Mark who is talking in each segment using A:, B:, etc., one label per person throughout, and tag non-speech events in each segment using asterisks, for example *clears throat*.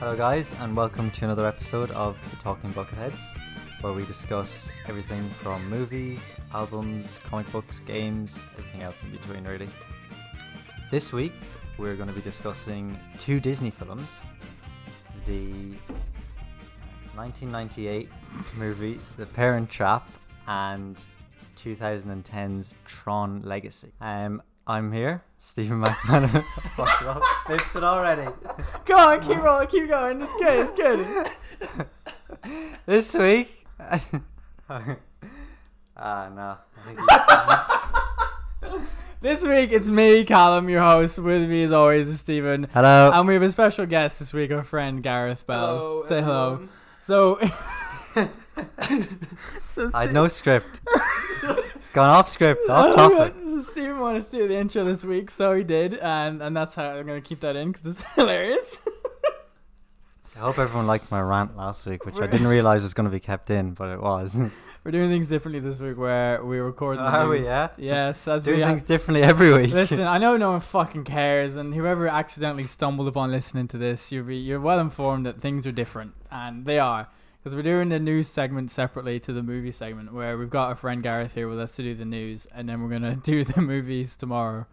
A: Hello, guys, and welcome to another episode of the Talking Bucketheads, where we discuss everything from movies, albums, comic books, games, everything else in between, really. This week, we're going to be discussing two Disney films the 1998 movie The Parent Trap and 2010's Tron Legacy. Um, I'm here, Stephen *laughs* McManaman. I fucked it up. Biffed it already. *laughs*
B: Go on, keep rolling, keep going. It's good, it's good.
A: *laughs* This week. *laughs* Ah, no. I think you-
B: This week it's me, Callum, your host. With me as always is Stephen.
A: Hello.
B: And we have a special guest this week, our friend Gareth Bell. Say hello. So, so
A: I had
B: Ste-
A: no script. it's gone off script, off
B: *laughs* Oh my God,
A: topic.
B: so Stephen wanted to do the intro this week, so he did, and and that's how I'm gonna keep that in because it's *laughs* hilarious.
A: I hope everyone liked my rant last week, which I
B: We're-
A: didn't realize was going to be kept in, but it was.
B: We're doing things differently this week, where we record. the
A: Are we,
B: news.
A: Oh, yeah?
B: Yes, as
A: *laughs* Doing
B: we
A: things differently every *laughs* week.
B: Listen, I know no one fucking cares, and whoever accidentally stumbled upon listening to this, you'll be you're well informed that things are different, and they are. Because we're doing the news segment separately to the movie segment, where we've got our friend Gareth here with us to do the news, and then we're gonna *laughs* do the movies tomorrow.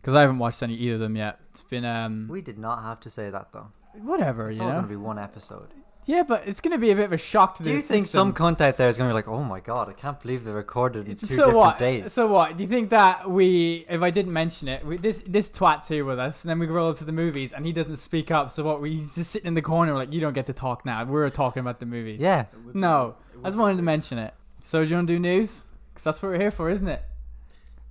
B: Because I haven't watched any either of them yet. It's been um
A: we did not have to say that, though.
B: whatever,
A: It's
B: you
A: all going to
B: know.
A: be one episode.
B: Yeah, but it's gonna be a bit of a shock to
A: Do
B: the
A: you think
B: system.
A: some cunt out there is going to be like, oh my god, I can't believe they recorded
B: *laughs*
A: in two
B: so
A: different
B: what?
A: days?
B: So what? Do you think that we, if I didn't mention it, we, this this twat's here with us, and then we roll up to the movies, and he doesn't speak up. So what? We he's just sitting in the corner, we're like you don't get to talk now. We're talking about the movies.
A: yeah.
B: No, I just wanted to mention it. So do you want to do news? Because that's what we're here for, isn't it?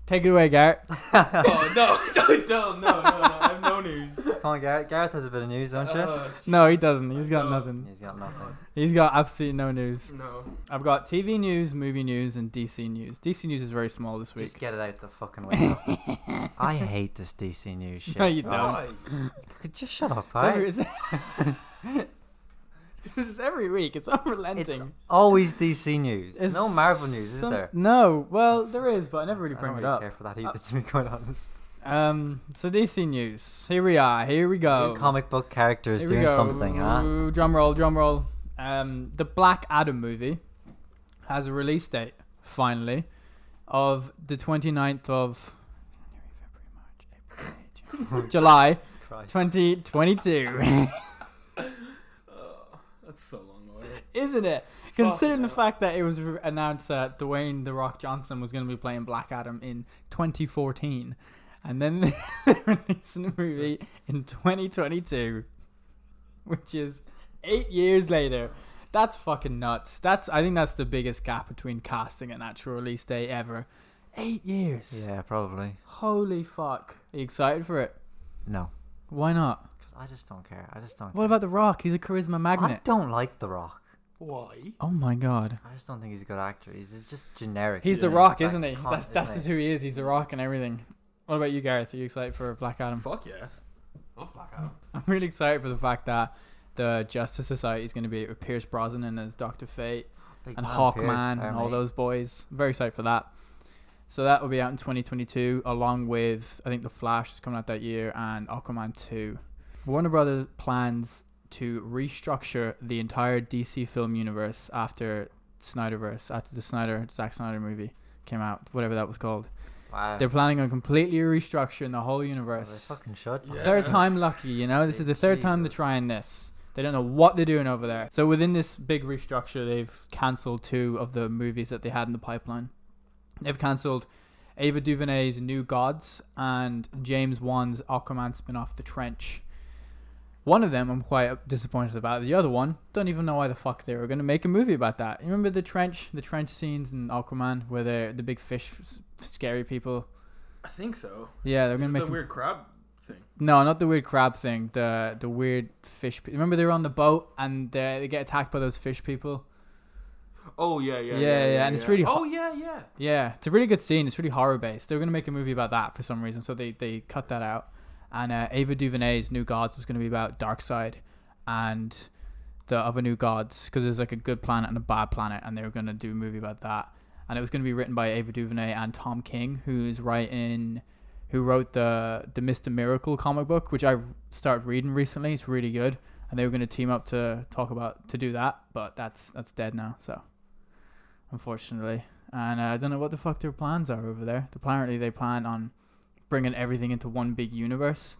B: Take it away, Garrett.
C: Oh no! *laughs* Don't, don't! No! No! No! I have no *laughs* news.
A: Come on, Gareth. Gareth has a bit of news, don't you?
C: Uh,
B: No, he doesn't. He's got
C: No.
B: nothing.
A: He's got nothing.
B: He's got absolutely no news.
C: no.
B: I've got TV news, movie news, and DC news. DC news is very small this
A: Just
B: week.
A: get it out the fucking window.
B: *laughs*
A: I hate this DC news shit.
B: No, you
C: Oh.
A: right?
B: don't.
C: Why?
A: Just shut up,
B: It's every-
A: alright?
B: it's- *laughs* this is every
A: *laughs*
B: week. It's
A: It's
B: unrelenting.
A: always DC news.
B: It's
A: no Marvel news, is
B: some-
A: there?
B: No. Well, there is, but I never really
A: I
B: bring
A: don't
B: it
A: really
B: up. Uh,
A: care for that either, *laughs* to be quite honest.
B: Um. So DC news. Here we are. Here we go.
A: New comic book characters
B: oh, Here we
A: doing
B: go. Mm.
A: something, huh?
B: Ooh, Drum roll. Drum roll. Um. The Black Adam movie has a release date finally of the 29th of
A: *laughs*
B: July
A: Christ.
B: *laughs* 2022.
C: Oh, that's so long away.
B: isn't it? Considering the
C: yeah.
B: fact that it was re- announced that Dwayne the Rock Johnson was going to be playing Black Adam in 2014, and then *laughs* they're releasing the movie in 2022, which is eight years later. That's fucking nuts. That's I think that's the biggest gap between casting and actual release date ever. Eight years.
A: Yeah, probably.
B: Holy fuck. Are you excited for it?
A: No.
B: Why not?
A: Because I just don't care. I just don't
B: What
A: care.
B: about The Rock? He's a charisma
A: I
B: magnet.
A: don't like The Rock.
C: Why?
B: Oh my god.
A: I just don't think he's a good actor. He's he's just generic.
B: He's the
A: just
B: Rock,
A: that
B: isn't he?
A: cunt,
B: That's that's
A: isn't
B: just
A: he?
B: who he is. He's the Rock and everything. What about you, Gareth? Are you excited for Black Adam? *laughs*
C: Fuck yeah. Oh, Love Black Adam.
B: I'm really excited for the fact that the Justice Society is going to be with Pierce Brosnan as Doctor Fate
A: Big
B: and
A: man, Pierce,
B: Hawkman
A: sorry,
B: and all
A: mate.
B: those boys. I'm very excited for that. So that will be out in 2022, along with I think the Flash is coming out that year and Aquaman 2. Warner Brothers plans to restructure the entire DC film universe after Snyderverse, after the Snyder Zack Snyder movie came out, whatever that was called.
A: Wow.
B: They're planning on completely restructuring the whole
A: Well, they
B: universe.
A: fucking should.
C: Yeah.
B: Third time lucky, you know? This is the third time they're
A: Jesus.
B: trying this. They don't know what they're doing over there. So within this big restructure, they've cancelled two of the movies that they had in the pipeline. They've cancelled Ava DuVernay's New Gods and James Wan's Aquaman spin-off The Trench. One of them I'm quite disappointed about. The other one, don't even know why the fuck they were going to make a movie about that. You remember the trench, the trench scenes in Aquaman where they're the big fish, s- scary people.
C: I think so.
B: Yeah, they're
C: This
B: going
C: is
B: to
C: the
B: make a
C: weird crab thing.
B: no, not the weird crab thing. The the weird fish. Pe- Remember they were on the boat and they they get attacked by those fish people.
C: Oh yeah, yeah,
B: Yeah, yeah, and it's really
C: Oh yeah, yeah.
B: Yeah, it's a really good scene. It's really horror based. They were gonna make a movie about that for some reason, so they they cut that out. And uh, Ava DuVernay's New Gods was gonna be about Darkseid and the other New Gods because there's like a good planet and a bad planet, and they were gonna do a movie about that. And it was gonna be written by Ava DuVernay and Tom King, who's writing, who wrote the the Mister Miracle comic book, which I started reading recently. It's really good. I and they were going to team up to talk about to do that, but that's that's dead now. So, unfortunately, and uh, I don't know what the fuck their plans are over there. Apparently, they plan on bringing everything into one big universe,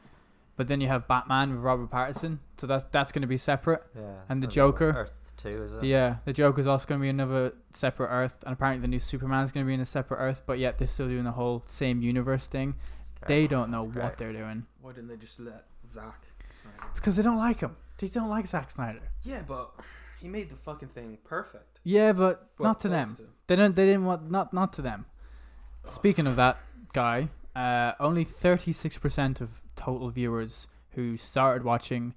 B: but then you have Batman with Robert Pattinson, so that's that's going to be separate.
A: Yeah.
B: And the
A: it's gonna be
B: Joker.
A: Earth too, is it?
B: Yeah, the Joker's also going to be another separate Earth, and apparently the new Superman's going to be in a separate Earth, but yet they're still doing the whole same universe thing. They don't know
A: Oh, That's great.
B: what they're doing
C: Why didn't they just let Zack? Snyder?
B: because they don't like him. They don't like Zack Snyder.
C: Yeah, but he made the fucking thing perfect.
B: Yeah, but
C: Well,
B: not to
C: close
B: them. They don't. They didn't want not not to them. Speaking of that guy, uh, only thirty six percent of total viewers who started watching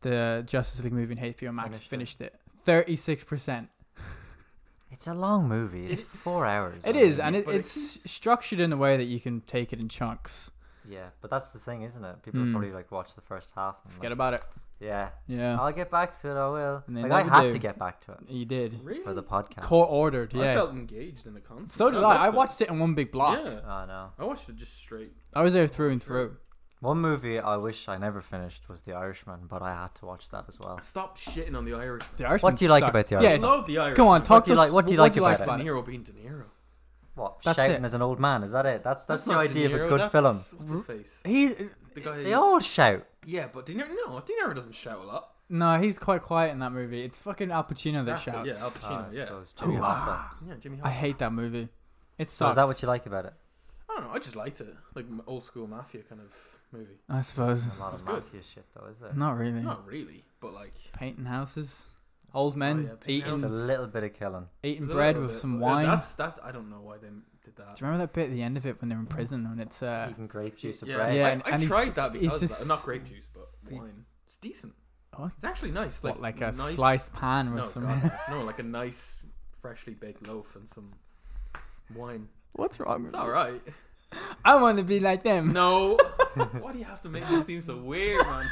B: the Justice League movie on HBO Max
A: Finished
B: finished, it. Thirty six percent.
A: It's a long movie. It's
C: It-
A: four hours.
B: It
A: I
B: is,
A: mean,
B: and it,
C: but it
B: it's
C: is-
B: structured in a way that you can take it in chunks.
A: Yeah, but that's the thing, isn't it? People
B: Mm.
A: probably like watch the first half. And,
B: Forget
A: like,
B: about it.
A: Yeah.
B: Yeah,
A: I'll get back to it. I will.
B: And they
A: Like I
B: never
A: had
B: do.
A: to get back to it
B: you did.
C: Really?
A: for the podcast.
B: Court ordered.
C: I
B: Yeah.
C: felt engaged in the concept.
B: So did I. I watched it in one big block.
C: Yeah,
A: Oh no.
C: I watched it just straight.
B: I was there through and through.
A: One movie I wish I never finished was The Irishman, but I had to watch that as well.
C: Stop shitting on the Irish.
B: The Irishman
A: What do you like
B: sucked.
A: about The
B: Yeah,
C: I
A: Irishman?
C: love the Irish.
B: Go on, talk
A: do
B: to
A: you
B: us.
A: like- what do you
B: What
A: like
B: do you
A: about
B: like
A: it?
B: about
C: De
B: it?
C: Niro being De Niro.
A: What?
B: That's
A: shouting
B: it.
A: as an old man? Is that it? That's that's, the
C: not
A: idea
C: De
A: of a
C: Niro,
A: good
C: that's-
A: film.
C: What's his face?
B: He's
C: The guy.
A: They all shout.
C: yeah, but De Niro. No, De Niro doesn't shout a lot.
B: no, he's quite quiet in that movie. It's fucking Al Pacino that
C: That's it,
B: shouts.
C: yeah, Al Pacino.
A: Oh, I
C: yeah.
A: suppose Jimmy
B: Ooh,
A: Hoffa.
C: Yeah, Jimmy.
B: I
C: Hoffa.
B: hate that movie. It sucks.
A: So is that what you like about it?
C: I don't know. I just liked it, like m- old school mafia kind of movie.
B: I suppose
A: A lot
C: It's
A: of
C: good.
A: Matthew shit though, is there?
B: not really.
C: Not really, but like.
B: Painting houses, old men
C: yeah, painting
A: It's a
B: eating
C: houses.
A: little bit of killing.
B: eating
C: there's a
B: bread
C: little
B: with
C: bit,
B: some
C: but-
B: wine.
C: That's that. I don't know why they did that.
B: Do you remember that bit at the end of it when they're in prison and it's uh
A: Eating grape juice with
C: yeah,
A: bread.
B: Yeah,
C: I,
B: and-
C: I
B: and he's-
C: tried that
B: he's
C: because of
B: just-
C: that. not grape juice, but
A: He-
C: wine. It's decent.
B: What?
C: It's actually nice. Like
B: what, like a
C: nice,
B: sliced pan with
C: No,
B: some?
C: God, no, like a nice freshly baked loaf and some wine.
B: *laughs* What's wrong with
C: It's
B: you?
C: all right.
B: I want to be like them. *laughs*
C: No, why do you have to make this seem so weird, man?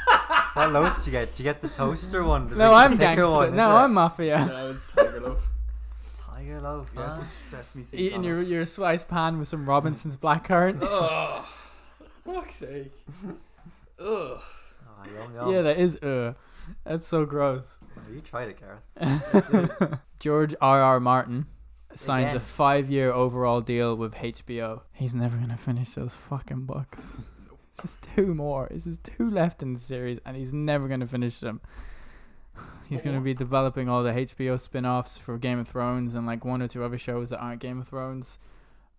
A: What loaf did you get? Did you get the toaster one? The
B: No,
A: big
B: I'm
A: thicker
B: gangster.
A: one, is
B: no,
A: it?
B: I'm mafia.
C: no, it's tiger loaf.
A: tiger loaf.
C: Yeah, it's
A: huh?
C: a sesame
B: *laughs*
C: seeds.
B: Uh, Eating
C: on
B: your
C: it.
B: your sliced pan with some Robinson's
A: *laughs*
B: blackcurrant.
C: *laughs* Ugh. Fuck's sake. Ugh.
A: Oh, yum, yum.
B: Yeah, that is uh, that's so gross.
A: Oh, you tried it, Gareth.
B: George R. R. Martin signs a
A: Again.
B: five-year overall deal with HBO. He's never gonna finish those fucking *laughs* books. It's just two more. It's just two left in the series, and he's never gonna finish them. *sighs* He's gonna be developing all the HBO spin-offs for Game of Thrones and like one or two other shows that aren't Game of Thrones.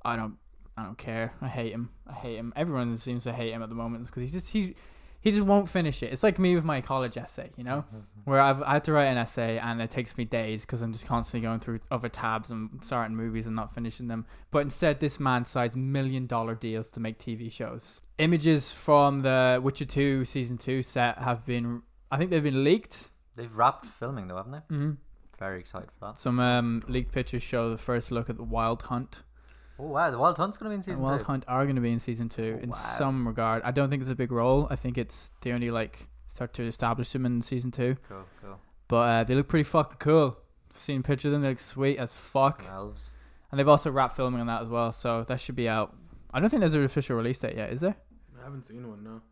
B: I don't, I don't care. I hate him. I hate him. Everyone seems to hate him at the moment because he just he, he just won't finish it. It's like me with my college essay, you know where I've I had to write an essay and it takes me days because I'm just constantly going through other tabs and starting movies and not finishing them. But instead, this man signs million dollar deals to make TV shows. Images from the Witcher 2 season 2 set have been, I think they've been leaked.
A: They've wrapped filming though, haven't they?
B: Mm-hmm.
A: Very excited for that.
B: Some um, leaked pictures show the first look at the Wild Hunt.
A: Oh wow, the Wild Hunt's gonna be in
B: And
A: season
B: Wild
A: two.
B: Hunt are going to be in season 2
A: Oh,
B: in
A: wow.
B: some regard. I don't think it's a big role. I think it's they only like start to establish them in season 2.
A: Cool, cool.
B: But uh, they look pretty fucking cool. Seen pictures of them, they look sweet as fuck.
A: And elves.
B: And they've also wrapped filming on that as well, so that should be out. I don't think there's an official release date yet, is there?
C: I haven't seen one, no.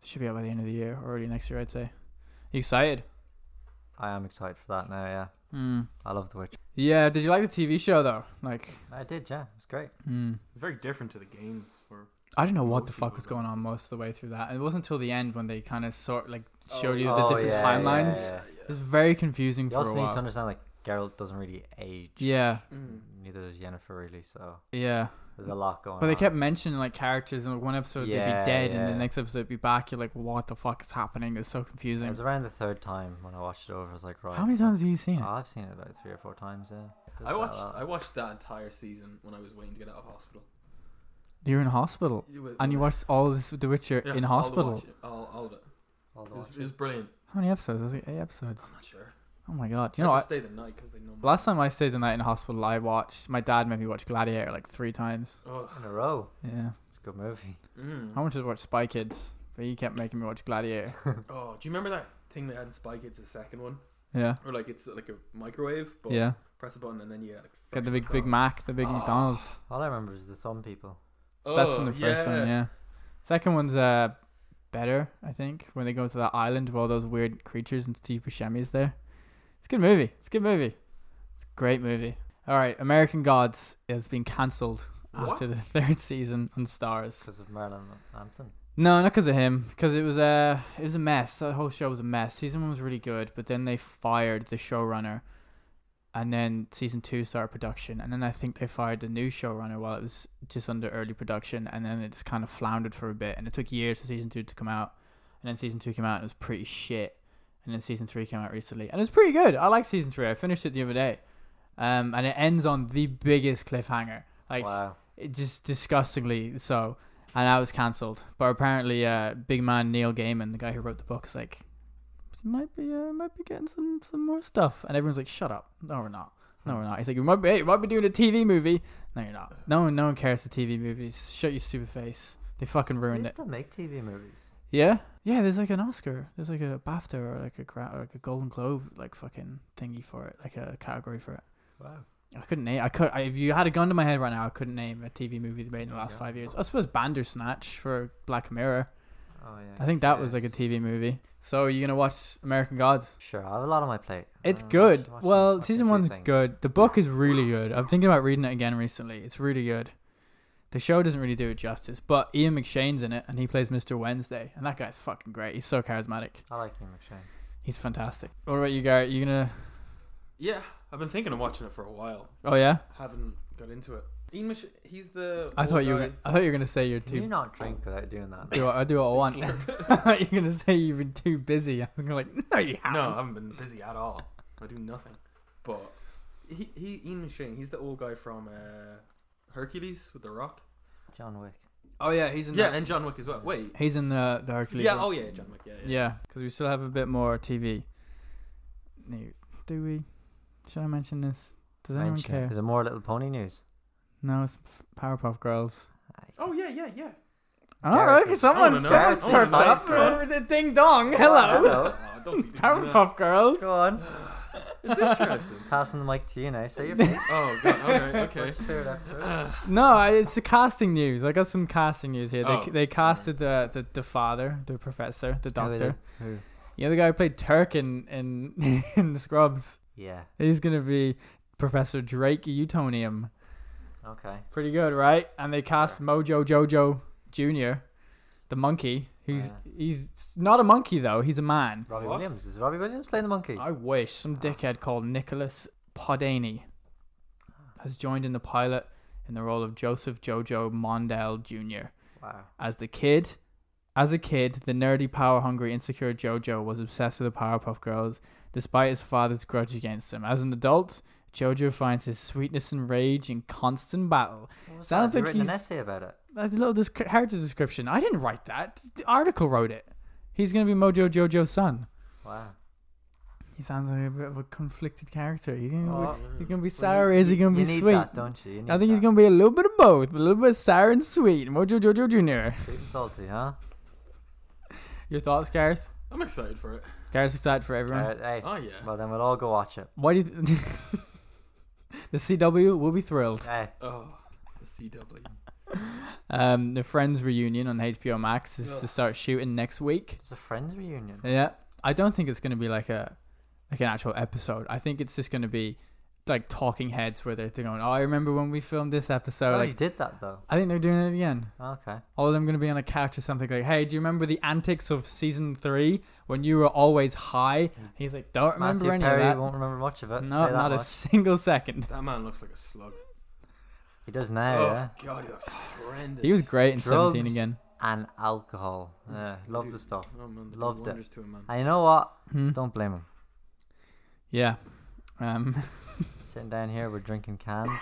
B: It should be out by the end of the year or early next year, I'd say. You excited?
A: I am excited for that now. Yeah,
B: Mm.
A: I love The Witcher.
B: Yeah, did you like the TV show though? Like,
A: I did. Yeah, it's great.
B: mm.
C: Very different to the games. Or
B: I don't know what the
C: Most people
B: fuck was
C: don't.
B: going on most of the way through that. And it wasn't until the end when they kind of sort like
C: Oh,
B: showed you the
A: oh,
B: different
A: yeah,
B: timelines.
A: yeah,
B: It was very confusing
A: You
B: for
A: also
B: a
A: need to
B: while.
A: understand like Geralt doesn't really age.
B: Yeah,
C: Mm.
A: Neither does Yennefer really. So
B: yeah.
A: there's a lot going.
B: But they
A: on.
B: kept mentioning like characters, and like, one episode they'd
A: Yeah,
B: be dead, and the
A: yeah.
B: next episode they'd be back. You're like, what the fuck is happening? It's so
A: It
B: confusing.
A: was around the third time when I watched it over. I was like, right.
B: How many times have you seen it?
A: Oh, I've seen it about three or four times. Yeah. Does
C: I
A: that
C: watched.
A: a lot.
C: I watched that entire season when I was waiting to get out of hospital.
B: You're in hospital. And you watched all this The Witcher
C: Yeah,
B: in
C: all the
B: hospital.
C: watch- All, all of it.
A: All the
C: It was,
A: watches.
C: it was brilliant.
B: How many episodes? Is it eight episodes?
C: I'm not sure.
B: Oh my god! You
C: I
B: know,
C: had
B: I,
C: to stay the night because they know. my-
B: last time I stayed the night in hospital, I watched. My dad made me watch Gladiator like three times.
C: Ugh.
A: in a row.
B: Yeah,
A: It's a good movie. *laughs*
C: Mm.
B: I wanted to watch Spy Kids, but he kept making me watch Gladiator.
C: Oh, do you remember that thing they had in Spy Kids, the second one,
B: Yeah,
C: or like it's like a microwave, but
B: yeah.
C: press a button and then you get, like,
B: Got
C: fresh
B: the big Big
C: McDonald's.
B: Mac, the big
C: Oh.
B: McDonald's.
A: All I remember is the thumb people.
C: Oh,
B: That's in the first one. Yeah. Second one's uh, better, I think, when they go to that island with all those weird creatures and Steve Buscemi is there. It's a good movie. It's a good movie. It's a great movie. All right, American Gods has been cancelled
C: What?
B: after the *laughs* third season on Stars.
A: because of Marilyn Manson.
B: No, not because of him. Because it was a it was a mess. The whole show was a mess. Season one was really good, but then they fired the showrunner, and then season two started production, and then I think they fired the new showrunner while it was just under early production, and then it just kind of floundered for a bit, and it took years for season two to come out, and then season two came out and it was pretty shit, and then season three came out recently, and it was pretty good. I like season three. I finished it the other day, um, and it ends on the biggest cliffhanger. Like
A: wow.
B: it just disgustingly so and that was cancelled but apparently uh big man neil gaiman the guy who wrote the book is like you might be uh, might be getting some some more stuff and everyone's like shut up no we're not no we're not he's like you might be you might be doing a tv movie no you're not no one no one cares the tv movies shut your stupid face they fucking ruined
A: they
B: it
A: still make TV movies.
B: yeah yeah there's like an oscar there's like a bafta or like a gra- or like a golden globe like fucking thingy for it like a category for it
A: Wow.
B: I couldn't name. I could. I, if you had a gun to my head right now, I couldn't name a TV movie made in the last
A: Yeah.
B: five years. I suppose Bandersnatch for Black Mirror.
A: Oh yeah.
B: I think that was like
A: yes.
B: a TV movie. So you gonna watch American Gods?
A: Sure, I have a lot on my plate.
B: It's
A: Uh, I
B: good.
A: should watch
B: Well,
A: a
B: season
A: few
B: one's
A: things.
B: good. The book is really good. I'm thinking about reading it again recently. It's really good. The show doesn't really do it justice, but Ian McShane's in it, and he plays Mr. Wednesday, and that guy's fucking great. He's so charismatic.
A: I like Ian McShane.
B: He's fantastic. What about you, Garrett? You gonna?
C: Yeah, I've been thinking of watching it for a while.
B: Oh yeah.
C: Haven't got into it. Ian Mich- he's the.
B: I
C: old
B: thought you. Were
C: guy-
B: gonna, I thought you were gonna say you're
A: Do you
B: too.
A: not drink without doing that?
B: Do what, I do what I
C: *laughs*
B: want. *laughs*
C: Slurp.
B: You're gonna say you've been too busy. I was gonna like, no, you haven't.
C: no, I haven't been busy at all. I do nothing. But he, he Ian Machine, he's the old guy from uh, Hercules with the Rock.
A: John Wick.
B: Oh yeah, he's in.
C: Yeah,
B: The,
C: and John Wick as well. Wait.
B: he's in the the Hercules.
C: Yeah.
B: one.
C: Oh yeah, John Wick. Yeah. Yeah.
B: yeah. Because we still have a bit more TV. No, Do we? Should I mention this? Does anyone
A: Mention it.
B: care?
A: Is there more Little Pony news?
B: No, it's f- Powerpuff Girls.
A: Aye.
C: Oh yeah, yeah, yeah.
B: Oh,
A: Gareth
B: okay,
A: is-
B: someone
C: Oh, no, no,
B: someone's
C: it's- oh,
B: perked
C: no,
B: up.
A: Gareth.
B: Uh, Ding dong, hello.
A: Hello.
C: Oh,
B: *laughs*
C: don't be-
B: Powerpuff Girls.
A: Go on. *laughs*
C: It's interesting.
A: Passing the mic to you now. Say your piece.
C: oh god. Okay.
A: *laughs*
C: Okay.
A: What's your favorite episode?
B: No, I- it's the casting news. I got some casting news here. They,
C: Oh,
B: they casted the, the the father, the professor,
A: Who
B: the
A: is
B: *laughs* doctor.
A: it? Who?
B: Yeah, the guy who played Turk in in, *laughs* in Scrubs.
A: Yeah.
B: He's gonna be Professor Drake Utonium.
A: Okay.
B: Pretty good, right? And they cast Mojo Jojo Jr., the monkey. He's
A: Yeah.
B: he's not a monkey though. He's a man.
A: Robbie
C: What?
A: Williams. Is Robbie Williams playing the monkey?
B: I wish some dickhead called Nicholas Podany has joined in the pilot in the role of Joseph Jojo Mondale Jr.
A: Wow.
B: As the kid, as a kid, the nerdy, power hungry, insecure JoJo was obsessed with the Powerpuff Girls, despite his father's grudge against him. As an adult, JoJo finds his sweetness and rage in constant battle.
A: What was
B: Sounds
A: that? Have
B: like
A: you written an
B: he's-
A: essay about it.
B: That's a little dis- character description. I didn't write that. The article wrote it. He's gonna be Mojo JoJo's son.
A: Wow.
B: He sounds like a bit of a conflicted character. He's gonna,
A: Oh,
B: be, he's gonna be
A: you-
B: sour, or is he
A: you-
B: gonna
A: you
B: be
A: need
B: sweet?
A: That, don't you? You need
B: I think he's
A: that.
B: gonna be a little bit of both, a little bit sour and sweet. Mojo Jojo Jr.
A: sweet and salty,
B: *laughs*
A: huh?
B: Your thoughts, Gareth?
C: *sighs* I'm excited for it.
B: Gareth's excited for everyone.
A: Alright, hey.
C: Oh yeah.
A: Well, then we'll all go watch it.
B: Why do you th- *laughs* the CW will be thrilled?
A: Hey.
C: Oh, the CW.
B: Um, the Friends reunion on HBO Max is to
C: Ugh.
B: start shooting next week.
A: It's a friends reunion.
B: Yeah, I don't think it's gonna be like a like an actual episode. I think it's just gonna be like talking heads where they're going, "Oh, I remember when we filmed this episode."
A: Oh, you
B: like,
A: did that though.
B: I think they're doing it again.
A: Okay.
B: All of them gonna be on a couch or something like, "Hey, do you remember the antics of season three when you were always high?" He's like, "Don't remember
A: Mm. Matthew
B: any
A: Perry
B: of
A: won't remember much of it.
B: that."
A: tell
B: No,
A: you that
B: not a
A: much.
B: single second.
C: That man looks like a slug.
A: He does now, yeah.
C: Oh god, he looks horrendous.
B: He was great in seventeen
A: Drugs.
B: again.
A: And alcohol. Yeah, love
C: Dude.
A: the stuff.
C: Oh man, the
A: Loved it.
C: wonders to him, man.
A: And you know what?
B: Hmm.
A: Don't blame him.
B: Yeah. Um, *laughs*
A: Sitting down here, we're drinking cans.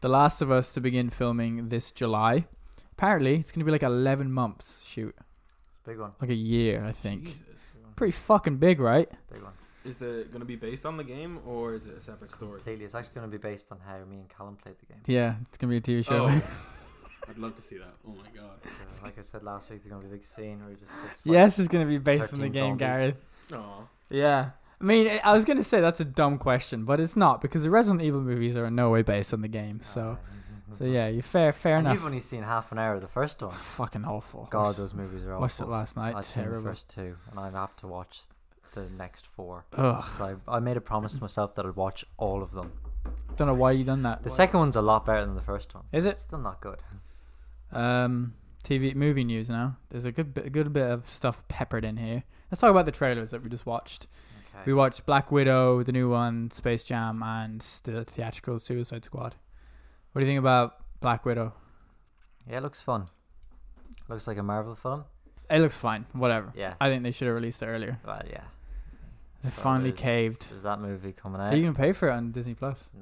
B: The Last of Us to begin filming this July. Apparently, it's going to be like 11 months shoot,
A: It's a big one.
B: like a year, I think.
C: Jesus.
A: Big one.
B: Pretty fucking big, right?
A: Big one.
C: Is it going to be based on the game or is it a separate story?
A: Completely. It's actually going to be based on how me and Callum played the
B: *laughs*
A: game.
B: Yeah, it's going to be a TV show.
C: Oh, *laughs* I'd love to see that. Oh my god.
A: So, like I said last week, there's going to be a big scene where we just. fist fight.
B: *laughs* yes, it's going to be based on the
A: 13
B: game,
A: zombies.
B: Gareth.
C: Aw.
B: Yeah. I mean, I- I was
A: *laughs*
B: going to say that's a dumb question, but it's not because the Resident Evil movies are in no way based on the game.
A: Ah,
B: So
A: mhm.
B: So yeah, you fair fair
A: and
B: enough.
A: You've only seen half an hour of the first one.
B: Fucking awful.
A: God, those movies are awful.
B: Watched it last night.
A: I've seen the
B: Terrible.
A: first two, and I have to watch the next four.
B: Ugh.
A: So I, I made a promise to myself that I'd watch all of them.
B: Don't know why you done that.
A: The
C: Why?
A: second one's a lot better than the first one.
B: Is it?
A: It's still not good.
B: Um, TV movie news now. There's a good bit, a good bit of stuff peppered in here. Let's talk about the trailers that we just watched.
A: Okay.
B: We watched Black Widow, the new one, Space Jam, and the theatrical Suicide Squad. What do you think about Black Widow?
A: yeah, it looks fun. Looks like a Marvel film.
B: It looks fine. Whatever.
A: Yeah.
B: I think they should have released it earlier.
A: Well, yeah.
B: They
A: So
B: finally
A: there's-
B: caved.
A: There's that movie coming out.
B: Are you gonna pay for it on Disney Plus?
A: *laughs*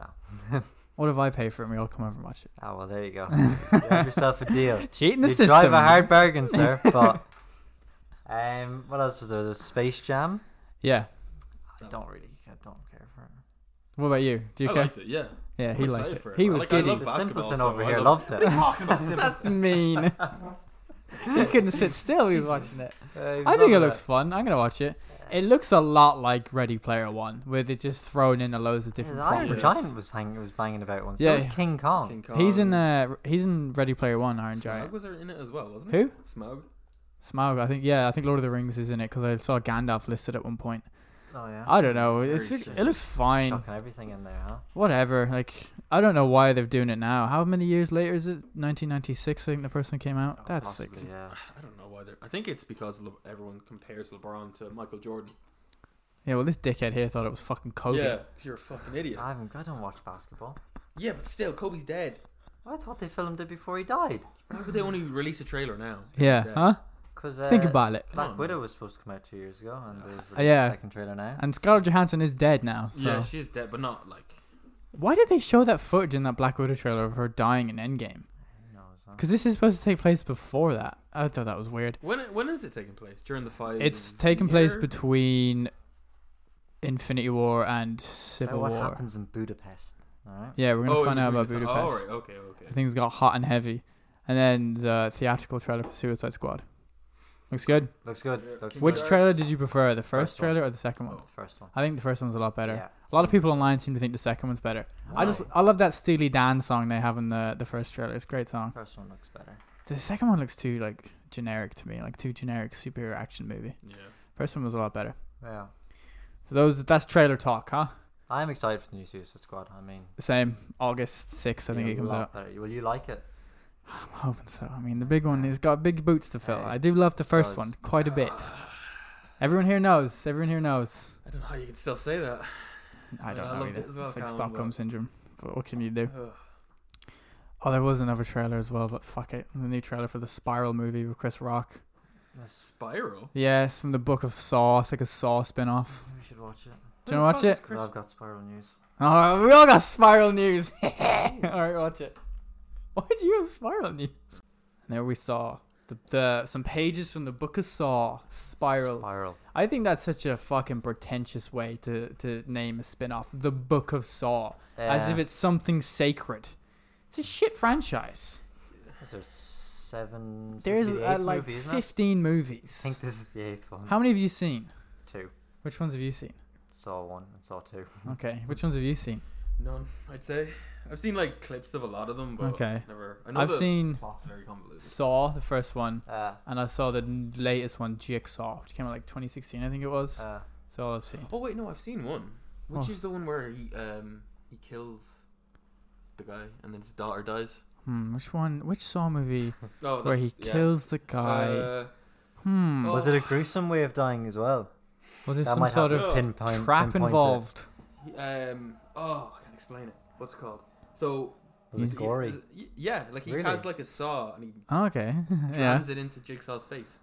A: No.
B: What if I pay for it and we all come over and watch it?
A: Oh well, there you
B: *laughs*
A: go. you have yourself a deal.
B: Cheating the
A: you
B: system.
A: drive a hard bargain,
B: *laughs*
A: sir. But um, what else was there? There was Space Jam.
B: Yeah.
A: I don't really, I don't care for it.
B: What about you? Do you
C: I
B: care?
C: liked it. Yeah.
B: Yeah,
C: I'm
B: he
C: excited
B: liked it.
C: for it.
B: He
C: I
B: was
C: like- I
B: giddy.
C: love
A: The
C: basketball,
A: simpleton
C: so
A: over
C: I
A: here
C: love-
A: loved *laughs* it.
C: Talking *laughs* about Simpsons.
B: That's mean. he couldn't sit still. He was watching it.
A: Uh,
B: I think
A: loving
B: it looks fun. I'm gonna watch it. It looks a lot like Ready Player One, with it just thrown in a loads of different
A: Yeah, the Iron
B: properties.
A: Giant was hanging, was banging about once.
B: Yeah,
A: Yeah, was
B: yeah.
A: King Kong.
C: King
B: He's in
C: Kong.
B: uh, he's in Ready Player One. Iron
C: Smaug
B: Giant.
C: was there in it as well, wasn't he?
B: Who?
C: Smaug.
B: Smaug. I think. Yeah, I think Lord of the Rings is in it because I saw Gandalf listed at one point.
A: Oh yeah.
B: I don't know. It's,
C: Very
B: it,
C: strange.
B: it looks fine.
A: Shocking everything in there, huh?
B: Whatever. Like I don't know why they're doing it now. How many years later is it? 1996. I think the first one came out. That's
A: Possibly,
B: sick.
A: Yeah.
C: I don't know why they're. I think it's because Le- everyone compares LeBron to Michael Jordan.
B: Yeah. Well, this dickhead here thought it was fucking Kobe.
C: Yeah, 'cause you're a fucking idiot.
A: I haven't. I don't watch basketball.
C: Yeah, but still, Kobe's dead.
A: I thought they filmed it before he died.
C: Why would they only release a trailer now?
B: Yeah.
C: Yeah.
B: Huh?
A: Cause uh,
B: Think about it.
A: Black
C: Come on,
A: Widow
C: man.
A: was supposed to come out two years ago, and there's
B: Uh,
A: the
B: yeah.
A: second trailer now.
B: And Scarlett Johansson is dead now. So.
C: Yeah, she is dead, but not like.
B: Why did they show that footage in that Black Widow trailer of her dying in Endgame?
A: Who knows? huh?
B: Because this is supposed to take place before that. I thought that was weird.
C: When when is it taking place? During the fight?
B: It's taking place between Infinity War and Civil
C: Oh,
A: About what
B: War.
A: happens in Budapest? All right.
B: Yeah, we're gonna find out about Budapest.
C: Oh, right, okay, okay.
B: Things got hot and heavy, and then the theatrical trailer for Suicide Squad. Looks good.
A: Looks good.
C: Yeah.
A: Looks
B: Which
A: good.
C: Sorry.
B: trailer did you prefer, the first,
A: First one.
B: trailer or the second one?
C: Oh,
A: First one.
B: I think the first one's a lot better.
A: Yeah,
B: A lot of
A: so-
B: people online seem to think the second one's better. I just
A: Why?
B: I love that Steely Dan song they have in the the first trailer. It's a great song.
A: First one looks better.
B: The second one looks too like generic to me, like too generic superhero action movie.
C: Yeah.
B: First one was a lot better.
A: Yeah.
B: So those that's trailer talk, huh?
A: I'm excited for the new Suicide Squad. I mean,
B: Same August sixth, I think
A: a
B: it comes
A: lot
B: out.
A: Better. Will you like it?
B: I'm hoping so. I mean, the big one has got big boots to fill.
A: Hey,
B: I do love the first
A: does.
B: one quite a
C: *sighs*
B: bit. Everyone here knows. Everyone here knows.
C: I don't know how you can still say that.
B: I
C: I-
B: don't
C: I
B: know.
C: loved
B: Either.
C: it as well,
B: it's like
C: Colin,
B: Stockholm
C: but-
B: syndrome. But what can you do?
C: Ugh.
B: Oh, there was another trailer as well, but fuck it. The new trailer for the Spiral movie with Chris Rock.
A: Yes.
C: Spiral.
B: Yes, from the book of Saw. It's like a Saw spin off.
A: We should watch it.
B: Do you wanna watch it?
A: 'Cause I've got Spiral News.
B: Oh, we all got spiral news. *laughs* All right, watch it. Why did you have spiral news? And there we saw the, the some pages from the Book of Saw, Spiral.
A: Spiral.
B: I think that's such a fucking pretentious way to to name a spin-off, The Book of Saw, as
A: Yeah.
B: if it's something sacred. It's a shit franchise.
A: There's seven.
B: There's
A: this is the
B: uh,
A: eighth
B: like
A: movie, isn't it?
B: 15
A: I think
B: movies.
A: this is the eighth one.
B: How many have you seen?
A: Two.
B: Which ones have you seen?
A: Saw one and Saw two.
B: Okay, which ones have you seen?
C: None, I'd say. I've seen like clips of a lot of them, but
B: Okay.
C: never. I know
B: I've
C: the
B: seen
C: plot's very convoluted.
B: Saw, the first one.
A: *laughs* Uh,
B: and I saw the n- latest one, Jigsaw, which came out like 2016, I think it was.
A: uh,
B: That's all I've seen.
C: Oh wait, no, I've seen one. Which
B: Oh.
C: is the one where he um he kills the guy and then his daughter dies.
B: Hmm, which one? Which Saw movie
C: Oh,
B: where he kills the guy?
C: Uh,
B: hmm,
C: oh.
A: was it a gruesome way of dying as well?
B: was there
A: That
B: some
A: might
B: sort
A: have
B: of
A: to
C: of
A: pinpoint,
B: trap
A: pinpoint it.
B: involved?
C: he- um oh I can't explain it. What's it called? So
A: Was
C: he-
A: it gory?
C: is- y- yeah, like he
A: Really?
C: has like a saw and he
B: Oh, okay, *laughs* yeah.
C: jams it into Jigsaw's face.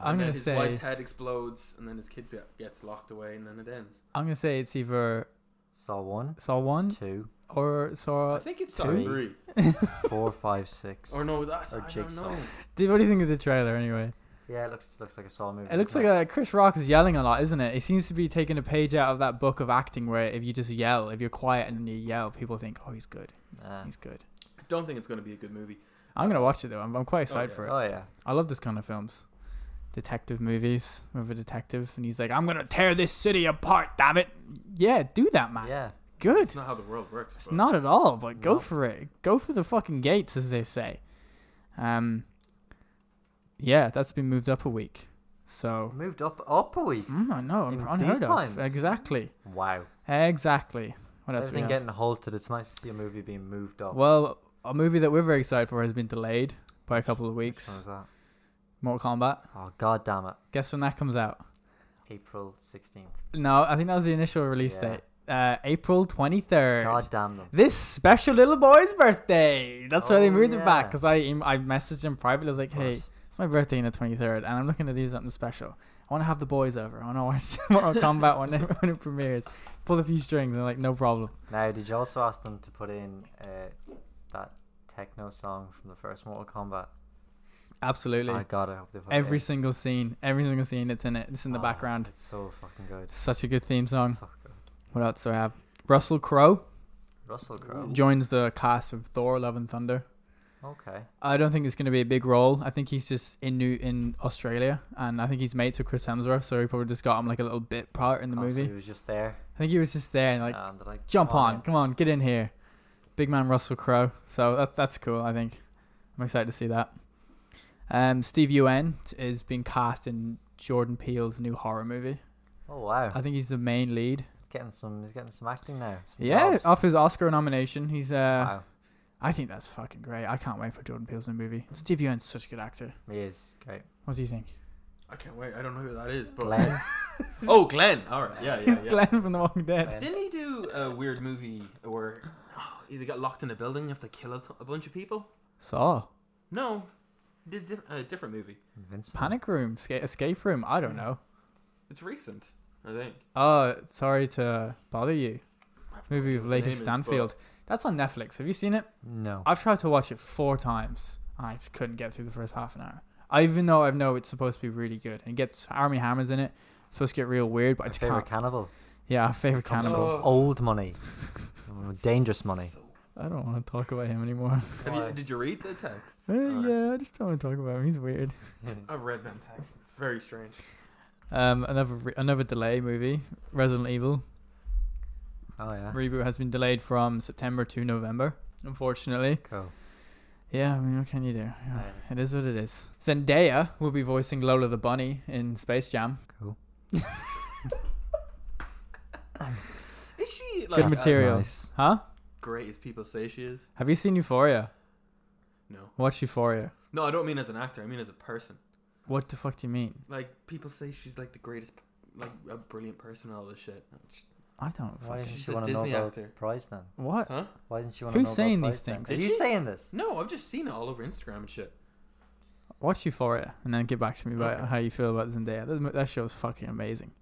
B: I'm
C: and then
B: gonna
C: his
B: say
C: wife's head explodes and then his kids get, gets locked away and then it ends.
B: I'm gonna say it's either
A: Saw
B: *laughs*
A: one,
B: Saw one
A: two,
B: or Saw. *laughs*
C: I think it's Saw
A: Two?
C: three
A: four, five, six.
C: or no that's
A: Or
C: I don't
A: Jigsaw.
C: know.
B: Did what do you think of the trailer anyway?
A: Yeah, it looks looks like a Saw movie.
B: It looks like
A: doesn't
B: uh, Chris Rock is yelling a lot, isn't it? He seems to be taking a page out of that book of acting where if you just yell, if you're quiet and you yell, people think, oh, he's good,
A: Uh,
B: he's good.
C: I don't think it's gonna be a good movie.
B: I'm gonna watch it though. I'm, I'm quite excited
C: yeah.
B: for it.
A: oh yeah.
B: I love this kind of films. Detective movies with a detective, and he's like, "I'm gonna tear this city apart, damn it!" Yeah, do that, man.
A: Yeah.
B: good.
C: It's not how the world works.
B: It's
C: but
B: not at all, but go
C: No.
B: for it. Go for the fucking gates, as they say. Um, yeah, that's been moved up a week. So,
A: Moved up up a week.
B: mm, I know, I'm
A: In
B: unheard
A: these
B: of.
A: times.
B: Exactly,
A: Wow.
B: exactly. What else? we
A: Everything
B: have?
A: getting halted. It's nice to see a movie being moved up.
B: Well, a movie that we're very excited for has been delayed by a couple of
A: Which one
B: weeks.
A: was that?
B: Mortal Kombat.
A: Oh god damn it.
B: Guess when that comes out?
A: April sixteenth.
B: No, I think that was the initial release
A: Yeah.
B: date. Uh, April 23rd.
A: God damn them.
B: This special little boy's birthday. That's why they
A: Oh,
B: moved it back.
A: yeah.
B: Because I, em- I messaged him privately. I was like, *laughs* hey,
A: But
B: It's my birthday on the 23rd, and I'm looking to do something special. I want to have the boys over. I want to watch *laughs* Mortal Kombat when it, when it premieres. Pull a few strings, and I'm like, no problem.
A: Now did you also ask them to put in uh, that techno song from the first Mortal Kombat?
B: Absolutely.
A: I got it. I hope they put it
B: every
A: in.
B: single scene, every single scene that's in it, it's in the
A: Oh,
B: background.
A: It's so fucking good.
B: Such a good theme song.
A: So good.
B: What else do I have? Russell Crowe
A: Russell Crowe.
B: joins the cast of Thor: Love and Thunder.
A: Okay.
B: I don't think it's going to be a big role. I think he's just in New in Australia, and I think he's mates with Chris Hemsworth, so he probably just got him like a little bit part in the
A: Oh, so
B: movie.
A: he was just there.
B: I think he was just there and like.
A: and they're like
B: jump
A: "Come
B: on,
A: in."
B: come on, get in here, big man Russell Crowe. So that's that's cool. I think I'm excited to see that. Um, Steve Yuen t- is being cast in Jordan Peele's new horror movie.
A: Oh wow.
B: I think he's the main lead.
A: He's getting some he's getting some acting now. some
B: Yeah, oh,
A: jobs.
B: off his Oscar nomination, he's uh,
A: wow.
B: I think that's fucking great. I can't wait for Jordan Peele's new movie. Steve Yuen's such a good actor.
A: He is great.
B: What do you think?
C: I can't wait. I don't know who that is, but
A: Glenn. *laughs*
C: oh, Glenn. All right, yeah, yeah,
B: He's
C: yeah.
B: Glenn from The Walking Dead.
A: Glenn.
C: Didn't he do a weird movie where oh, they got locked in a building and have to kill a, a bunch of people?
B: Saw
C: No, he did diff- a different movie.
A: Invincible.
B: Panic Room, sca- Escape Room. I don't
C: Mm.
B: know.
C: It's recent, I think.
B: Oh, sorry to bother you.
C: I have no
B: Movie
C: idea
B: with
C: what the name
B: Lacey
C: is, but
B: Stanfield. That's on Netflix. Have you seen it?
A: No.
B: I've tried to watch it four times and I just couldn't get through the first half an hour. I even though I know it's supposed to be really good and it gets Army Hammers in it. It's supposed to get real weird, but I
A: My
B: just
A: favorite
B: can't.
A: cannibal.
B: Yeah, our favorite
A: Comes
B: cannibal.
A: from Old
B: *laughs*
A: money. Mm, Dangerous money. *laughs*
C: so-
B: I don't want to talk about him anymore. *laughs*
C: Have
A: Why?
C: you, did you read the text?
B: Eh, yeah, I just don't want to talk about him. He's weird.
C: I've read that text. It's very strange.
B: Um, another re- another delay movie, Resident Evil
A: oh yeah.
B: reboot has been delayed from September to November. Unfortunately,
A: Cool.
B: yeah. I mean, what can you do? Yeah,
A: Nice.
B: It is what it is. Zendaya will be voicing Lola the bunny in Space Jam.
A: Cool.
C: Is she like
B: Good
C: as
B: material.
A: Nice.
B: Huh?
C: great as people say she is?
B: Have you seen Euphoria?
C: No,
B: Watch Euphoria.
C: no, I don't mean as an actor. I mean as a person.
B: What the fuck do you mean?
C: Like people say she's like the greatest, like a brilliant person. and All this shit.
B: I don't
A: Why
B: fucking.
A: doesn't
C: She's
A: she
C: a
A: want a
C: Disney
A: Nobel
C: actor.
A: Prize then?
B: What?
C: Huh?
A: Why doesn't she want a
B: Who's
A: Nobel
B: saying
A: Prize
B: these
A: then?
B: things?
A: Is
C: Is
A: you
C: she-
A: saying this?
C: No, I've just seen it all over Instagram and shit.
B: Watch Euphoria and then get back to me about
C: Okay.
B: how you feel about Zendaya. That, that show's fucking amazing.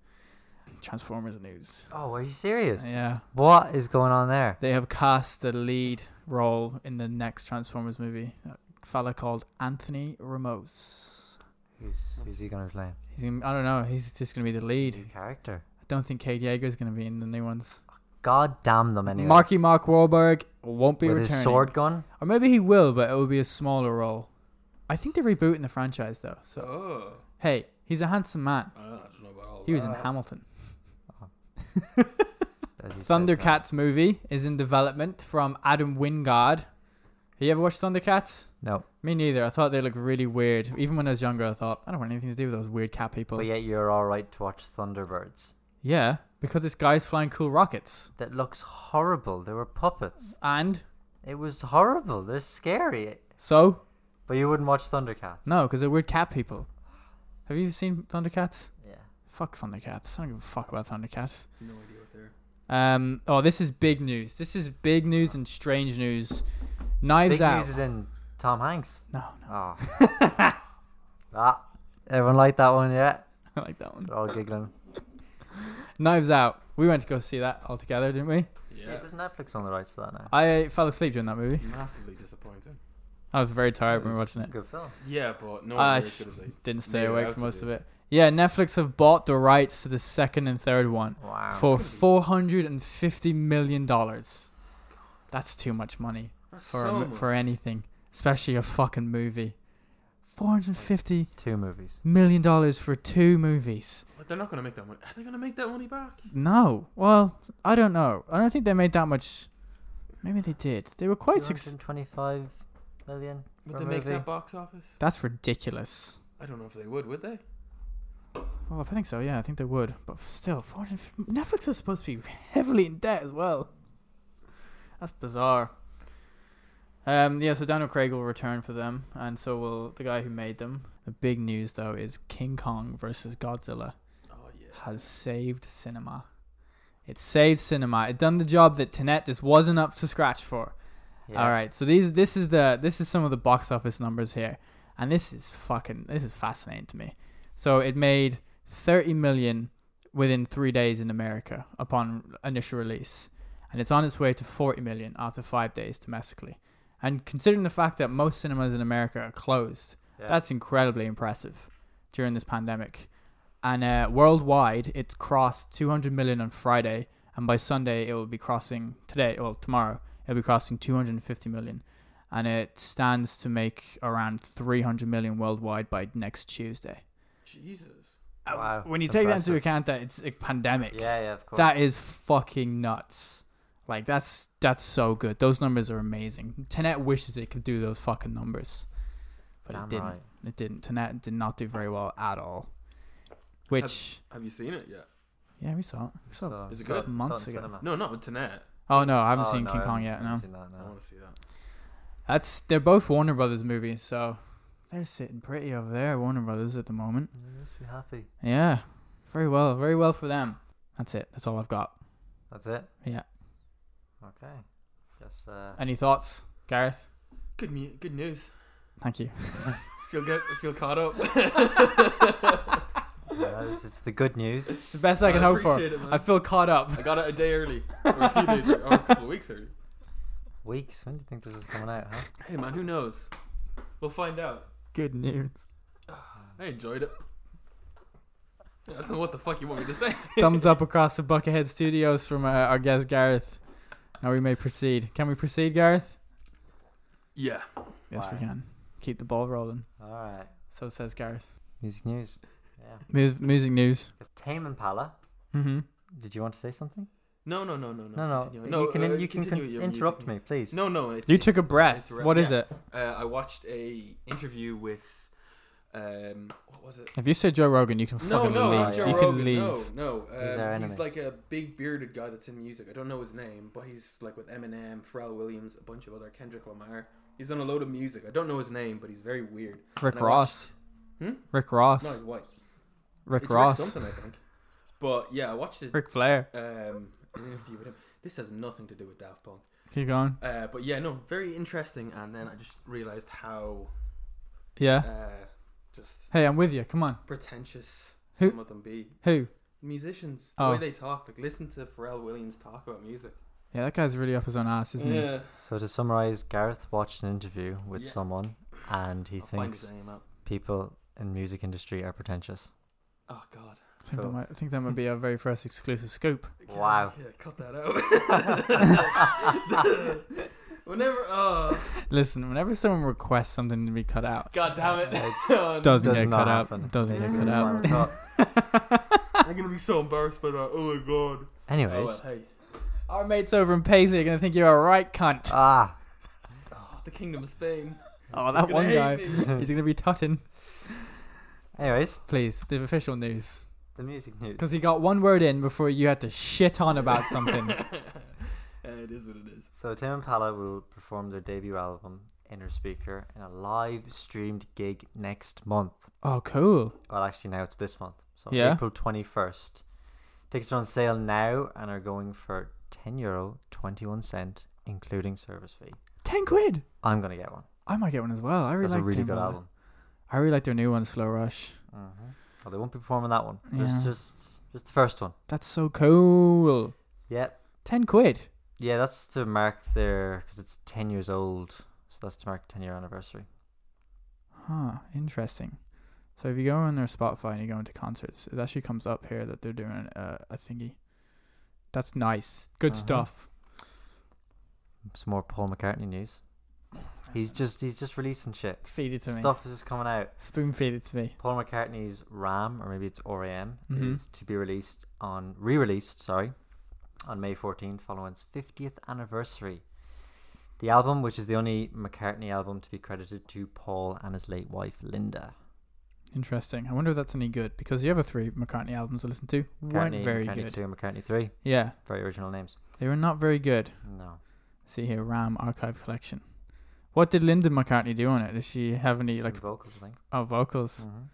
B: Transformers news.
A: Oh, are you serious?
B: Yeah,
A: What is going on there?
B: they have cast the lead role in the next Transformers movie. A fella called Anthony Ramos.
A: Who's who's he gonna play?
B: He's in, I don't know. He's just gonna be the
A: New
B: lead.
A: character.
B: I don't think Kate Yeager's gonna be in the new ones.
A: God damn them anyways.
B: Marky Mark Wahlberg won't be
A: with
B: returning.
A: his sword
B: *laughs*
A: gun.
B: Or maybe he will, but it will be a smaller role. I think they're rebooting the franchise though. So
C: Oh,
B: Hey, he's a handsome man.
C: I don't know about all.
B: He was in
C: that.
B: Hamilton.
A: as he says now.
B: Thundercats movie is in development from Adam Wingard. Have you ever watched Thundercats?
A: No,
B: Me neither. I thought they looked really weird. Even when I was younger, I thought, I don't want anything to do with those weird cat people.
A: but
B: yeah.
A: yet you're all right to watch Thunderbirds.
B: because this guy's flying cool rockets.
A: That looks horrible. They were puppets.
B: And
A: It was horrible. They're scary.
B: so?
A: But you wouldn't watch Thundercats.
B: No, because they're weird cat people. Have you seen Thundercats?
A: Yeah.
B: Fuck Thundercats. I don't give a fuck about Thundercats.
C: No idea what they're.
B: Um, oh, this is big news. This is big news and strange news. Knives
A: Big
B: Out.
A: news is in Tom Hanks.
B: no,
A: Oh.
B: *laughs*
A: ah. Everyone liked that one, yeah?
B: I like that one.
A: They're all giggling.
B: Knives Out. We went to go see that all together, didn't we?
A: Yeah. does Netflix own the rights to that now?
B: I fell asleep during that movie.
C: massively disappointing.
B: I was very tired when we were watching it.
A: Good film.
C: Yeah, but no.
B: I
C: one
B: Uh, s-
C: as good as they-
B: Didn't stay
C: Yeah,
B: awake for most of it.
C: absolutely.
B: Yeah, Netflix have bought the rights to the second and third one
A: Wow.
B: for four hundred and fifty million dollars. That's too much money
C: That's
B: for a
C: so
B: mo-
C: much.
B: for anything, especially a fucking movie. Four hundred fifty
A: It's two movies.
B: million dollars for two movies.
C: But they're not gonna make that money. Are they gonna make that money back?
B: No, well, I don't know. I don't think they made that much. Maybe they did. They were quite successful.
A: 225 million.
C: Would
A: For a
C: they make
A: movie.
C: that box office?
B: That's ridiculous.
C: I don't know if they would. Would they?
B: Well, I think so. Yeah, I think they would. But still, 450 Netflix is supposed to be heavily in debt as well. That's bizarre. Um, yeah, so Daniel Craig will return for them, and so will the guy who made them. The big news though is King Kong versus Godzilla
C: Oh yeah.
B: has saved cinema. It saved cinema. It done the job that Tenet just wasn't up to scratch for.
A: Yeah.
B: All right, so these this is the this is some of the box office numbers here, and this is fucking this is fascinating to me. So it made thirty million within three days in America upon initial release, and it's on its way to forty million after five days domestically. And considering the fact that most cinemas in America are closed,
A: Yeah.
B: that's incredibly impressive during this pandemic. And uh, worldwide, it crossed 200 million on Friday, and by Sunday, it will be crossing today, well, tomorrow, it'll be crossing 250 million. And it stands to make around 300 million worldwide by next Tuesday.
C: Jesus.
B: Uh,
A: Wow,
B: when you
A: that's
B: take that
A: impressive.
B: into account that it's a pandemic,
A: Yeah, yeah, of course.
B: that is fucking nuts. Like that's that's so good. Those numbers are amazing. Tenet wishes it could do those fucking numbers, but
A: Damn
B: it didn't.
A: right.
B: It didn't. Tenet did not do very well at all. Which
C: Have you seen it yet?
B: yeah, we saw. It. We saw. it.
A: So-
C: Is it
A: so-
C: good?
A: so in
B: Months ago.
A: cinema.
C: No, not with Tenet.
B: Oh no, I haven't
A: Oh,
B: seen
A: no,
B: King
A: I
B: Kong
A: haven't-
B: yet.
A: I haven't
B: No,
A: seen that, no.
C: I want to see that.
B: that's they're both Warner Brothers movies, so they're sitting pretty over there. Warner Brothers at the moment.
A: You must be happy.
B: Yeah, very well, very well for them. That's it. That's all I've got.
A: That's it.
B: Yeah.
A: Okay. Just
B: *laughs*
A: uh,
B: Any thoughts, Gareth?
C: Good, mu- good news.
B: Thank you.
C: Feel good. Feel caught up.
A: yeah, it's, it's the good news.
B: It's the best I can
C: *laughs* I
B: hope for.
C: appreciate it, man.
B: I feel caught up.
C: I got it a day
B: *laughs*
C: early, or a few days, early, or a couple of weeks early.
A: Weeks. When do you think this is coming out? Huh?
C: Hey man, who knows? We'll find out.
B: Good news.
C: I enjoyed it. I don't know what the fuck you want me to say. *laughs*
B: Thumbs up across the Buckethead Studios from uh, our guest Gareth. Now we may proceed. Can we proceed, Gareth?
C: Yeah.
B: Yes, we
A: Why?
B: can. Keep the ball rolling.
A: All right.
B: So says Gareth.
A: Music news. Yeah.
B: Mu- music news.
A: It's Tame Impala.
B: Mm-hmm.
A: Did you want to say something?
C: No, no, no, no, no.
A: No, no.
C: continue.
A: you can
C: uh,
A: you can
C: continue
A: con-
C: your
A: interrupt
C: music.
A: me, please.
C: No, no. It's,
B: You took a
C: it's-
B: breath.
C: it's re-
B: What is
C: yeah.
B: it?
C: Uh, I watched a interview with, um, what was it?
B: If you say Joe Rogan, you can
C: No,
B: fucking
C: no,
B: leave.
C: not Joe
B: you
C: Rogan.
B: can leave.
C: No, no.
A: He's our
C: Um, he's
A: enemy.
C: like a big bearded guy that's in music. I don't know his name, but he's like with Eminem, Pharrell Williams, a bunch of other Kendrick Lamar. He's on a load of music. I don't know his name, but he's very weird.
B: Rick
C: And I
B: Ross.
C: Hmm?
B: Rick Ross.
C: No, he's white.
B: Rick
C: It's
B: Ross.
C: something, I think. But yeah, I watched it.
B: Rick Flair.
C: Um, an interview with him. This has nothing to do with Daft Punk.
B: Keep going.
C: Uh, but yeah, no, very interesting. And then I just realized how
B: Yeah.
C: uh, just
B: Hey, I'm with you. Come on.
C: pretentious
B: Who-
C: some of them be.
B: Who?
C: Musicians, the
B: Oh.
C: way they talk, like listen to Pharrell Williams talk about music.
B: Yeah, that guy's really up his own ass, isn't he?
C: Yeah.
A: So to summarize, Gareth watched an interview with
C: Yeah.
A: someone, and he
C: I'll find his
A: thinks
C: name out.
A: people in music industry are pretentious.
C: Oh God.
B: I think, that
A: Cool.
B: might, I think
A: *laughs*
B: that might be our very first exclusive scoop.
C: Yeah,
A: Wow.
C: Yeah, cut that out. *laughs* Whenever, oh,
B: Listen, whenever someone requests something to be cut out,
C: God damn it.
A: It
C: *laughs* Oh,
B: doesn't
A: Does
B: get
A: not
B: cut
A: happen.
B: out. Doesn't get
A: Basically,
B: cut
A: why
B: out.
A: we're cut.
C: I'm gonna be so embarrassed by that. Oh my God. Oh,
A: Anyways,
C: well, hey.
B: *laughs* Our mates over in Paisley are gonna think you're a right cunt. *laughs*
A: ah,
C: Oh, the Kingdom of Spain.
B: Oh, that
C: Gonna
B: one
C: hate
B: guy.
C: me.
B: He's gonna be tutting.
A: *laughs* anyways,
B: Please, the official news.
A: the music news.
B: Because he got one word in before you had to shit on about
A: *laughs*
B: something.
C: *laughs* Yeah, it is what it is.
A: So Tim Impala will perform their debut album Inner Speaker in a live streamed gig next month.
B: oh, cool.
A: Well, actually, now it's this month. So
B: Yeah.
A: April twenty first. Tickets are on sale now and are going for ten euro twenty one cent, including service fee.
B: 10 quid.
A: I'm gonna get one.
B: I might get one as well. I really
A: That's
B: like
A: a really
B: Tame
A: good
B: Impala.
A: album.
B: I really like their new one, Slow Rush.
A: Mm-hmm. Well, they won't be performing that one.
B: Yeah.
A: It's just just the first one.
B: That's so cool.
A: Yeah,
B: 10 quid.
A: yeah. That's to mark their because it's ten years old. So that's to mark ten year anniversary.
B: Huh, interesting. So if you go on their Spotify and you go into concerts, it actually comes up here that they're doing uh, a thingy. That's nice. Good
A: Uh-huh.
B: stuff.
A: Some more Paul McCartney news. He's just he's just releasing shit.
B: Feed it to me.
A: Stuff is just coming out.
B: Spoon feed it to me.
A: Paul McCartney's Ram, or maybe it's RAM,
B: Mhm.
A: is to be released on re-released. Sorry, on May fourteenth, following its fiftieth anniversary. The album, which is the only McCartney album to be credited to Paul and his late wife Linda.
B: Interesting. I wonder if that's any good because the other three McCartney albums I listened to weren't
A: McCartney,
B: very
A: McCartney
B: good.
A: two, and McCartney three,
B: Yeah,
A: very original names.
B: they were not very good.
A: No,
B: See here, Ram Archive Collection. What did Linda McCartney do on it? Does she have any like
A: like vocals, I think.
B: oh, vocals?
A: Mhm.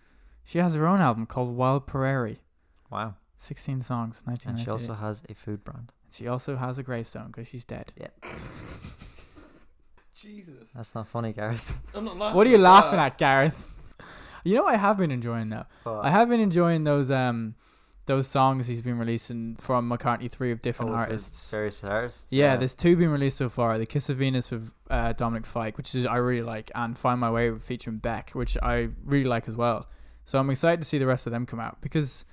B: She has her own album called Wild Prairie,
A: Wow,
B: sixteen songs, nineteen
A: and
B: ninety
A: she
B: eight.
A: also has a food brand.
B: she also has a gravestone because she's dead.
C: Jesus.
B: Uh,
A: That's not funny,
B: *laughs*
A: Gareth.
C: I'm not laughing.
B: What are you
C: at
B: laughing
C: that.
B: at, Gareth? *laughs* You know what I have been enjoying though.
A: But
B: I have been enjoying those um those songs he's been releasing from McCartney three of different
A: Oh, with the
B: artists.
A: various artists.
B: Yeah, there's two being released so far: the Kiss of Venus with uh, Dominic Fike, which is I really like, and Find My Way featuring Beck, which I really like as well. So I'm excited to see the rest of them come out because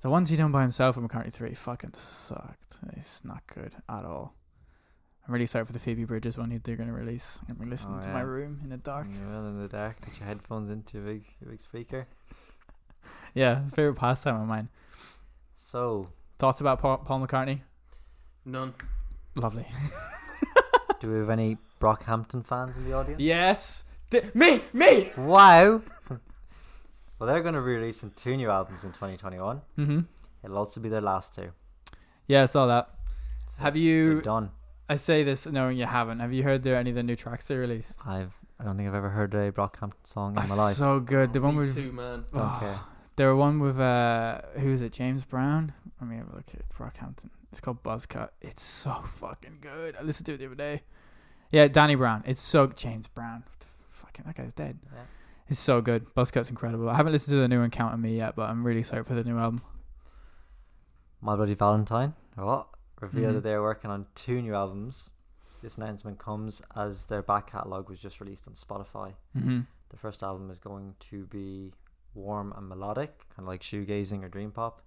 B: the ones he done by himself in McCartney three fucking sucked. It's not good at all. I'm really excited for the Phoebe Bridges one they're gonna release. I'm gonna listen
A: Oh,
B: to
A: yeah.
B: my room in the dark.
A: Yeah, well, in the dark, put your headphones into a big, a big speaker.
B: Yeah, it's a favorite pastime of mine.
A: So,
B: Thoughts about Paul, Paul McCartney?
C: None.
B: Lovely.
A: do we have any Brockhampton fans in the audience?
B: Yes, D- me, me.
A: Wow! *laughs* well, they're going to be releasing two new albums in 2021.
B: Mm-hmm.
A: It'll also be their last two.
B: Yeah, I saw that.
A: So
B: Have
A: They're
B: you
A: done.
B: I say this knowing you haven't. Have you heard there any of the new tracks they released?
A: I've. I don't think I've ever heard a Brockhampton song in my life.
B: so good. The one
C: Me
B: with
C: too, man.
A: Don't
B: Oh.
A: care.
B: there were one with uh who is it? James Brown. I mean, look at Brockhampton. It's called Buzzcut. It's so fucking good. I listened to it the other day. Yeah, Danny Brown. It's so James Brown. What the f- Fucking that guy's dead.
A: Yeah.
B: It's so good. Buzzcut's incredible. I haven't listened to the new one Count on Me yet, but I'm really excited for the new album.
A: My Bloody Valentine. Oh, revealed
B: Mhm.
A: that they're working on two new albums. This announcement comes as their back catalogue was just released on Spotify.
B: Mm-hmm.
A: The first album is going to be warm and melodic, kind of like shoegazing or dream pop.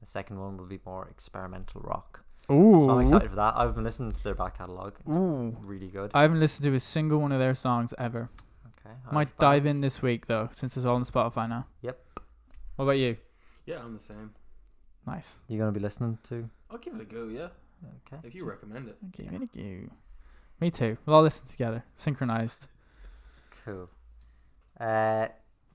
A: The second one will be more experimental rock.
B: Ooh.
A: So I'm excited for that. I've been listening to their back catalogue. It's
B: Ooh.
A: really good.
B: I haven't listened to a single one of their songs ever.
A: Okay.
B: Might dive in this week though, since it's all on Spotify now.
A: Yep.
B: What about you?
C: Yeah, I'm the same.
B: Nice.
A: You're gonna be listening to.
C: I'll give it a go, yeah.
A: Okay.
C: If you recommend it.
B: Okay, thank you. Me too. We'll all listen together, synchronized.
A: Cool. Uh,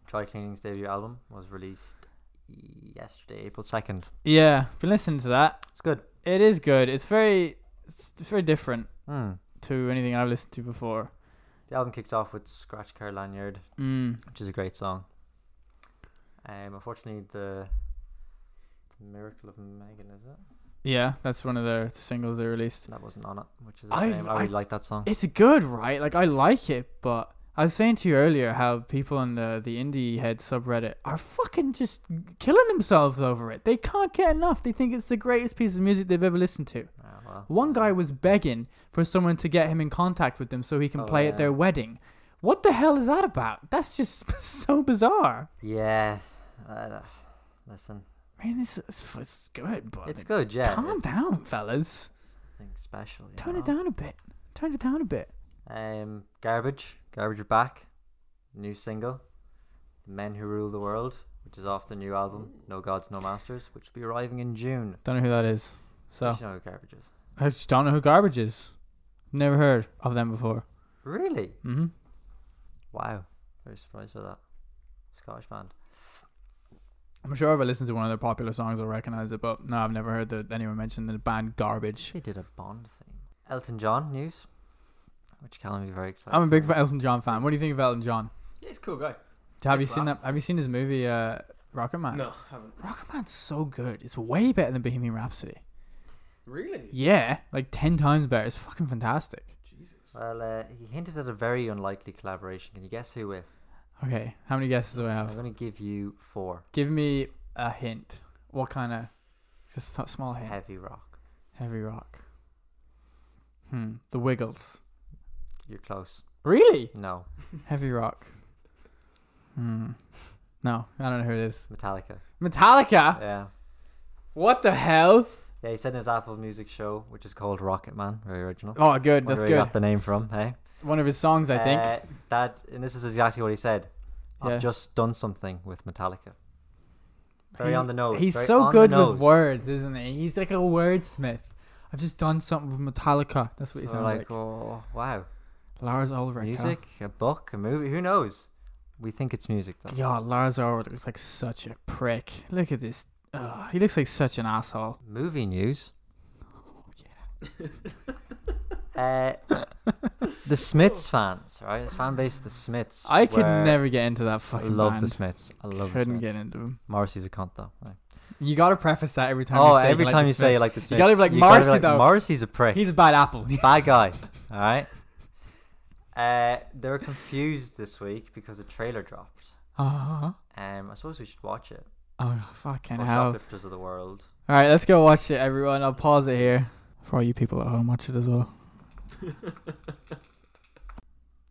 A: Dry Cleaning's debut album was released yesterday, April second.
B: Yeah, been listening to that.
A: It's good.
B: It is good. It's very, it's very different
A: Hmm.
B: to anything I've listened to before.
A: The album kicks off with Scratch Car Lanyard,
B: Mm.
A: which is a great song. Um, unfortunately, the, the Miracle of Megan is it?
B: Yeah, that's one of their singles they released.
A: That wasn't on it, which is a
B: I've-
A: shame. I really
B: I-
A: like that song.
B: It's good, right? Like I like it, but I was saying to you earlier how people on the the indie head subreddit are fucking just killing themselves over it. They can't get enough. They think it's the greatest piece of music they've ever listened to.
A: Ah, well.
B: One guy was begging for someone to get him in contact with them so he can
A: Oh,
B: play
A: yeah.
B: at their wedding. What the hell is that about? That's just *laughs* so bizarre.
A: Yeah. I don't- listen,
B: I mean, this is it's good, but
A: it's
B: like,
A: good. Yeah.
B: calm
A: it's
B: down, fellas.
A: Something special. you
B: Turn it
A: know?
B: down a bit. Turn it down a bit.
A: Um, garbage. Garbage are back. New single. The Men Who Rule the World, which is off the new album No Gods, No Masters, which will be arriving in June.
B: Don't know who that is. So
A: You know who Garbage is.
B: I just don't know who Garbage is. Never heard of them before.
A: Really?
B: Mm-hmm.
A: Wow. Very surprised by that. Scottish band.
B: I'm sure if I listen to one of their popular songs, I'll recognize it. But no, I've never heard that anyone mention the band Garbage.
A: They did a Bond thing. Elton John news, which Callum will be very excited.
B: I'm a big
A: about.
B: Elton John fan. What do you think of Elton John?
C: Yeah, he's a cool guy.
B: Have
C: His
B: you seen that?
C: glasses.
B: Have you seen his movie, uh, Rocket Man?
C: No, haven't.
B: Rocket Man's so good. It's way better than Bohemian Rhapsody.
C: Really?
B: Yeah, like ten times better. It's fucking fantastic.
C: Jesus.
A: Well, uh, he hinted at a very unlikely collaboration. Can you guess who with?
B: Okay, how many guesses do I
A: I'm
B: have?
A: going to give you four.
B: Give me a hint. What kind of? It's just a small hint.
A: Heavy rock.
B: Heavy rock. Hmm. The Wiggles.
A: You're close.
B: Really?
A: No.
B: Heavy rock. Hmm. No, I don't know who it is.
A: Metallica.
B: Metallica.
A: Yeah.
B: What the hell?
A: Yeah, he said in his Apple Music show, which is called Rocket Man, very original.
B: Oh, good. That's
A: Wonder where he
B: good. *laughs*
A: got the name from, hey?
B: one of his songs, I think.
A: Uh, that and this is exactly what he said.
B: Yeah.
A: I've just done something with Metallica. Very
B: He-
A: on the nose.
B: He's
A: very
B: so
A: on the
B: good
A: nose.
B: with words, isn't he? He's like a wordsmith. I've just done something with Metallica. That's what he
A: So
B: sounds
A: like,
B: like.
A: oh, wow.
B: Lars Ulrich. huh?
A: Music, a book, a movie, who knows? We think it's music though.
B: Yeah, Lars Ulrich looks like such a prick. Look at this. Ugh, he looks like such an asshole.
A: Movie
B: *laughs*
A: news. Uh, the Smiths fans, right? Fan base, of the Smiths.
B: I could
A: were-
B: never get into that
A: I
B: fucking
A: love
B: band.
A: the Smiths. I love
B: Couldn't
A: the Smiths.
B: get into him.
A: Morrissey's a cunt though. Right.
B: You gotta preface that every time.
A: Oh,
B: you say
A: every
B: like
A: time
B: the
A: you say you
B: Smiths.
A: like the Smiths,
B: gotta be like,
A: you gotta
B: "Morrissey, though."
A: Morrissey's a prick.
B: *laughs* he's a bad apple.
A: *laughs* bad guy. All right. Uh, they were confused this week because a trailer dropped.
B: uh-huh.
A: Um, I suppose we should watch it.
B: Oh fucking
A: For
B: hell!
A: shoplifters of the world.
B: All right, let's go watch it, everyone. I'll pause it here for all you people at home. Watch it
A: *laughs*
B: as well.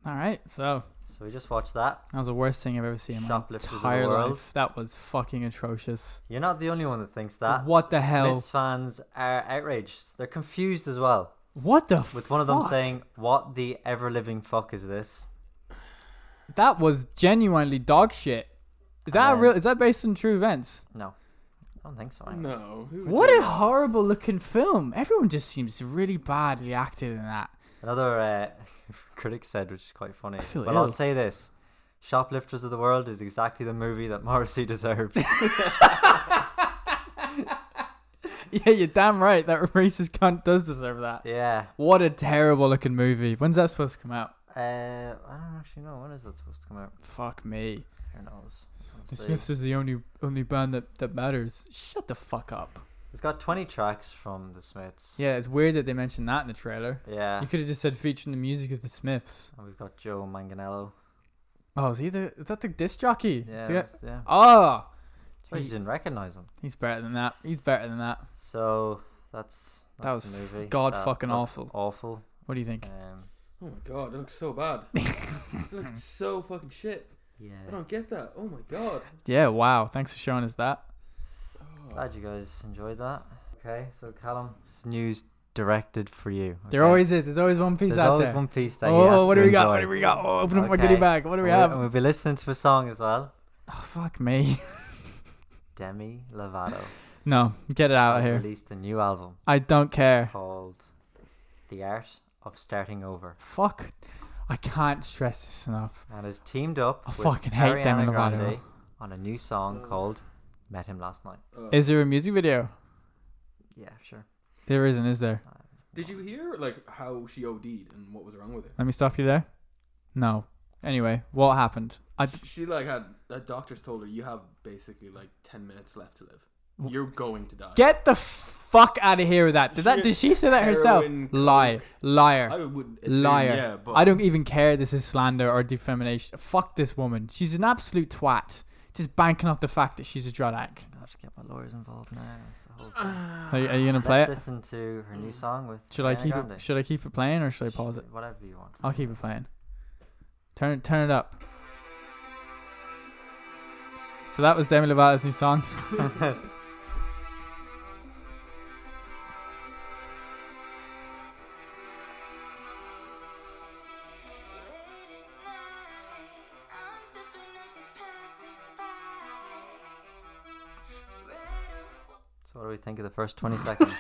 B: All right, so
A: So we just watched that.
B: that was the worst thing I've ever seen in my
A: Shoplifters of the
B: entire
A: world.
B: life. That was fucking atrocious.
A: You're not the only one that thinks that.
B: What the hell?
A: Smiths fans are outraged. They're confused as well.
B: What the?
A: With one of them
B: fuck?
A: saying, "What the ever living fuck is this?"
B: that was genuinely dog shit. Is that
A: And-
B: real? Is that based on true events?
A: No, I don't think so. anyway.
C: no. who would
B: What
C: do
B: a
C: that?
B: horrible looking film! Everyone just seems really badly acted in that. *laughs*
A: Another uh, *laughs* critic said, which is quite funny.
B: I feel
A: but
B: ill.
A: I'll say this: "Shoplifters of the World" is exactly the movie that *laughs* Morrissey
B: *laughs*
A: deserved.
B: Yeah, you're damn right. That racist cunt does deserve that.
A: yeah.
B: What a terrible looking movie. When's that supposed to come out?
A: Uh, I don't actually know when is that supposed to come out.
B: Fuck me.
A: Who knows?
B: The
A: Honestly.
B: Smiths is the only only band that, that matters. Shut the fuck up.
A: It's got 20 tracks from the Smiths.
B: Yeah, it's weird that they mentioned that in the trailer.
A: Yeah.
B: You could have just said featuring the music of the Smiths.
A: And we've got Joe Manganello.
B: Oh, is he the is that the disc jockey?
A: Yeah.
B: The-
A: that's- yeah.
B: Oh,
A: Sorry, you didn't recognize him.
B: he's better than that. He's better than that.
A: So that's, that's
B: That
A: the
B: was f-
A: movie.
B: god
A: That
B: fucking
A: looks
B: awful.
A: Awful.
B: What do you think?
A: Um,
C: Oh my god, it looks
B: *laughs*
C: so bad. it looks so fucking shit. I
A: yeah.
C: don't get that. Oh my god. Oh,
B: Yeah, wow. Thanks for showing us that.
A: Glad you guys enjoyed that. Okay, so Callum, this news directed for you.
B: There
A: okay?
B: always is. There's always one piece
A: There's
B: out
A: always
B: there.
A: one piece that. he has
B: oh, what
A: to
B: do we got?
A: enjoy.
B: What do we got? Oh, open up
A: Okay.
B: my
A: Oh,
B: goodie bag. What do we
A: And
B: have?
A: and We'll be listening to a song as well.
B: Oh, fuck me. *laughs*
A: Demi Lovato
B: No, get it out of
A: has
B: here.
A: released a new album
B: I don't care.
A: called "The Art of Starting Over"
B: Fuck. I can't stress this enough.
A: and has teamed up
B: I
A: with
B: fucking hate Demi
A: Ariana
B: Lovato.
A: Grande on a new song
C: Oh.
A: called "Met Him Last Night."
C: Uh,
B: Is there a music video?
A: Yeah, sure.
B: There isn't, is there?
C: Did you hear like how she OD'd and what was wrong with her?
B: Let me stop you there. No. Anyway, what happened? I d-
C: Sh- she like had the doctors told her you have basically like ten minutes left to live. You're going to die.
B: get the fuck out of here with that. Did that?
C: Shit.
B: Did she say that herself?
C: Heroin,
B: Lie,
C: coke. I
B: liar,
C: would assume,
B: liar.
C: Yeah, but
B: I don't even care. This is slander or defamation. Fuck this woman. She's an absolute twat. Just banking off the fact that she's a drug addict.
A: I have to get my lawyers involved now. That's the
C: *sighs*
A: whole thing.
B: Are
C: Ah,
B: you, are you gonna play
A: Let's
B: it?
A: listen to her
C: Mm.
A: new song with.
B: Should I
A: Ariana
B: keep
A: Grande.
B: it? Should I keep it playing or should I pause it?
A: Whatever you want.
B: I'll keep it playing. Turn it, turn it up. So that was Demi Lovato's new song.
A: So what do we think of the first
C: *laughs*
A: 20 seconds?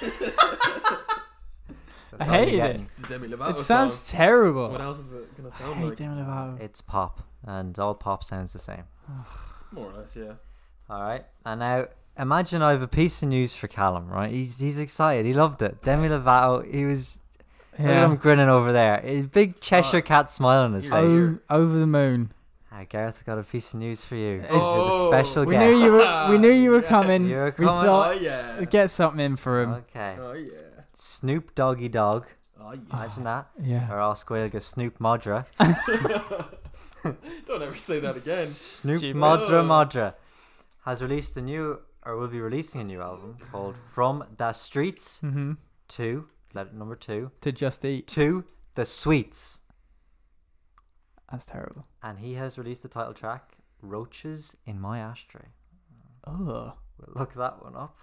A: That's all
B: I
A: you're
B: hate it.
A: getting.
C: It's Demi Lovato
B: It sounds terrible.
C: Song. What else is it gonna
B: I
C: sound
B: hate
C: like?
B: Demi Lovato.
A: It's pop, and all pop sounds the same.
C: More or less, yeah.
A: All right. And now imagine I have a piece of news for Callum. Right? He's he's excited. He loved it. Demi Lovato. He was. Look at him
B: Yeah.
A: grinning over there. A big Cheshire
C: Oh.
A: cat smile on his
C: You're
A: face.
B: O- over the moon.
A: Ah, Gareth got a piece of news for you.
B: It's-
A: Oh, the
C: Oh.
A: special
B: We
A: guest.
B: knew
A: *laughs*
B: you were. We knew you were
C: Yeah.
B: coming.
A: You're
B: we
A: coming.
C: Oh,
B: thought
C: yeah.
B: get something in for him.
A: Okay.
C: Oh yeah.
A: Snoop Doggy Dog.
C: Oh
B: Ah.
C: yeah.
A: Imagine that.
B: Yeah.
A: Or Osquilga Snoop Modra.
C: *laughs* Don't ever say that again.
A: Snoop
B: Cheap.
A: Modra
C: Oh.
A: Modra has released a new, or will be releasing a new album called From the Streets
B: Mm-hmm.
A: to, let number two,
B: To just eat.
A: to the Sweets.
B: That's terrible.
A: And he has released the title track, Roaches in My Ashtray.
B: Oh.
A: We'll look that one up.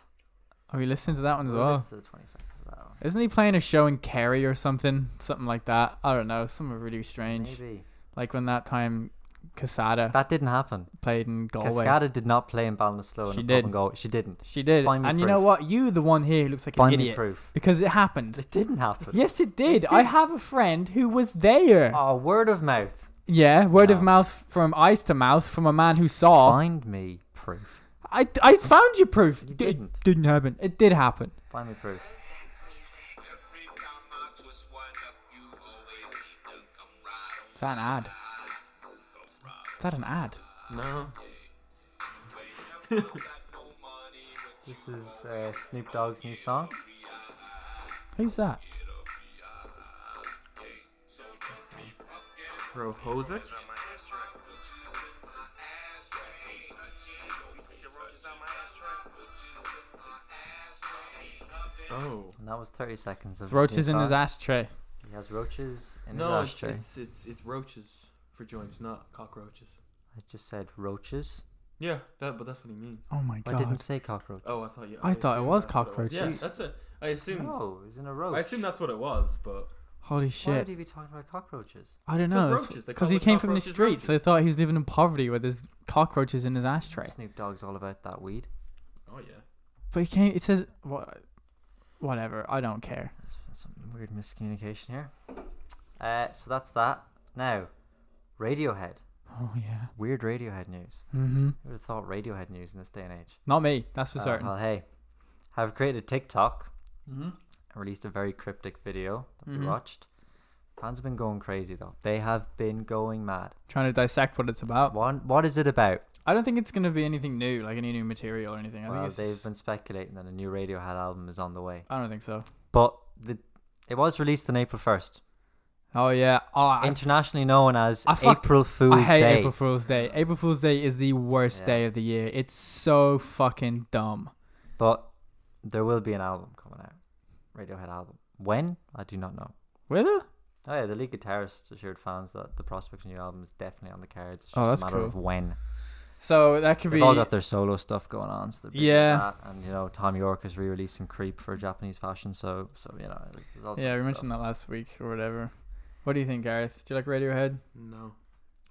B: Oh, you listened to that one as
A: We
B: well.
A: missed the 20 seconds of that one.
B: Isn't he playing a show in Kerry or something? Something like that. I don't know. Something really strange.
A: Maybe.
B: Like when that time Casada
A: That didn't happen.
B: played in Galway.
A: Cascada did not play in Ballinasloe in
B: She
A: a
B: did.
A: pub and go. She didn't.
B: She did.
A: Find me
B: and you know
A: proof.
B: what? You, the one here, who looks like
A: Find
B: an
A: me
B: idiot.
A: proof.
B: Because it happened.
A: It didn't happen.
B: Yes, it did. I have a friend who was there.
A: Oh, word of mouth.
B: yeah, word of
A: Wow.
B: mouth from eyes to mouth from a man who saw.
A: Find me proof.
B: I, I found you proof.
A: You
B: D-
A: didn't.
B: It didn't happen. It did happen.
A: Find me proof.
D: Every time I twist one up, you always seem to come right on.
B: Is that an ad? Is that an ad?
C: No.
A: This is uh, Snoop Dogg's new song.
B: Who's that?
C: Prohosic? Oh.
A: And that was 30 seconds of his
B: It's
A: new
B: roaches in his
A: song.
B: ashtray.
A: He has roaches in
C: No,
A: his
C: it's,
A: ashtray.
C: it's it's it's roaches for joints, not cockroaches.
A: I just said roaches.
C: Yeah, that, but that's what he means.
B: Oh my
A: I didn't
B: god.
A: say cockroaches.
C: Oh, I thought you.
B: I thought it
C: assumed
B: was
C: that's what Yeah,
B: cockroaches.
C: that's it. I assumed.
A: no, it's in a roach.
C: I assumed that's what it was, but
B: Holy
A: Why would
B: shit.
A: he be talking about cockroaches?
B: I don't
C: They're
B: know.
C: roaches. They
B: Because
C: call
B: he
C: us
B: came from the
C: cockroaches
B: street, so I
C: roaches.
B: thought he was living in poverty where there's cockroaches in his ashtray.
A: Snoop Dogg's all about that weed.
C: oh yeah.
B: But he came. It says what? Whatever. I don't care.
A: There's been some weird miscommunication here. Uh, so that's that. Now, Radiohead.
B: Oh yeah.
A: Weird Radiohead news.
B: Mm-hmm.
A: Who would have thought Radiohead news in this day and age?
B: Not me. That's for
A: Uh,
B: certain.
A: well, hey, have created TikTok
B: mm-hmm.
A: and released a very cryptic video that
B: Mhm.
A: we watched. Fans have been going crazy though. They have been going mad.
B: Trying to dissect what it's about.
A: What what is it about?
B: I don't think it's gonna be anything new, like any new material or anything. I
A: well,
B: think it's,
A: they've been speculating that a new Radiohead album is on the way,
B: I don't think so.
A: but the, it was released on April first,
B: Oh yeah. Oh, I,
A: internationally known as
B: I fuck-
A: April Fool's
B: I hate
A: Day.
B: April Fool's Day. April Fool's Day is the worst
A: Yeah.
B: day of the year. It's so fucking dumb.
A: But there will be an album coming out, Radiohead album. When I do not know.
B: Whether?
A: Oh yeah, the lead guitarist assured fans that the prospect of a new album is definitely on the cards. It's just
B: Oh, that's
A: a matter
B: cool.
A: of when.
B: So that could
A: They've
B: be.
A: all got their solo stuff going on, so they're busy with
B: Yeah.
A: that. And you know, Tom York is re-releasing "Creep" for Japanese fashion, so so you know. There's all sorts
B: yeah, we
A: of
B: mentioned that last week or whatever. What do you think, Gareth? Do you like Radiohead?
C: No.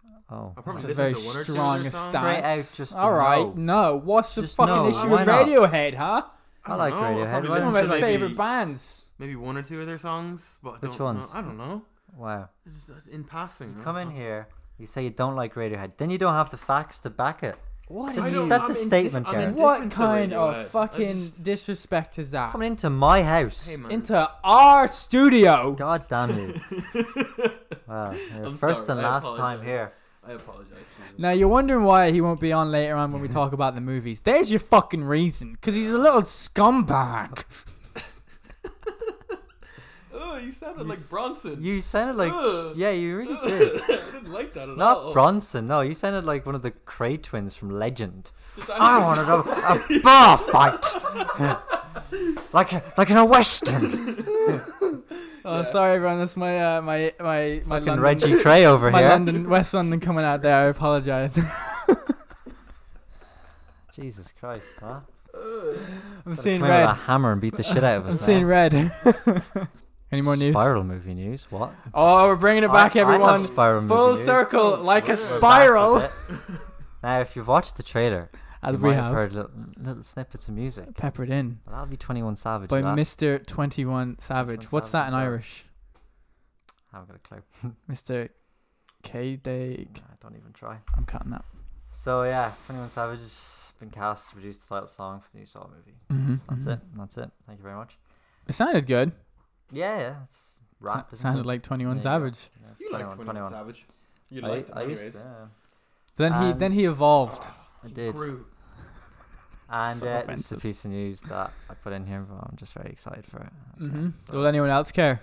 A: stuff. Oh,
C: I probably
B: That's a very
C: listened to one or two
B: strong
C: of their
B: stance.
C: songs.
A: Straight out, just a
B: All right, no. What's
A: Just
B: the fucking
A: no,
B: issue
A: why
B: with
A: not?
B: Radiohead, huh?
A: I like
C: don't know,
A: Radiohead. Why Listen
B: It's
C: probably
B: one
C: listened
B: of my
C: to maybe-
B: favorite bands.
C: Maybe one or two of their songs, but I don't
A: Which
C: know-
A: ones?
C: I don't know.
A: wow.
C: It's Just uh, in passing.
A: You
C: I
A: come
C: don't
A: in
C: know.
A: here, you say you don't like Radiohead, then you don't have the facts to back it.
B: What
A: That's,
C: I
B: is
C: don't-
A: that's a
C: I'm indif-
A: statement,
C: I'm
A: Gareth.
C: indifferent
B: What
C: to
B: kind
C: Radiohead. I
B: of fucking
C: just-
B: disrespect is that?
A: Coming into my house.
C: Hey man.
B: Into our studio.
A: God damn
C: *laughs*
A: you. wow. you're
C: I'm
A: first
C: sorry,
A: and
C: I
A: last
C: apologize.
A: time here.
C: I apologize. Steven.
B: Now you're wondering why he won't be on later on when we talk about the movies. There's your fucking reason, because he's a
A: *laughs*
B: little scumbag.
C: Oh, you sounded
A: You
C: like
A: s-
C: Bronson.
A: You sounded like.
C: Ugh.
A: Yeah, you really
C: *laughs* I
A: did.
C: didn't like that at
A: Not
C: all.
A: Bronson, no. You sounded like one of the Cray twins from
C: *laughs*
A: Legend.
C: Just-
A: I want to go a bar fight, *laughs* like like in a western.
B: Oh, sorry everyone, that's my uh, my my my
A: Fucking
B: London,
A: Reggie Cray over
B: *laughs* my
A: here.
B: London West London coming out there. I apologize. *laughs*
A: Jesus Christ, huh?
B: I'm
A: Gotta
B: seeing
A: come in with
B: red.
A: a hammer and beat the shit out of us.
B: *laughs* I'm
A: now.
B: seeing red. *laughs* Any more news?
A: Spiral movie news. What?
B: Oh, we're bringing it back,
A: I- I love
B: everyone.
A: spiral movie
B: Full
A: news.
B: circle, like a
C: We're back
A: We're back
B: spiral.
A: with it. now, if you've watched the
B: *laughs*
A: trailer,
B: As
A: you
B: we
A: might
B: have
A: heard little, little snippets of music.
B: peppered in
A: Well, that'll be Twenty One Savage.
B: by
A: that.
B: Mr. Twenty One Savage.
A: 21
B: What's that in
A: Savage,
B: Irish?
A: I haven't got a clue.
B: Mr. K Day.
A: I don't even try.
B: I'm cutting that.
A: So yeah, Twenty One Savage has been cast to produce the title song for the new Saw movie.
B: Mhm,
A: That's, that's
B: mhm.
A: it. That's it. Thank you very much.
B: It sounded good.
A: Yeah, yeah. It's rap.
B: Sa-
A: isn't
B: sounded
A: it?
B: like
A: There
B: 21
A: you go.
B: Savage.
A: Yeah,
C: You like 21, Savage. You liked
A: I, I
C: him
A: used to.
C: anyways.
A: Yeah,
B: But then he
A: And- Oh,
B: then he evolved.
A: I
C: He
A: did.
C: Grew.
A: And
B: So
A: uh, it's a
B: offensive.
A: piece of news that I put in here, but I'm just very excited for it. Uh,
B: hmm
A: so-
B: Will anyone else care?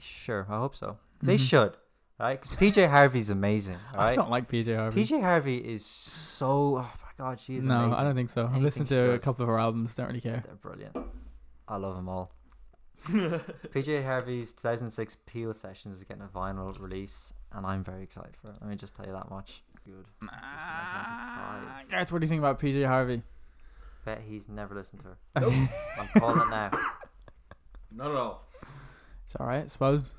A: Sure, I hope so. They
B: Mhm.
A: should, right? Because PJ Harvey's amazing,
B: I
A: right?
B: just don't like PJ Harvey.
A: PJ Harvey is so. Oh my god, she is
B: no,
A: amazing.
B: I don't think so. I've
A: Anything
B: listened
A: she
B: to a
A: does.
B: couple of her albums. Don't really care.
A: They're brilliant. I love them all. PJ Harvey's 2006 Peel Sessions is getting a vinyl release, and I'm very excited for it. Let me just tell you that much. Good.
B: Ah, Gareth, what do you think about PJ Harvey?
A: bet he's never listened to her. I'm calling it now.
C: *laughs* Not at all.
B: It's all right, I suppose.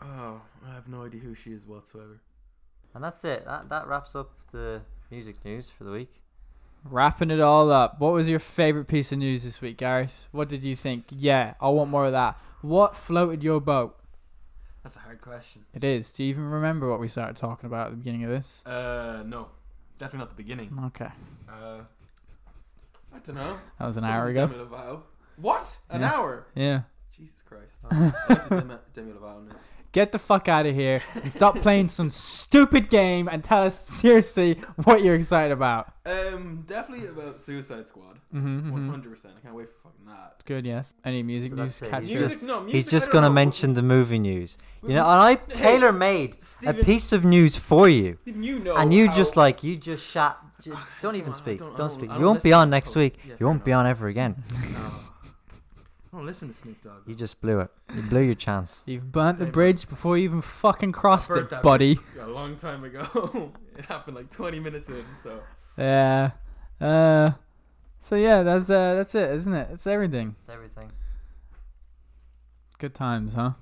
C: Oh, I have no idea who she is whatsoever.
A: And that's it. That, that wraps up the music news for the week.
B: Wrapping it all up. What was your favorite piece of news this week, Gareth? What did you think? Yeah, I want more of that. What floated your boat?
C: That's a hard question.
B: It is. Do you even remember what we started talking about at the beginning of this?
C: Uh, no, definitely not
A: *laughs*
C: the beginning.
B: Okay,
C: Uh, I don't know.
B: that was an hour ago.
C: What? An
B: Yeah.
C: hour?
B: Yeah.
C: Jesus
A: *laughs*
C: Christ! I like the Demi, Demi Lovato now.
B: Get the fuck out of here and stop playing some stupid game and tell us seriously what you're excited about.
C: Um, definitely about Suicide Squad.
B: Mm-hmm,
C: One hundred percent. I can't wait for fucking that.
B: Good, yes. Any music
A: So
B: news
A: that's it.
B: catch
A: He's
B: your-
A: just-
C: Music? No, music.
A: He's just
C: I don't
A: going to
C: know.
A: mention the movie news.
C: We-
A: You know, and I
C: Hey,
A: tailor made a
C: Steven-
A: piece of news for you.
C: Didn't you know?
A: and you
C: how-
A: just like, you just shat. j-
C: I
A: Don't even
C: don't- I
A: speak.
C: don't- I
A: Don't,
C: don't-
A: speak.
C: I
A: You
C: don't
A: won't be
C: listen
A: on
C: to
A: next
C: Coke.
A: week.
C: Yeah,
A: You
C: fair
A: won't be
C: enough.
A: on ever again.
C: No. I don't listen to Snoop Dogg.
A: You just blew it. You blew your chance.
B: You've burnt the
C: Amen.
B: bridge before you even fucking crossed
C: I've heard
B: it,
C: that
B: buddy.
C: a long time ago. *laughs* it happened like 20 minutes in, so
B: Yeah. Uh. So yeah, that's uh, that's it, isn't it? It's everything.
A: It's everything.
B: Good times, huh?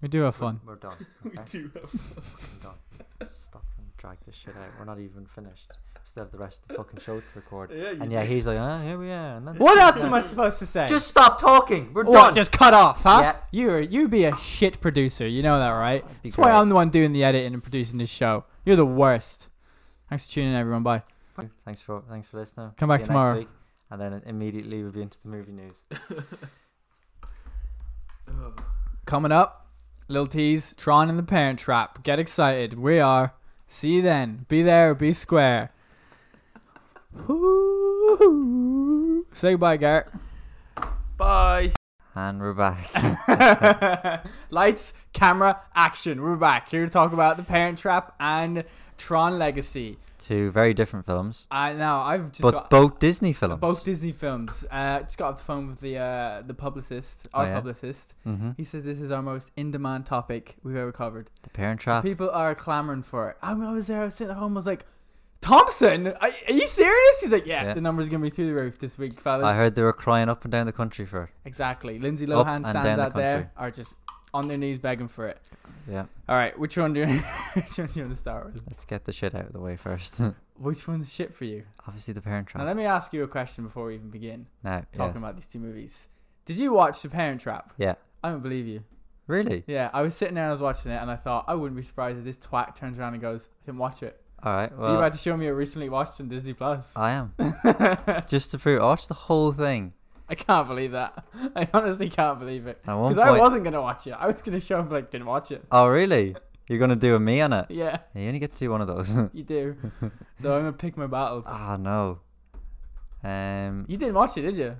B: We do have fun.
A: We're, we're done.
C: *laughs* we
A: okay?
C: do have.
A: I'm done. Stop and drag this shit out. We're not even finished. Still have the rest of the fucking show to record.
C: Yeah, you
A: and yeah,
C: do.
A: he's like, ah, here we are. And then
B: What else am I supposed to say?
A: Just stop talking. We're
B: what?
A: done.
B: Just cut off, huh?
A: Yeah.
B: You you be a shit producer. You know that, right?
A: That'd be
B: That's why
A: great.
B: I'm the one doing the editing and producing this show. You're the worst. Thanks for tuning in, everyone. Bye.
A: Thanks for thanks for listening.
B: Come back
A: See you next
B: tomorrow.
A: week. And then immediately we'll be into the movie news.
C: Oh,
B: Coming up, Lil T's Tron and the Parent Trap. Get excited. We are. See you then. Be there. Be square. *laughs* Ooh. Say goodbye, Garrett.
C: Bye.
A: And we're back.
B: *laughs*
A: *laughs*
B: Lights, camera, action. We're back here to talk about the Parent Trap and Tron Legacy.
A: Two very different films.
B: I now I've just
A: But
B: got
A: both Disney films.
B: both Disney films. Uh, just got off the phone with the uh, the publicist,
A: Oh,
B: our
A: yeah?
B: publicist.
A: hmm
B: He says this is our most in-demand topic we've ever covered.
A: The Parent Trap.
B: People are clamoring for it. I, mean, I was there, I was sitting at home, I was like, Thompson, are, are you serious? He's like, yeah,
A: Yeah.
B: the number's going to be through the roof this week, fellas.
A: I heard they were crying up and down the country for it.
B: Exactly. Lindsay
A: Up
B: Lohan
A: and
B: stands
A: down the
B: out there,
A: country.
B: are just on their knees begging for it.
A: Yeah.
B: All right, which one do you, *laughs* which one do you want to start with?
A: Let's get the shit out of the way first. *laughs*
B: Which one's shit for you?
A: Obviously, The Parent
B: Now,
A: Trap.
B: let me ask you a question before we even begin
A: Now,
B: talking
A: yes.
B: about these two movies. Did you watch The Parent Trap?
A: Yeah.
B: I don't believe you.
A: Really?
B: Yeah, I was sitting there and I was watching it, and I thought, I wouldn't be surprised if this twat turns around and goes, I didn't watch it.
A: All right.
B: You're
A: Well, Uh,
B: about to show me it recently watched on Disney Plus.
A: I am.
B: *laughs*
A: Just to prove, I watched the whole thing.
B: I can't believe that. *laughs* I honestly can't believe it.
A: At one
B: Because
A: point.
B: I wasn't gonna watch it. I was gonna show him like didn't watch it. *laughs*
A: Oh, really? You're gonna do a me on it?
B: Yeah,
A: You only get to do one of those.
B: you do. so I'm gonna pick my battles.
A: *laughs* Ah, no. Um,
B: You didn't watch it, did you?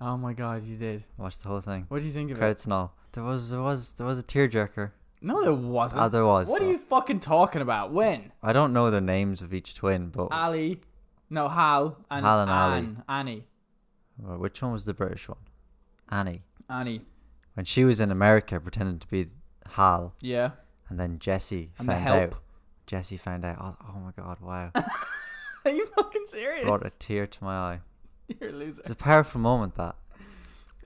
B: Oh my god, you did.
A: watch the whole thing.
B: What do you think of it?
A: Credits and all. There was, there was, there was a tearjerker.
B: No, there wasn't.
A: Ah, there was.
B: what
A: though.
B: are you fucking talking about? When?
A: I don't know the names of each twin, but
B: Ali, no Hal and
A: Hal and Ali.
B: Anne, Annie,
A: Well, Uh, which one was the British one? Annie.
B: Annie.
A: When she was in America pretending to be Hal,
B: Yeah.
A: and then Jesse
B: And the
A: found
B: help.
A: out. Jesse found out. Oh, oh my god!
B: *laughs*
A: Wow,
B: *laughs* Are you fucking serious?
A: brought a tear to my eye.
B: *laughs* You're a loser.
A: It's a powerful moment that.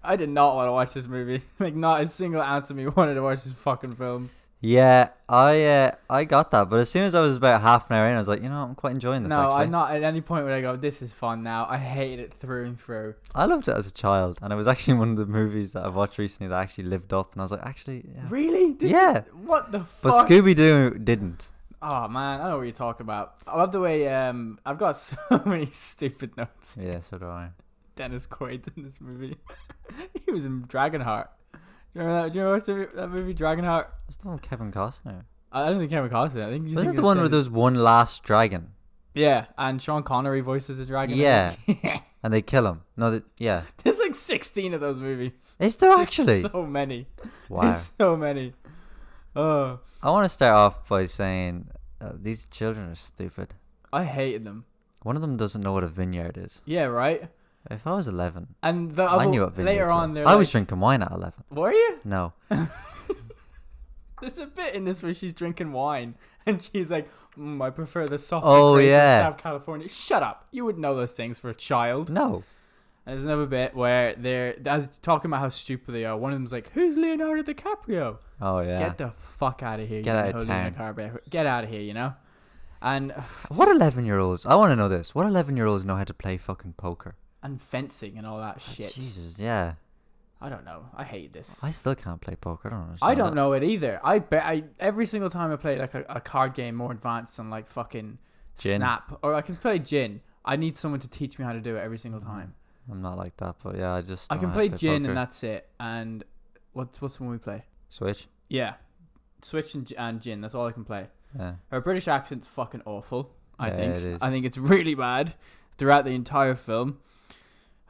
B: I did not want to watch this movie. *laughs* Like, not a single ounce of me *laughs* wanted to watch this fucking film.
A: Yeah, I uh, I got that, but as soon as I was about half an hour in, I was like, you know, I'm quite enjoying this.
B: No,
A: actually.
B: I'm not at any point where I go, this is fun now. I hated it through and through.
A: I loved it as a child, and it was actually one of the movies that I've watched recently that actually lived up. And I was like, actually, yeah.
B: Really? This
A: Yeah.
B: Is, what the fuck?
A: but Scooby Doo didn't.
B: oh, man, I know what you're talking about. I love the way um, I've got *laughs* so many stupid notes. *laughs*
A: Yeah, so do I.
B: Dennis Quaid in this movie. *laughs* he was in Dragonheart. Do you remember that? Do you remember that movie, Dragonheart?
A: That's the one with Kevin Costner.
B: I I don't think Cameron Costner. I think you
A: Wasn't
B: think
A: it the one where
B: with
A: there was one last dragon,
B: Yeah, and Sean Connery voices a dragon. I
A: Yeah.
B: think.
A: and they kill him? No, that yeah.
B: *laughs* There's like 16 of those movies. *laughs*
A: Is there actually?
B: So many.
A: *laughs* wow.
B: There's so many. Oh,
A: I want to start off by saying uh, these children are stupid.
B: I hated them.
A: One of them doesn't know what a vineyard is.
B: Yeah, right.
A: If I was eleven,
B: And the
A: I
B: other,
A: knew what vineyards
B: later
A: were.
B: on,
A: I
B: they're
A: was
B: like,
A: drinking wine at eleven.
B: were you?
A: No,
B: There's a bit in this where she's drinking wine *laughs* and she's like, mm, "I prefer the soft."
A: Oh,
B: grape in
A: yeah.
B: South California. Shut up! You would know those things for a child.
A: no.
B: And there's another bit where they're as talking about how stupid they are. One of them's like, "Who's Leonardo DiCaprio?
A: Oh yeah.
B: Get the fuck out of here!
A: Get
B: you
A: out of
B: Leonardo DiCaprio. Get out of here! You know." And *sighs*
A: what eleven year olds? I want to know this. What eleven year olds know how to play fucking poker?
B: and fencing and all that shit.
A: Oh, Jesus, yeah.
B: I don't know. I hate this.
A: I still can't play poker. I don't understand.
B: I don't
A: it.
B: know it either. I bet I every single time I play like a, a card game more advanced than like fucking
A: Gin.
B: Snap or I can play Gin. I need someone to teach me how to do it every single time.
A: I'm not like that, but yeah, I Mm. just.
B: I
A: don't
B: can
A: know how to
B: play Gin
A: poker.
B: and that's it. And what's what's the one we play?
A: Switch.
B: Yeah, Switch and, Gi- and Gin. That's all I can play.
A: Yeah.
B: Her British accent's fucking awful. I
A: Yeah,
B: think.
A: it is.
B: I think it's *laughs* really bad throughout the entire film.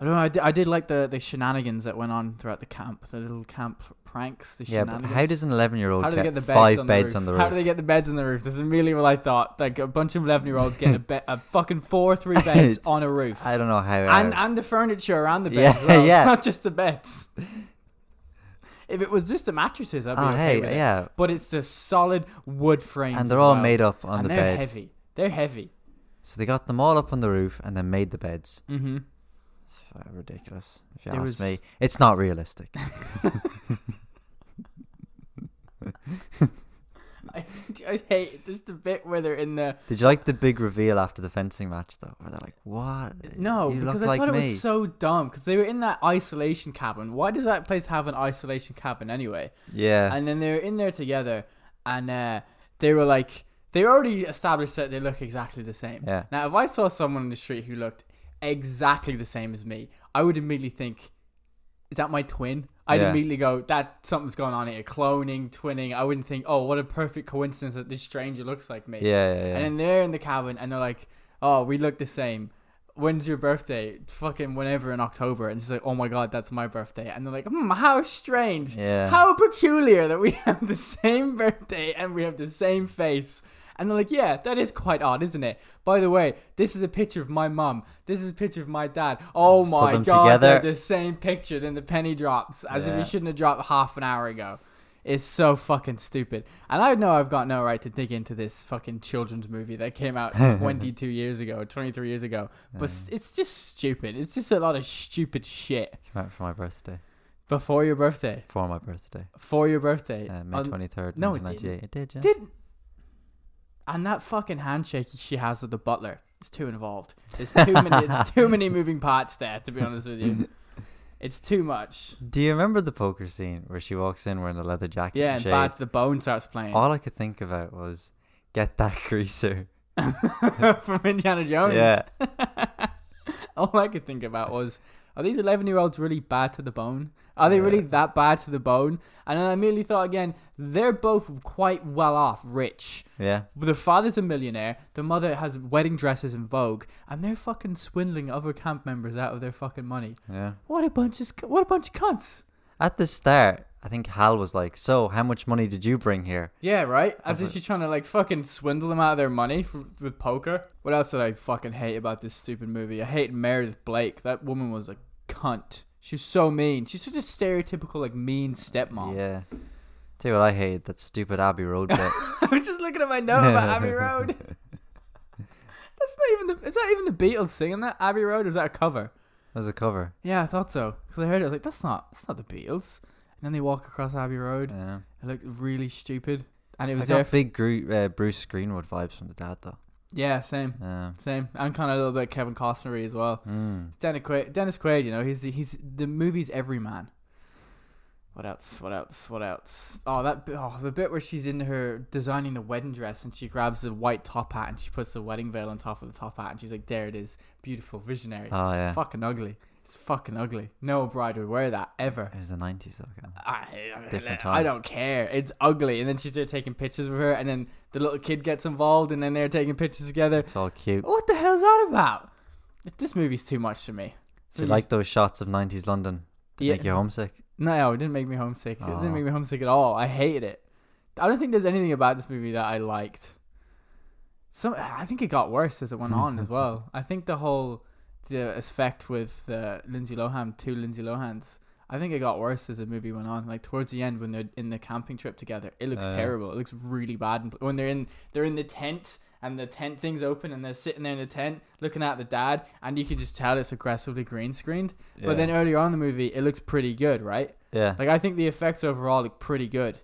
B: I don't know. I did, I did like the, the shenanigans that went on throughout the camp, the little camp pranks, the
A: Yeah,
B: shenanigans.
A: but how does an eleven year old
B: How do
A: get,
B: they get the beds
A: five
B: on the
A: beds
B: roof?
A: on the
B: How do
A: roof?
B: they get the beds on the roof? This is immediately what I thought. Like a bunch of eleven year olds getting a, be- a fucking
A: *laughs*
B: four three beds on a roof,
A: I don't know how.
B: and
A: uh,
B: and the furniture around the
A: Yeah,
B: beds, as
A: *laughs*
B: well.
A: yeah.
B: not just the beds. If it was just the mattresses, I'd be
A: oh
B: okay
A: hey,
B: with it.
A: yeah,
B: But it's the solid wood frames,
A: and they're
B: as
A: all
B: well.
A: made up on
B: and
A: the
B: they're
A: bed.
B: heavy. They're heavy.
A: So they got them all up on the roof and then made the beds.
B: *laughs* Mm-hmm.
A: It's f- ridiculous. If you
B: There
A: ask
B: was-
A: me, it's not realistic.
B: I, I hate just the bit where they're in the
A: Did you like the big reveal after the fencing match though? Where they're like, "What?
B: No,
A: you look
B: because I
A: like
B: thought
A: me."
B: it was so dumb because they were in that isolation cabin. Why does that place have an isolation cabin anyway?
A: yeah,
B: And then they were in there together, and uh, they were like, they already established that they look exactly the same.
A: Yeah.
B: Now, if I saw someone in the street who looked exactly the same as me, I would immediately think, is that my twin? I'd
A: Yeah.
B: immediately go, that something's going on here. Cloning, twinning. I wouldn't think, oh, what a perfect coincidence that this stranger looks like me.
A: yeah, yeah, yeah.
B: And then they're in the cabin and they're like, oh, we look the same. When's your birthday? Fucking whenever in October. And she's like, oh my God, that's my birthday. And they're like, hmm, how strange.
A: Yeah.
B: How peculiar that we *laughs* have the same birthday and we have the same face. And they're like, yeah, that is quite odd, isn't it? By the way, this is a picture of my mum. This is a picture of my dad. Oh my
A: them
B: God,
A: together.
B: they're the same picture. Then the penny drops as if
A: Yeah.
B: it shouldn't have dropped half an hour ago. It's so fucking stupid. And I know I've got no right to dig into this fucking children's movie that came out 22 years ago, 23 years ago. But s it's just stupid. It's just a lot of stupid shit.
A: Came out for my birthday.
B: Before your birthday.
A: For my birthday,
B: For your birthday.
A: uh, May
B: on-
A: twenty third,
B: no, it
A: nineteen ninety eight. It did, yeah.
B: Didn't. And that fucking handshake she has with the butler. It's too involved. There's too many, it's too many moving parts there, to be honest with you. It's too much.
A: Do you remember the poker scene where she walks in wearing a leather jacket? and
B: Yeah, and
A: shades?
B: Bad to the Bone starts playing.
A: All I could think about was get that *laughs* greaser.
B: *laughs* from Indiana Jones.
A: Yeah.
B: *laughs* All I could think about was, are these 11 year olds really bad to the bone? Are they really
A: Yeah.
B: that bad to the bone? And then I immediately thought again, they're both quite well off, rich.
A: Yeah,
B: The father's a millionaire, the mother has wedding dresses in vogue, and they're fucking swindling other camp members out of their fucking money.
A: yeah.
B: What a bunch of sc- what a bunch of cunts.
A: At the start, I think Hal was like, "So, how much money did you bring here?"
B: Yeah, right. As
A: That's
B: if she's trying to like fucking swindle them out of their money for, with poker. What else did I fucking hate about this stupid movie? I hate Meredith Blake. That woman was a cunt. She was so mean. She's such a stereotypical like mean stepmom.
A: Yeah. Tell you what, I hated that stupid Abbey Road bit.
B: *laughs* I was just looking at my note
A: *laughs*
B: about Abbey Road. That's not even the. Is that even the Beatles singing that Abbey Road? Or is that a cover?
A: It was a cover.
B: Yeah, I thought so. Because I heard it, I was like, that's not. That's not the Beatles. And then they walk across Abbey Road.
A: Yeah.
B: It looked really stupid. And it
A: I
B: was there.
A: got big Gru- uh, Bruce Greenwood vibes from the dad though.
B: yeah, same.
A: Yeah.
B: Same. And kind of a little bit Kevin Costnery as well.
A: Mm.
B: Dennis Quaid, Dennis Quaid, you know, he's he's the movie's everyman. What else? What else? What else? Oh, that bit- oh, the bit where she's in her designing the wedding dress and she grabs the white top hat and she puts the wedding veil on top of the top hat and she's like, "There it is, beautiful, visionary."
A: Oh
B: It's
A: yeah.
B: fucking ugly. It's fucking ugly. No bride would wear that ever.
A: It was the nineties though. Ken.
B: I, I-
A: Different
B: I
A: time.
B: don't care. It's ugly. And then she's there taking pictures of her, and then the little kid gets involved, and then they're taking pictures together.
A: It's all cute.
B: What the hell's that about? This movie's too much for me.
A: Do you like those shots of nineties London? They
B: Yeah.
A: make you homesick.
B: No, it didn't make me homesick. It
A: Aw.
B: didn't make me homesick at all. I hated it. I don't think there's anything about this movie that I liked. Some, I think it got worse as it went on
A: *laughs*
B: as well. I think the whole the effect with uh, Lindsay Lohan, two Lindsay Lohans. I think it got worse as the movie went on. Like towards the end, when they're in the camping trip together, it looks
A: Oh, yeah.
B: terrible. It looks really bad. And When they're in, they're in the tent and the tent thing's open and they're sitting there in the tent looking at the dad and you can just tell it's aggressively green screened. But then earlier on in the movie it looks pretty good, right?
A: yeah,
B: Like I think the effects overall look pretty good.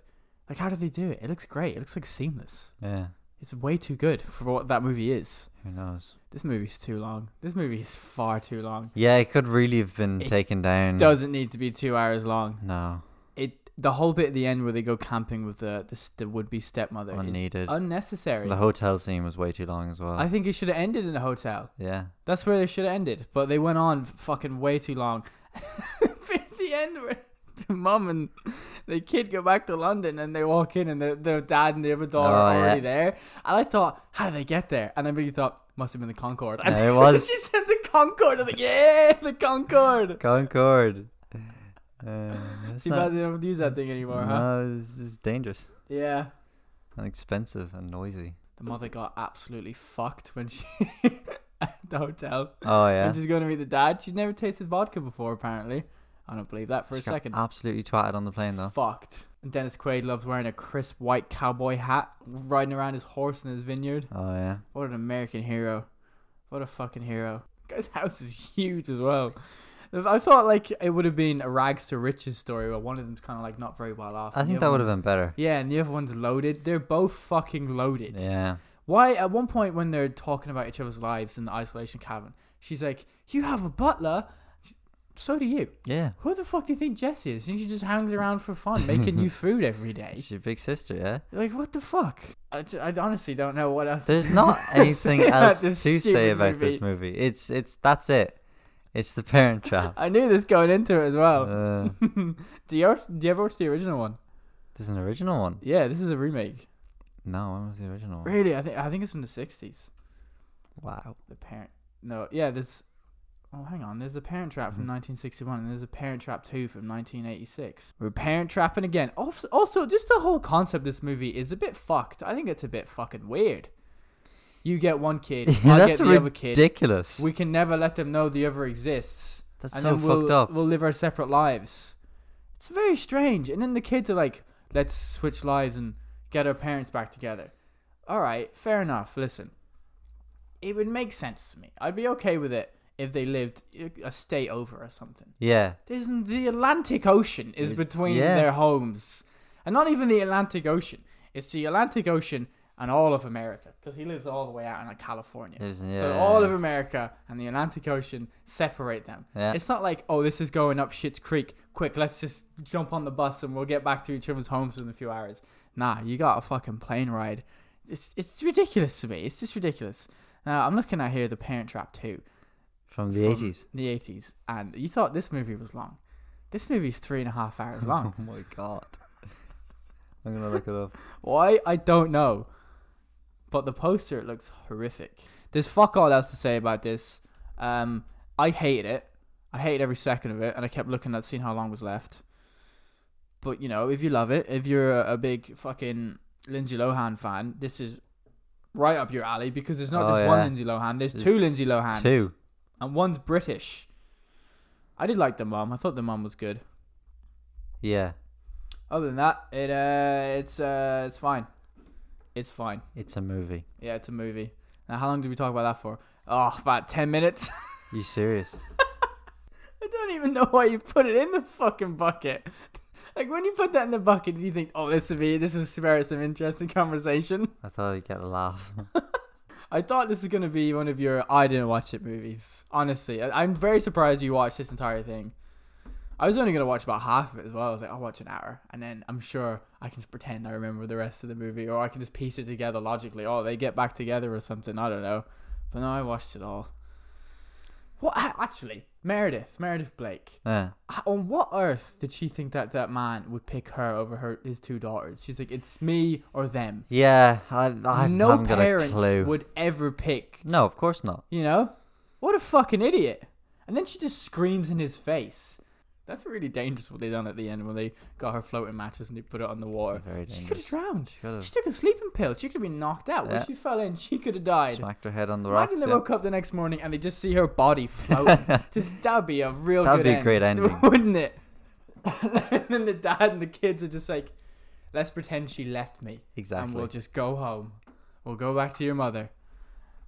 B: Like how did they do it? It looks great. It looks like seamless.
A: yeah.
B: It's way too good for what that movie is.
A: Who knows?
B: This movie's too long. This movie is far too long.
A: Yeah, it could really have been
B: It
A: taken down.
B: Doesn't need to be two hours long.
A: no
B: It the whole bit at the end where they go camping with the the, s- the would be stepmother
A: Unneeded.
B: is unnecessary.
A: the hotel scene was way too long as well.
B: I think it should have ended in a hotel.
A: yeah,
B: That's where they should have ended. But they went on f- fucking way too long. *laughs* At the end, where the mum and the kid go back to London and they walk in and their, their dad and the other daughter are
A: Oh, yeah.
B: already there. And I thought, how did they get there? And I really thought, must have been the Concorde. And *laughs*
A: Yeah, it was.
B: she said the Concorde. I was like, yeah, the Concorde.
A: Concord. Uh, it's
B: Too bad
A: not,
B: they don't use that thing anymore, huh?
A: no, it was, it was dangerous
B: Yeah.
A: and expensive and noisy.
B: The mother got absolutely fucked when she *laughs* at the hotel.
A: Oh
B: When
A: yeah,
B: she's going to meet the dad. She'd never tasted vodka before, apparently. I don't believe that for
A: Just
B: a
A: got
B: second.
A: absolutely twatted on the plane though.
B: Fucked. And Dennis Quaid loves wearing a crisp white cowboy hat, riding around his horse in his vineyard.
A: Oh yeah,
B: What an American hero. What a fucking hero. Guy's house is huge as well. I thought like it would have been a rags to riches story where one of them's kind of like not very well off.
A: I
B: and the
A: think
B: other
A: that would
B: one-
A: have been better.
B: Yeah, and the other one's loaded. They're both fucking loaded.
A: Yeah,
B: Why, at one point when they're talking about each other's lives in the isolation cabin, she's like, You have a butler. So do you.
A: yeah.
B: Who the fuck do you think Jess is? And she just hangs around for fun, making you food every day.
A: She's your big sister, yeah.
B: Like, what the fuck? I, j- I honestly don't know what else.
A: There's not
B: *laughs*
A: anything
B: say about
A: else to
B: this
A: say
B: stupid
A: about this movie. It's it's that's it. It's the Parent
B: *laughs*
A: Trap.
B: I knew this going into it as well.
A: Uh,
B: *laughs* do, you ever, do you ever watch the original one?
A: there's an original one.
B: Yeah, this is a remake.
A: No, when was the original one?
B: Really, I think I think it's from the '60s.
A: Wow.
B: The Parent. No, yeah, there's. Oh, hang on. There's a Parent Trap
A: Mm-hmm.
B: from 1961, and there's a Parent Trap 2 from 1986. We're Parent Trapping again. Also, also, just the whole concept of this movie is a bit fucked. I think it's a bit fucking weird. You get
A: *laughs*
B: one kid, I get
A: that's
B: the other kid.
A: ridiculous.
B: We can never let them know the other exists.
A: That's
B: and
A: so
B: then we'll,
A: fucked up.
B: We'll live our separate lives. It's very strange. And then the kids are like, let's switch lives and get our parents back together. All right, fair enough. Listen, it would make sense to me. I'd be okay with it if they lived uh, a state over or something.
A: yeah.
B: There's the Atlantic Ocean is
A: It's-
B: between
A: yeah.
B: their homes, and not even the Atlantic Ocean. It's the Atlantic Ocean and all of America because he lives all the way out in like, California.
A: There's-
B: So
A: yeah,
B: all
A: yeah.
B: of America and the Atlantic Ocean separate them.
A: Yeah.
B: It's not like oh this is going up Shit's Creek. Quick, let's just jump on the bus and we'll get back to each other's homes within a few hours. Nah, you got a fucking plane ride. It's it's ridiculous to me. It's just ridiculous. Now I'm looking at here the Parent Trap too
A: From the
B: from
A: eighties.
B: The eighties, and you thought this movie was long. This movie's three and a half hours long.
A: *laughs* Oh my god. I'm gonna look it up.
B: Why I don't know, but the poster looks horrific. There's fuck all else to say about this. Um, I hated it. I hated every second of it, and I kept looking at seeing how long was left. But you know, if you love it, if you're a, a big fucking Lindsay Lohan fan, this is right up your alley because there's not
A: Oh,
B: just one
A: yeah.
B: Lindsay Lohan. There's,
A: There's
B: two
A: t-
B: Lindsay Lohans.
A: Two.
B: and one's British. I did like the mum. I thought the mum was good.
A: Yeah.
B: Other than that, it uh, it's uh, it's fine. It's fine.
A: It's a movie.
B: Yeah, it's a movie. Now, how long did we talk about that for? Oh, about ten minutes. *laughs*
A: You serious?
B: I don't even know why you put it in the fucking bucket. *laughs* Like when you put that in the bucket, did you think, oh, this would be this is spare some interesting *laughs* conversation?
A: I thought I'd get a laugh. *laughs*
B: I thought this was gonna be one of your I didn't watch it movies. Honestly, I, I'm very surprised you watched this entire thing. I was only gonna watch about half of it as well. I was like, I'll watch an hour, and then I'm sure I can just pretend I remember the rest of the movie, or I can just piece it together logically. Oh, they get back together or something. I don't know, but no, I watched it all. What a- actually, Meredith, Meredith Blake?
A: yeah.
B: h- On what earth did she think that that man would pick her over her his two daughters? She's like, it's me or them.
A: Yeah. I I
B: no
A: haven't got a
B: parents
A: clue.
B: would ever pick
A: No, of course not.
B: you know? What a fucking idiot. And then she just screams in his face. That's really dangerous what they done at the end when they got her floating mattress and they put it on the water.
A: Very
B: She could
A: dangerous.
B: have drowned.
A: She could have
B: She took a sleeping pill. She could have been knocked out. When
A: Yeah.
B: she fell in, she could have died.
A: smacked her head on the rocks.
B: Imagine they
A: yeah.
B: woke up the next morning and they just see her
A: *laughs*
B: body floating. just that'd be a real
A: That'd
B: good
A: be a great ending.
B: *laughs* wouldn't it? and then the dad and the kids are just like, let's pretend she left me
A: Exactly.
B: and we'll just go home. We'll go back to your mother,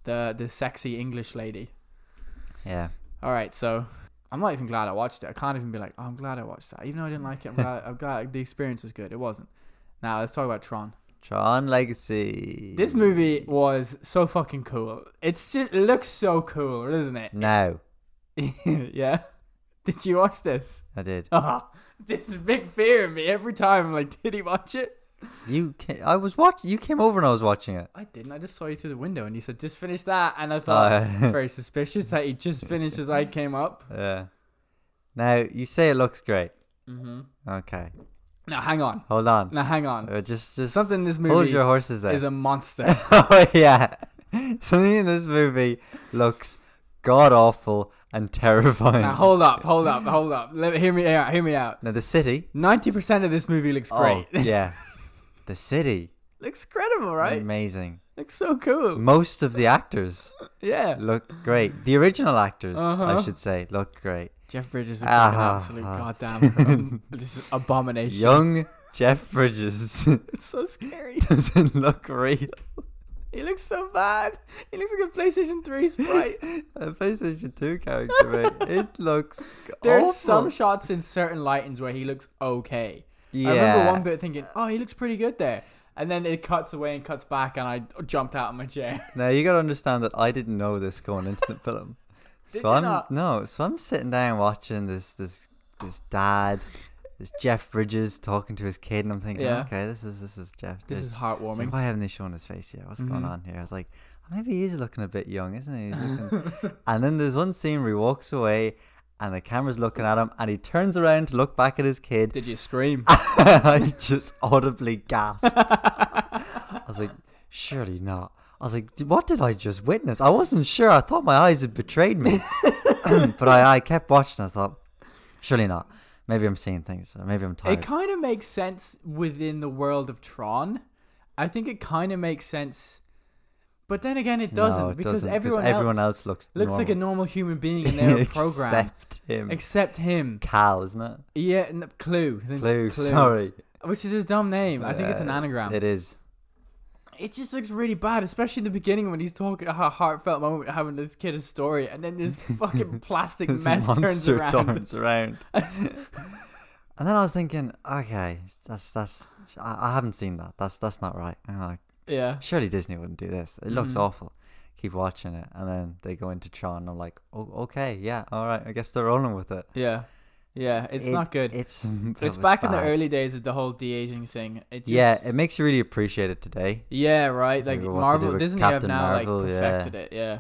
B: the the sexy English lady.
A: Yeah.
B: All right, so I'm not even glad I watched it. I can't even be like, "Oh, I'm glad I watched that, even though I didn't like it.
A: *laughs*
B: I'm glad. I'm glad the experience was good. It wasn't. Now let's talk about Tron.
A: Tron Legacy.
B: This movie was so fucking cool. It's just, it looks so cool, doesn't it? *laughs*
A: No,
B: yeah. Did you watch this? *laughs*
A: I did.
B: Ah, this is a big fear in me every time. I'm like, did he watch it?
A: You, ca- I was watching. You came over and I was watching it.
B: I didn't. I just saw you through the window, and you said, "Just finish that." And I thought
A: Oh, *laughs* yeah.
B: it's very suspicious that he just finished as I came up.
A: Yeah. Now you say it looks great.
B: Mm-hmm.
A: Okay,
B: Now hang on.
A: hold on.
B: Now hang on.
A: Uh, just, just
B: Something in this
A: hold
B: movie
A: your horses there.
B: is a monster.
A: oh *laughs* yeah, something in this movie looks god awful and terrifying.
B: now hold up, hold up, hold up. Let me hear me out. Hear me out.
A: Now, the city.
B: Ninety percent of this movie looks *laughs* great.
A: *laughs* Oh, yeah, the city.
B: looks credible, right?
A: Amazing.
B: Looks so cool.
A: Most of the actors
B: Yeah.
A: look great. The original actors,
B: Uh-huh.
A: I should say, look great.
B: Jeff Bridges looks like an
A: Ah. *laughs*
B: absolute goddamn um, this is abomination.
A: Young Jeff Bridges *laughs*
B: It's *laughs* so scary.
A: doesn't look real. *laughs*
B: He looks so bad. He looks like a PlayStation
A: *laughs*
B: 3 sprite.
A: A PlayStation 2 character, mate. It looks
B: There's
A: awful.
B: some shots in certain lightings where he looks okay.
A: yeah.
B: I remember one bit thinking, oh, he looks pretty good there. And then it cuts away and cuts back, and I jumped out of my chair. *laughs*
A: Now you gotta understand that I didn't know this going into the film.
B: Did
A: so
B: you
A: I'm
B: not?
A: no, so I'm sitting down watching this this this dad, this Jeff Bridges talking to his kid, and I'm thinking,
B: Yeah.
A: okay, this is this is Jeff.
B: This is
A: I was like,
B: heartwarming.
A: why haven't they shown his face yet? What's going
B: Mhm.
A: on here? I was like, "Oh, maybe he's looking a bit young, isn't he? He's looking...
B: *laughs*
A: and then there's one scene where he walks away, and the camera's looking at him, and he turns around to look back at his kid.
B: Did you
A: *laughs*
B: scream?
A: I just audibly gasped. I was like, surely not. I was like, "D- what did I just witness? I wasn't sure. I thought my eyes had betrayed
B: *laughs*
A: me. *clears throat* but I, I kept watching. I thought, surely not. Maybe I'm seeing things. Or maybe I'm
B: it
A: tired.
B: kind of makes sense within the world of Tron. I think it kind of makes sense. But then again, it
A: No,
B: doesn't because
A: doesn't,
B: everyone, else,
A: else looks
B: looks like a
A: normal.
B: normal human
A: *laughs*
B: being and they're a program.
A: Except him.
B: Except him.
A: Cal, isn't it?
B: Yeah, n- Clue. His name's
A: Clue. Sorry.
B: Which is his dumb name. I think it's an
A: Uh,
B: anagram.
A: It is.
B: It just looks really bad, especially in the beginning when he's talking a heartfelt moment, having this kid a story, and
A: *laughs*
B: then this fucking plastic
A: This
B: mess *laughs*
A: *laughs*
B: turns
A: monster
B: around.
A: turns around. And then I was thinking, okay, that's that's I, I haven't seen that. That's that's not right. And I'm like,
B: yeah,
A: surely Disney wouldn't do this. It looks
B: Mhm.
A: awful. Keep watching it, and then they go into Tron. And I'm like, oh, okay, yeah, all right. I guess they're rolling with it.
B: yeah, yeah. It's
A: It-
B: not good.
A: It's *laughs* that was
B: it's back in the
A: bad.
B: early days of the whole de aging thing. It just,
A: Yeah, it makes you really appreciate it today.
B: yeah, right. Like
A: Maybe what they do
B: Marvel,
A: with
B: Disney have
A: Captain
B: now
A: Marvel,
B: like
A: yeah.
B: perfected it. Yeah,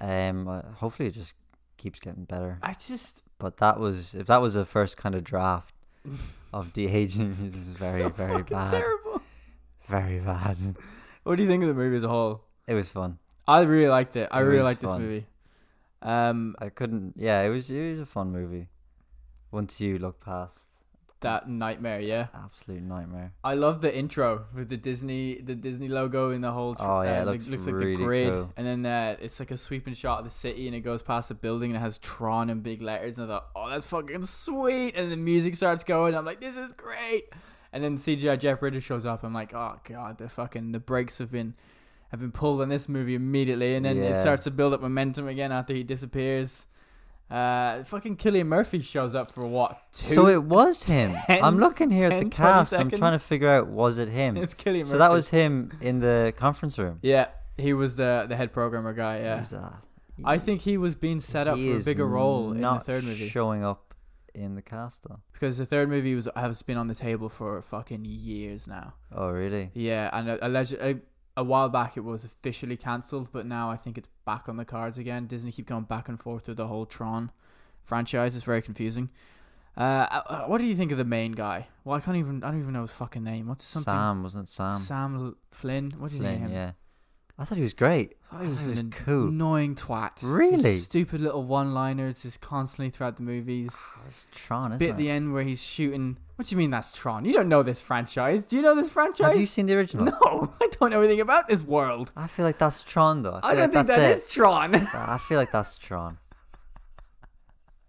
A: Um, uh, hopefully it just keeps getting better.
B: I just *laughs*
A: But that was if that was a first kind of draft of de *laughs* aging, is very
B: so
A: very
B: fucking
A: bad,
B: terrible.
A: very bad. *laughs*
B: What do you think of the movie as a whole?
A: It was fun.
B: I really liked it. I
A: It
B: really
A: was
B: liked this
A: fun.
B: movie. Um,
A: I couldn't. Yeah, it was it was a fun movie. Once you look past
B: that nightmare. Yeah.
A: absolute nightmare.
B: I love the intro with the Disney, the Disney logo in the whole.
A: Oh, yeah, it
B: uh,
A: looks really
B: like the grid,
A: cool.
B: and then uh, it's like a sweeping shot of the city, and it goes past a building and it has Tron in big letters, and I thought, oh, that's fucking sweet, and the music starts going, I'm like, this is great, and then CGI Jeff Bridges shows up, I'm like, oh god, the fucking the brakes have been have been pulled on this movie immediately, and then
A: Yeah.
B: it starts to build up momentum again after he disappears. Uh, fucking Killian Murphy shows up for what two?
A: so it was him. I'm
B: 10
A: looking here at
B: 10,
A: the
B: 20
A: cast. I'm trying to
B: seconds.
A: figure out was it him.
B: *laughs* it's Killian.
A: so that
B: Murphy.
A: was him in the conference room.
B: Yeah, he was the the head programmer guy. Yeah,
A: Who's that?
B: I think he was being set up
A: He
B: for a
A: is
B: bigger role in the
A: not
B: third movie
A: Showing up in the cast though.
B: because the third movie was has been on the table for fucking years now.
A: Oh really?
B: Yeah, and a, alleged a, a while back it was officially cancelled, but now I think it's back on the cards again. Disney keep going back and forth with the whole Tron franchise. It's very confusing. Uh, uh, what do you think of the main guy? Well, I can't even. I don't even know his fucking name. What's something?
A: Sam wasn't it Sam.
B: Sam L- Flynn. What do you think of
A: Flynn,
B: him?
A: yeah. I thought he was great.
B: I thought he was,
A: That was
B: an
A: cool.
B: annoying twat.
A: Really?
B: His stupid little one-liners just constantly throughout the movies.
A: That was Tron, isn't
B: Bit at
A: it?
B: the end where he's shooting. What do you mean that's Tron? You don't know this franchise. Do you know this franchise?
A: Have you seen the original?
B: no, *laughs* I don't know anything about this world.
A: I feel like that's Tron though.
B: I,
A: feel
B: don't
A: like
B: think that
A: that's
B: is Tron. *laughs*
A: it. I feel like that's Tron.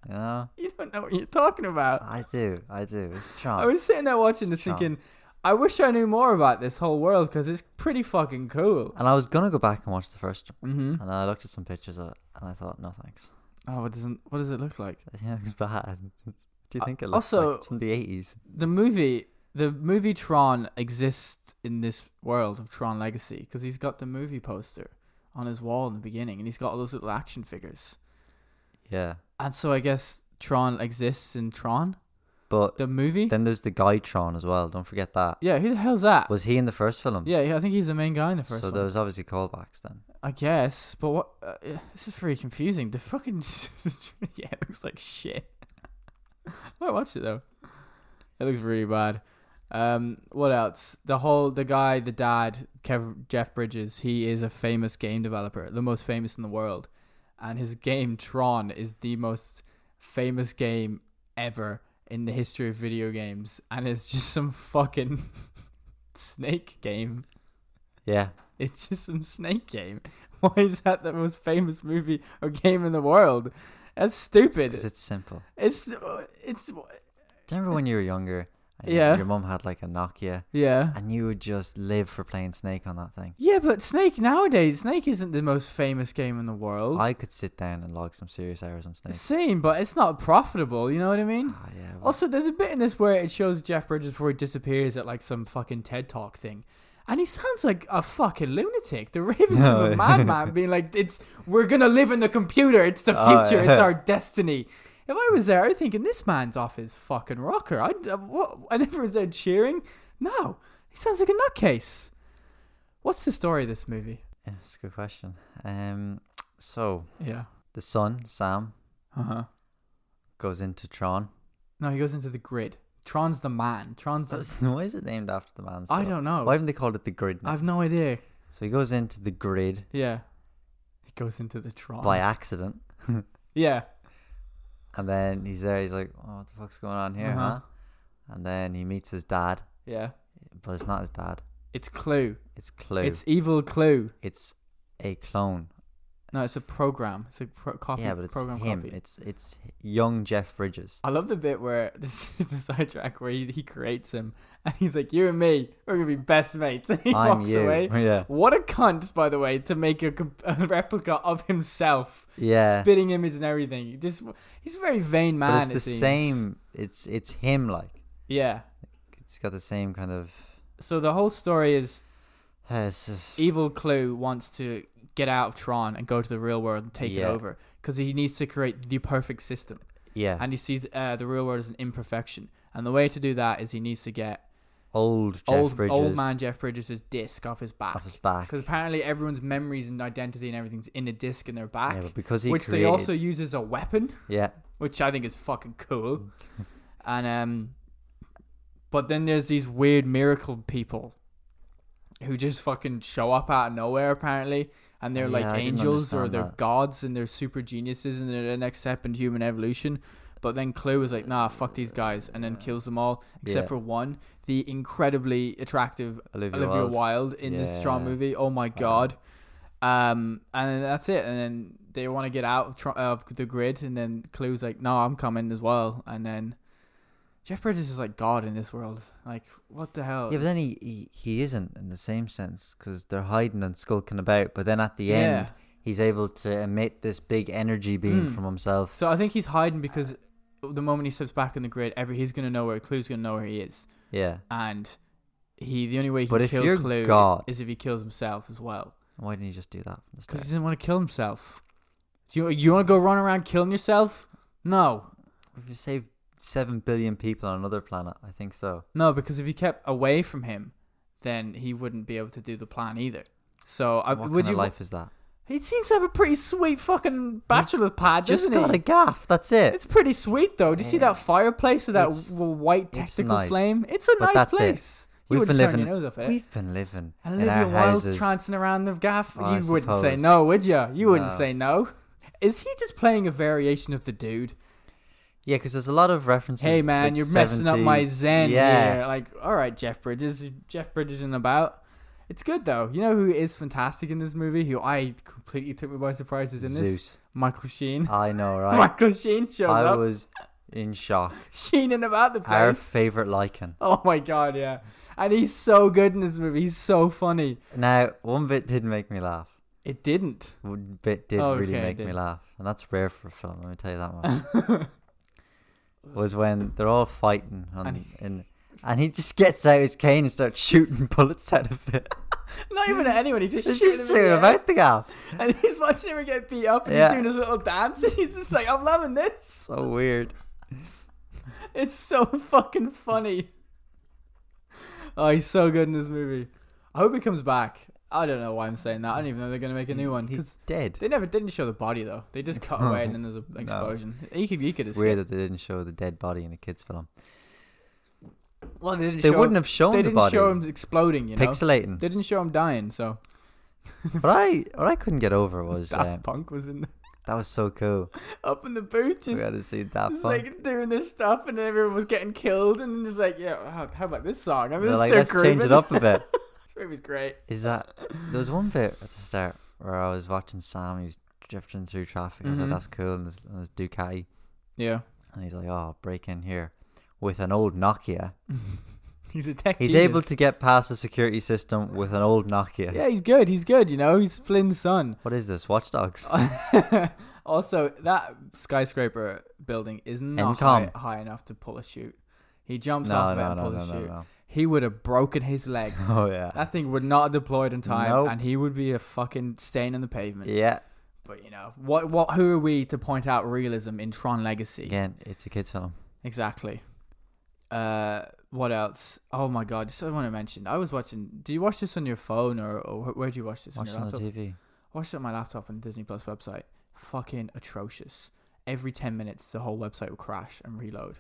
A: You know?
B: you don't know what you're talking about.
A: I do, I do. It's Tron.
B: I was sitting there watching this
A: Ah, Tron.
B: thinking, I wish I knew more about this whole world because it's pretty fucking cool.
A: And I was gonna go back and watch the first one,
B: Mm-hmm.
A: and then I looked at some pictures of it, and I thought, no thanks. *laughs*
B: Oh, what doesn't? What does it look like?
A: I think it looks bad. *laughs* Do you
B: Uh,
A: think it looks
B: also-
A: like it's from the eighties?
B: The movie, the movie Tron exists in this world of Tron Legacy because he's got the movie poster on his wall in the beginning, and he's got all those little action figures.
A: Yeah,
B: And so I guess Tron exists in Tron,
A: but
B: the movie.
A: then there's the guy Tron as well. Don't forget that.
B: yeah, who the hell's that?
A: Was he in the first film?
B: yeah, yeah, I think he's the main guy in the first
A: so
B: one.
A: there was obviously callbacks then.
B: I guess, but what? Uh, eh, this is very confusing. The fucking *laughs* yeah, it looks like shit. *laughs* I watched it though. It looks really bad. Um, what else? The whole the guy, the dad, Kev, Jeff Bridges. He is a famous game developer, the most famous in the world, and his game Tron is the most famous game ever in the history of video games, and it's just some fucking *laughs* snake game.
A: Yeah,
B: *laughs* It's just some snake game. *laughs* Why is that the most famous movie or game in the world? That's stupid.
A: because it's simple.
B: It's it's
A: Do you remember when you were younger? And your-
B: Yeah.
A: Your mum had like a Nokia,
B: yeah.
A: and you would just live for playing Snake on that thing.
B: Yeah, but Snake nowadays, Snake isn't the most famous game in the world.
A: I could sit down and log some serious hours on Snake.
B: Same, but it's not profitable, you know what I mean?
A: Ah, yeah. well,
B: Also, there's a bit in this where it shows Jeff Bridges before he disappears at like some fucking TED Talk thing. And he sounds like a fucking lunatic. The
A: *laughs*
B: ravings of a
A: No.
B: madman being like, "It's we're gonna live in the computer. It's the
A: Oh,
B: future.
A: yeah.
B: It's our destiny." If I was there, I'd thinking this man's off his fucking rocker. I what? And everyone's there cheering. No, he sounds like a nutcase. What's the story of this movie?
A: yeah, that's a good question. Um, so
B: Yeah.
A: the son Sam
B: Uh huh.
A: goes into Tron.
B: No, he goes into the grid. Tron's the man. Tron's. The,
A: That's- *laughs* why is it named after the man's?
B: I don't know.
A: Why haven't they called it the grid? now?
B: I've no idea.
A: So he goes into the grid
B: Yeah. He goes into the Tron.
A: by accident,
B: Yeah.
A: and then he's there. He's like, "Oh, what the fuck's going on here, huh?"
B: Uh-huh.
A: And then he meets his dad,
B: Yeah.
A: but it's not his dad.
B: It's Clue.
A: It's Clue.
B: It's evil Clue.
A: It's a clone.
B: No, it's a program. It's a pro- copy.
A: yeah, but it's
B: program
A: him.
B: Copy.
A: It's it's young Jeff Bridges.
B: I love the bit where this is the sidetrack where he, he creates him *laughs* and he's like, "You and me, we're gonna be best mates." *laughs* And *laughs* he
A: I'm
B: walks
A: you.
B: away.
A: *laughs* Yeah,
B: What a cunt, by the way, to make a, comp- *laughs* a replica of himself,
A: yeah.
B: spitting image and everything. He Just he's a very vain man.
A: but it's
B: it
A: the
B: seems.
A: same. It's it's him. Like
B: Yeah.
A: it's got the same kind
B: *sighs*
A: of.
B: So the whole story is
A: Uh, it's just-
B: evil Clue wants to get out of Tron and go to the real world and take it
A: Yeah.
B: over because he needs to create the perfect system.
A: *sighs* yeah,
B: And he sees uh, the real world as an imperfection. And the way to do that is he needs to get
A: old Jeff
B: old
A: Bridges
B: old man Jeff Bridges' disc off his back.
A: off his back.
B: Because apparently everyone's memories and identity and everything's in a disc in their back,
A: yeah, but because he
B: which
A: created,
B: they also use as a weapon,
A: yeah,
B: which I think is fucking
A: Mm. *laughs*
B: cool. and um, but then there's these weird miracle people who just fucking show up out of nowhere apparently, and they're
A: Yeah, I
B: like
A: didn't
B: angels or
A: understand
B: they're
A: that.
B: gods and they're super geniuses and they're the next step in human evolution. But then Clue is like, nah, fuck these guys, and then kills them all except
A: Yeah.
B: for one, the incredibly attractive
A: Olivia,
B: Olivia Wilde,
A: Wilde.
B: in this Tron
A: Yeah.
B: movie. Oh my god. Um, and then that's it. And then they want to get out of, Tr- of the grid. And then Clue's like, "No, I'm coming as well." And then Jeff Bridges is like God in this world. Like, what the hell?
A: Yeah, but then he, he, he isn't in the same sense because they're hiding and skulking about. But then at the end, he's able to emit this big energy beam
B: Mm.
A: from himself.
B: So I think he's hiding because the moment he steps back in the grid, every he's gonna know where Clue's gonna know where he is,
A: Yeah.
B: and he the only way he
A: But
B: can
A: if
B: kill
A: you're
B: Clue
A: God-
B: is if he kills himself as well.
A: Why didn't he just do that? from the
B: Because he
A: start?
B: didn't want to kill himself. Do you you want to go run around killing yourself? No.
A: If you save seven billion people on another planet, I think so.
B: No, because if you kept away from him, then he wouldn't be able to do the plan either. So I,
A: what
B: Uh, would
A: kind
B: you?
A: of life is that?
B: He seems to have a pretty sweet fucking bachelor's pad,
A: Just
B: doesn't
A: got
B: he?
A: a gaff. That's it.
B: It's pretty sweet though. Do you see
A: Yeah.
B: that fireplace or that
A: It's-
B: w- white
A: it's
B: technical
A: nice.
B: flame? It's a
A: But
B: nice
A: that's it.
B: place. You
A: We've
B: wouldn't
A: been
B: turn
A: living-
B: your nose up it.
A: We've been living
B: And
A: in our
B: Olivia Wilde
A: houses.
B: trancing around the gaff.
A: Oh, I
B: you wouldn't say
A: suppose.
B: no, would you? You wouldn't
A: No.
B: say no. Is he just playing a variation of the dude?
A: yeah, because there's a lot of references.
B: hey
A: to
B: man,
A: the
B: you're messing up my
A: 70s.
B: zen
A: Yeah,
B: here. Like, all right, Jeff Bridges, Jeff Bridges in about. It's good though. You know who is fantastic in this movie? Who I completely took me by surprise is in this
A: Zeus.
B: Michael Sheen. *laughs*
A: I know, right?
B: Michael Sheen shows
A: I
B: up.
A: was in shock.
B: *laughs* Sheening about the place.
A: Our favorite Lycan.
B: Oh my god, yeah. And he's so good in this movie. He's so funny.
A: Now, one bit did make me laugh.
B: It didn't.
A: One bit did really
B: Okay,
A: make
B: did.
A: me laugh, and that's rare for a film. Let me tell you that much.
B: *laughs*
A: was when they're all fighting on,
B: And
A: and, and he just gets out his cane and starts *laughs* shooting bullets out of it. *laughs*
B: Not even at anyone. He just
A: It's
B: shooting
A: just
B: him
A: shooting
B: in the air.
A: about the gap.
B: And he's watching him get beat up and
A: Yeah.
B: he's doing his little dance. And he's just like, I'm loving this.
A: So weird.
B: It's so *laughs* fucking funny. Oh, he's so good in this movie. I hope he comes back. I don't know why I'm saying that. I don't even know they're going to make a new one.
A: He's
B: Because
A: dead.
B: they never didn't show the body, though. They just cut away and
A: *laughs*
B: then there's an explosion. He could, he could escape.
A: Weird that they didn't show the dead body in a kids' film.
B: Well, they didn't
A: They
B: show,
A: wouldn't have shown
B: They
A: the
B: didn't
A: body.
B: show him exploding, you know?
A: Pixelating.
B: They didn't show him dying, so
A: What I what I couldn't get over
B: *laughs*
A: was
B: Daft
A: uh,
B: Punk was in the,
A: that was so
B: *laughs*
A: cool.
B: up in the booth,
A: We
B: just,
A: had to see Daft Punk.
B: just like doing this stuff, and everyone was getting killed, and then just like, yeah, how, how about this song? I'm
A: They're
B: just
A: like,
B: so
A: let's change it
B: grooving."
A: up a bit.
B: *laughs* this movie's great.
A: Is that there was one bit at the start where I was watching Sam. He was drifting through traffic. I was
B: Mhm.
A: like, "That's cool." And there's, and there's Ducati,
B: Yeah, *laughs*
A: and he's like, "Oh, break in here with an old Nokia."
B: he's a tech.
A: He's
B: genius.
A: able to get past the security system with an old Nokia.
B: Yeah, he's good. He's good. You know, he's Flynn's son. *laughs*
A: What is this? Watchdogs.
B: Oh, also, that skyscraper building is not high,
A: Encom.
B: high enough to pull a chute. He jumps
A: No,
B: off of it
A: no,
B: and
A: no, no,
B: pulls a
A: no,
B: chute.
A: no. *laughs*
B: He would have broken his legs.
A: Oh yeah.
B: That thing would not have deployed in time,
A: Nope.
B: and he would be a fucking stain on the pavement.
A: Yeah.
B: But you know, what? What? Who are we to point out realism in Tron Legacy?
A: Again, it's a kids' film.
B: Exactly. Uh, what else? Oh my god! Just I want to mention. I was watching. Do you watch this on your phone or, or wh- where do you watch this?
A: Watch
B: on
A: it
B: your
A: on the
B: laptop?
A: TV.
B: I watched it on my laptop on Disney Plus website. Fucking atrocious. Every ten minutes, the whole website will crash and reload.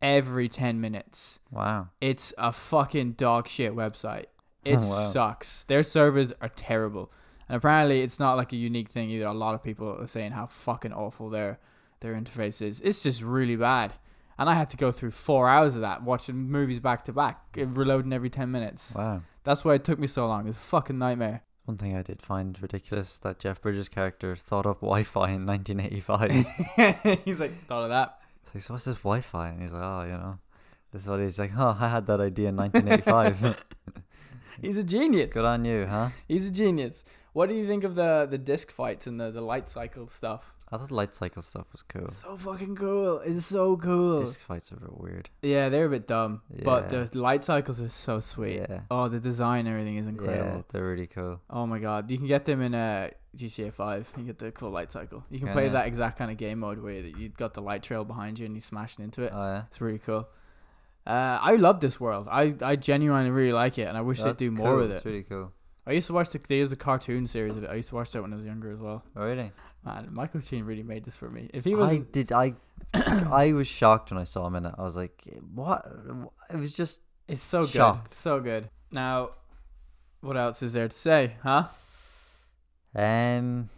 B: Every ten minutes.
A: Wow.
B: It's a fucking dog shit website.
A: *laughs*
B: It
A: Oh, wow.
B: sucks. Their servers are terrible. And apparently it's not like a unique thing either. A lot of people are saying how fucking awful their their interface is. It's just really bad. And I had to go through four hours of that watching movies back to back, eh, reloading every ten minutes.
A: Wow.
B: That's why it took me so long. It's a fucking nightmare. *laughs*
A: One thing I did find ridiculous that Jeff Bridges' character thought up Wi-Fi in
B: *laughs*
A: 1985. It's
B: He's like, thought of that.
A: like, so what's this Wi-Fi? And he's like, oh, you know, this is what he's like. Oh, I had that idea in
B: *laughs*
A: 1985.
B: He's a genius.
A: *laughs* Good on you, huh?
B: He's a genius. What do you think of the the disc fights and the, the light cycle stuff?
A: I thought light cycle stuff was cool.
B: So fucking cool. It's so cool.
A: Disc fights are a bit weird.
B: Yeah, they're a bit dumb, but
A: Yeah.
B: the light cycles are so sweet.
A: Yeah.
B: Oh, the design, and everything is incredible.
A: Yeah, they're really cool.
B: Oh my god, you can get them in uh, GTA Five. You get the cool light cycle. You can
A: Can
B: play
A: ya?
B: that exact kind of game mode where that you've got the light trail behind you and you're smashing into it.
A: Oh yeah.
B: it's really cool. Uh, I love this world. I, I genuinely really like it, and I wish
A: That's
B: they'd do more
A: cool.
B: with
A: It's
B: it.
A: really cool.
B: I used to watch the there was a cartoon series of it. I used to watch that when I was younger as well.
A: Oh, really?
B: Man, Michael Sheen really made this for me. If he was
A: I did.
B: *coughs*
A: I I was shocked when I saw him in it. I was like, what? It was just
B: It's so good.
A: Shocked.
B: So good. Now, what else is there to say, huh?
A: um,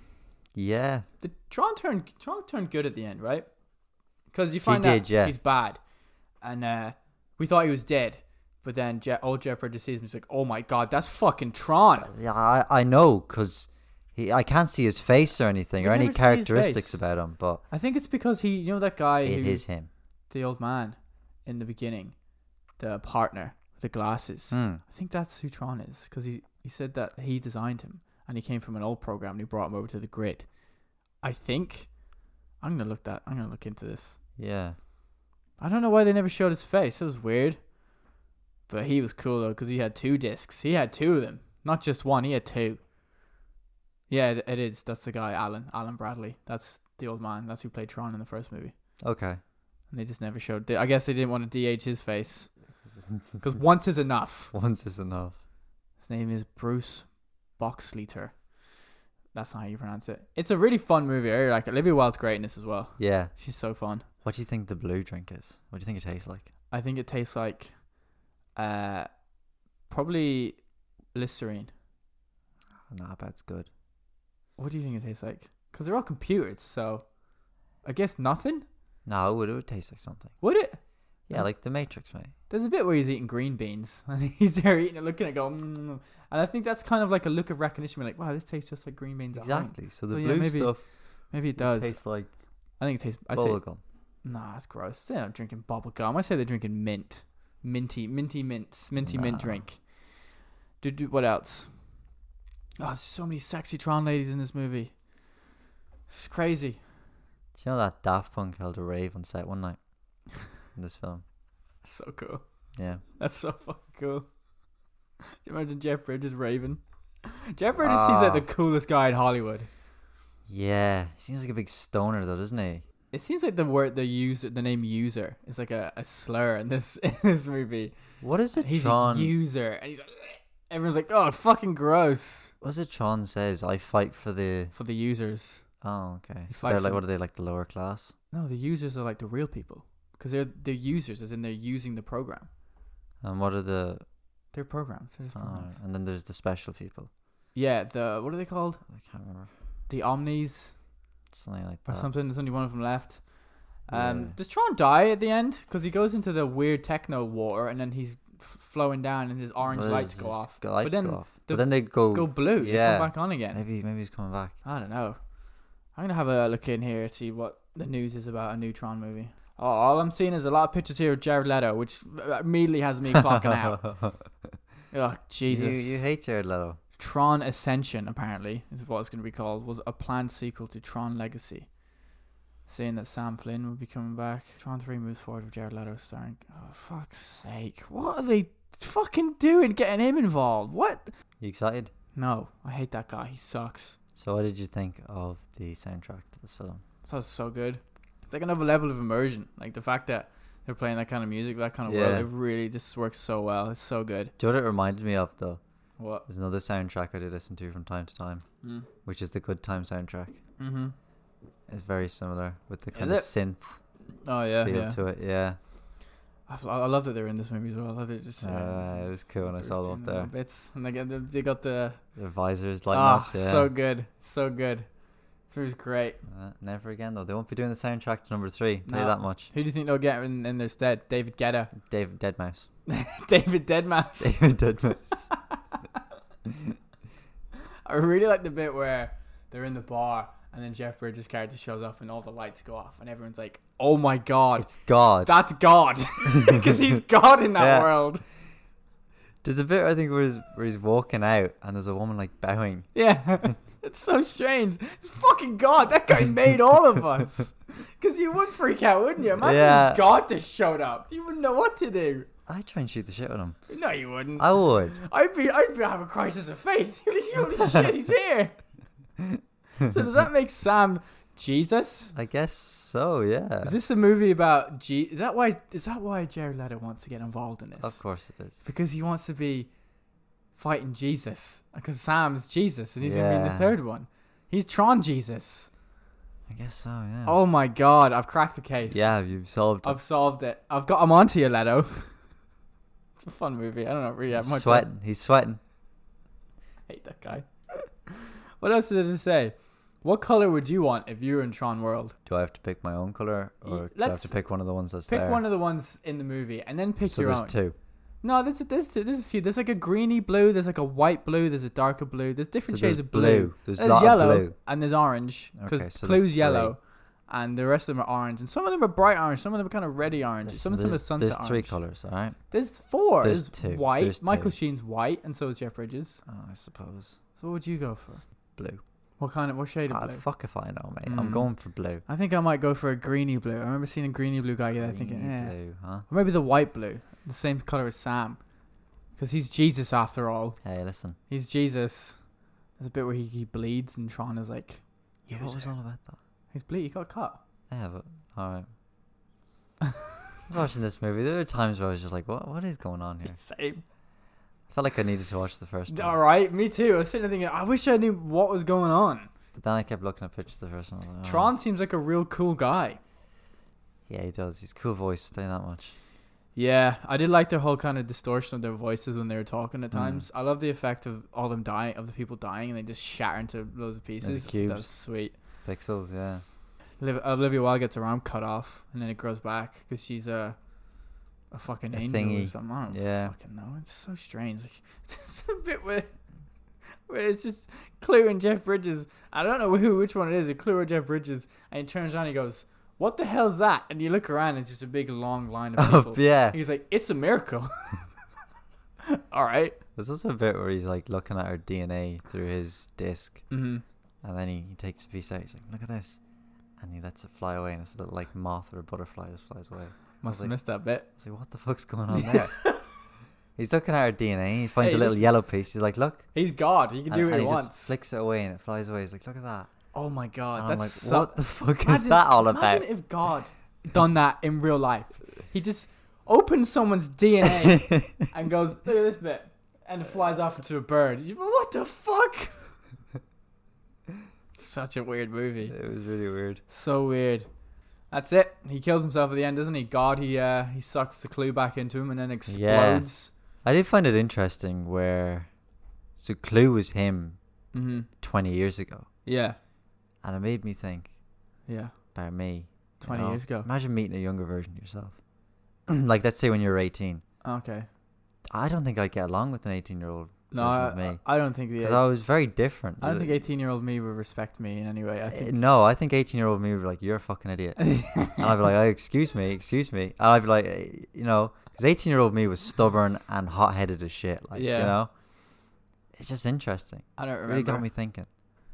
A: yeah.
B: The Tron turned Tron turned good at the end, right? Because you find out
A: did, yeah.
B: he's bad, and uh, we thought he was dead, but then Je- old Jeff Bridges sees him. He's like, "Oh my god, that's fucking Tron."
A: Yeah, I I know because he I can't see his face or anything
B: You
A: or any
B: never see his
A: characteristics
B: face.
A: about him, but
B: I think it's because he, you know, that guy
A: it
B: who
A: is him.
B: the old man in the beginning, the partner, with the glasses.
A: Hmm.
B: I think that's who Tron is because he, he said that he designed him and he came from an old program and he brought him over to the grid. I think I'm gonna look that. I'm gonna look into this.
A: Yeah.
B: I don't know why they never showed his face. It was weird, but he was cool though because he had two discs. He had two of them, not just one. He had two. Yeah, it, it is. That's the guy, Alan. Alan Bradley. That's the old man. That's who played Tron in the first movie.
A: Okay. *laughs*
B: And they just never showed. I guess they didn't want to DH his face because once is enough.
A: Once is enough.
B: His name is Bruce Boxleiter. That's not how you pronounce it. It's a really fun movie. I really like it. Olivia Wilde's great in this as well.
A: Yeah.
B: She's so fun.
A: What do you think the blue drink is? What do you think it tastes like?
B: I think it tastes like, uh, probably Listerine.
A: No, I bet it's good.
B: What do you think it tastes like? Because they're all computers, so I guess nothing.
A: No, it would, it would taste like something.
B: Would it?
A: Yeah,
B: It's-
A: like the Matrix, mate.
B: There's a bit where he's eating green beans *laughs* and he's there eating it, looking at it, going, mm, mm, mm. and I think that's kind of like a look of recognition. Like, wow, this tastes just like green beans. At home.
A: Exactly. So the
B: So, yeah,
A: blue
B: maybe it
A: stuff
B: Maybe it does.
A: tastes like
B: I think it tastes. I say
A: bubblegum.
B: Nah, that's gross. They're not drinking bubble gum. I say they're drinking mint, minty, minty mints, minty mint
A: Nah.
B: drink. Dude, dude, what else? Oh, there's so many sexy Tron ladies in this movie. It's crazy.
A: Do you know that Daft Punk held a rave on set
B: *laughs*
A: one night in this film?
B: So cool.
A: Yeah.
B: That's so fucking cool. Do you imagine Jeff Bridges raving? Jeff Bridges seems like
A: Ah.
B: the coolest guy in Hollywood.
A: Yeah. He seems like a big stoner though, doesn't he?
B: It seems like the word the user, the name user, is like a, a slur in this *laughs* in this movie.
A: What is it
B: He's
A: Tron
B: a user, and he's like, everyone's like, oh, fucking gross
A: what is it Tron says? I fight for the
B: for the users.
A: Oh, okay.
B: He
A: So they're
B: fights
A: like
B: for
A: what are they like the lower class?
B: No, the users are like the real people because they're they're users, as in they're using the program.
A: And what are the
B: They're programs. They're just
A: oh,
B: programs.
A: and then there's the special people.
B: Yeah, the what are they called?
A: I can't remember. The,
B: The omnis
A: Something like
B: or
A: that.
B: something. There's only one of them left. Um,
A: Uh, Yeah.
B: Does Tron die at the end? Because he goes into the weird techno water, and then he's f- flowing down, and his orange
A: Well,
B: lights
A: his-
B: go
A: his
B: off.
A: lights
B: but then
A: go off.
B: the-
A: but then they go,
B: go blue. Yeah,
A: Yeah.
B: come back on again.
A: maybe maybe he's coming back.
B: I don't know. I'm gonna have a look in here to see what the news is about a new Tron movie. Oh, all I'm seeing is a lot of pictures here of Jared Leto, which immediately has me
A: *laughs*
B: clocking out. Oh Jesus!
A: You, you hate Jared Leto.
B: Tron Ascension apparently is what it's going to be called. Was a planned sequel to Tron Legacy, saying that Sam Flynn will be coming back. Tron Three moves forward with Jared Leto starring. Oh fuck's sake! What are they fucking doing? Getting him involved? What?
A: You excited?
B: No, I hate that guy. He sucks.
A: So what did you think of the soundtrack to this film?
B: That's so good. It's like another level of immersion. Like the fact that they're playing that kind of music, that kind of
A: Yeah.
B: world, it really just works so well. It's so good.
A: Do you know what it reminded me of though?
B: What?
A: There's another soundtrack I do listen to from time to time,
B: Mm.
A: which is the Good Time soundtrack.
B: Mm-hmm.
A: It's very similar with the kind of
B: Is it?
A: synth
B: Oh yeah,
A: feel
B: yeah.
A: to it. Yeah,
B: I, f- I love that they're in this movie as well. I love it just.
A: Uh, it was cool when I saw them up there.
B: Bits and they got the, they got the
A: the visors lighting
B: ah
A: up. Yeah.
B: so good, so good. This movie's great.
A: Uh, never again though. They won't be doing the soundtrack to number three. Tell you
B: No.
A: that much.
B: Who do you think they'll get in, in their stead? David Guetta, *laughs*
A: David Deadmau5. *laughs*
B: David Deadmau5.
A: David
B: *laughs*
A: Deadmau5.
B: I really like the bit where they're in the bar and then Jeff Bridges' character shows up and all the lights go off and everyone's like, "Oh my god,
A: it's God.
B: That's God, *laughs* because he's God in that
A: Yeah.
B: world.
A: There's a bit I think where he's, where he's walking out and there's a woman like bowing.
B: Yeah, *laughs* it's so strange. It's fucking God. That guy made all of us. *laughs* Because you would freak out, wouldn't you? Imagine
A: Yeah.
B: if God just showed up. You wouldn't know what to do.
A: I try and shoot the shit with him.
B: No, you wouldn't.
A: I would.
B: I'd be, I'd be have a crisis of faith. *laughs* Holy shit,
A: *laughs*
B: he's here. So does that make Sam Jesus?
A: I guess so. Yeah.
B: Is this a movie about G? Is that why? Is that why Jared Leto wants to get involved in this?
A: Of course it is.
B: because he wants to be fighting Jesus because Sam's Jesus and he's gonna be in the
A: Yeah.
B: third one. He's Tron Jesus.
A: I guess so. Yeah.
B: Oh my God! I've cracked the case.
A: Yeah, you've solved. it.
B: I've solved it. I've got him onto you, Leto. *laughs* it's a fun movie. I don't know really have
A: He's
B: much.
A: sweating. He's sweating.
B: I hate that guy. *laughs* what else did it say? What color would you want if you were in Tron World?
A: Do I have to pick my own color, or
B: Y-
A: do I have
B: let's
A: to pick one of the ones that's
B: Pick
A: there?
B: one of the ones in the movie, and then pick
A: so
B: your
A: there's
B: own.
A: two.
B: No, there's a, there's there's a few. There's like a greeny blue. There's like a white blue. There's a darker blue. There's
A: So
B: different
A: there's
B: shades of blue.
A: blue. There's,
B: There's,
A: a lot
B: yellow
A: of blue.
B: and there's orange because
A: Okay, so there's
B: Clue's
A: three.
B: yellow, and the rest of them are orange, and some of them are bright orange, some of them are kind of reddy orange,
A: Listen,
B: some of them are
A: there's-
B: sunset
A: There's
B: orange.
A: three colors. All right.
B: There's four.
A: There's
B: There's,
A: two.
B: white.
A: There's
B: Michael
A: two.
B: Sheen's white, and so is Jeff Bridges.
A: Oh, I suppose
B: So what would you go for?
A: blue.
B: What kind of what shade of
A: Ah,
B: blue?
A: fuck if I know, mate. I'm
B: Mm.
A: going for blue.
B: I think I might go for a greeny blue. I remember seeing a greeny blue guy. Yeah, I thinking,
A: Greeny
B: yeah,
A: blue, huh?
B: or maybe the white blue, the same color as Sam, because he's Jesus after all.
A: Hey, listen.
B: He's Jesus. There's a bit where he, he bleeds, and Tron is like,
A: Yeah, what was all about that?
B: he's bleed. He got cut.
A: Yeah, but all
B: *laughs*
A: right. Watching this movie, there were times where I was just like, "What? What is going on here?"
B: *laughs* Same.
A: I felt like I needed to watch the first one,
B: All right, me too. I was sitting there thinking, I wish I knew what was going on.
A: but then I kept looking at pictures of the first one. I was like, "Oh."
B: Tron seems like a real cool guy.
A: Yeah, he does. He's cool voice. Stay that much.
B: Yeah, I did like their whole kind of distortion of their voices when they were talking at
A: Mm.
B: times. I love the effect of all them dying, of the people dying, and they just shatter into loads of pieces.
A: cubes.
B: That was sweet.
A: Pixels, yeah.
B: Liv- Olivia Wilde gets her arm cut off, and then it grows back because she's a a fucking
A: A
B: angel or
A: thingy.
B: something. I don't
A: Yeah.
B: fucking know. It's so strange. Like, *laughs* it's a bit where, where it's just Clue and Jeff Bridges. I don't know who which one it is. It's Clue or Jeff Bridges, and he turns around and he goes, what the hell's that? And you look around, and it's just a big long line of people.
A: *laughs* Oh, yeah.
B: He's like, it's a miracle. *laughs* All right.
A: There's also a bit where he's like looking at her DNA through his disc,
B: Mm-hmm.
A: and then he, he takes a piece out. He's like, "Look at this," and he lets it fly away, and it's a little like moth or a butterfly just flies away.
B: Must have
A: like-
B: missed that bit.
A: It's like, "What the fuck's going on
B: *laughs*
A: there?" he's looking at her DNA. He finds
B: Hey,
A: a little
B: listen.
A: yellow piece. He's like, "Look,"
B: He's God. He can
A: and,
B: do what
A: and
B: he,
A: just
B: wants.
A: flicks it away, and it flies away. He's like, "Look at that."
B: oh my God,
A: and I'm
B: that's
A: like,
B: so-
A: "What the fuck is
B: Imagine-
A: that all about?"
B: imagine if God done that in real life. He just opens someone's DNA
A: *laughs*
B: and goes, look at this bit, and it flies off into a bird. You- what
A: *laughs*
B: the fuck? Such a weird movie.
A: it was really weird.
B: So weird. That's it. He kills himself at the end, doesn't he? God, he uh, he sucks the clue back into him and then explodes.
A: I did find it interesting where, so Clue was him
B: Yeah. Mm-hmm.
A: 20 years ago,
B: Yeah.
A: and it made me think
B: Yeah.
A: about me. you
B: 20
A: know?
B: years ago.
A: Imagine meeting a younger version of yourself. *clears throat* like, let's say when you're 18.
B: Okay.
A: I don't think I'd get along with an 18 year old
B: No,
A: version of
B: I,
A: me.
B: I don't think the.
A: Because I was very different.
B: I don't think
A: Uh,
B: 18 year old me would respect me in any way. I
A: uh,
B: think.
A: No, I think 18 year old me would be like, you're a fucking
B: *laughs*
A: idiot. and I'd be like, oh, excuse me, excuse me. And I'd be like, eh, you know, because 18 year old me was stubborn and hot headed as shit. Like,
B: Yeah.
A: you know? It's just interesting.
B: I don't
A: It
B: remember.
A: really got me thinking.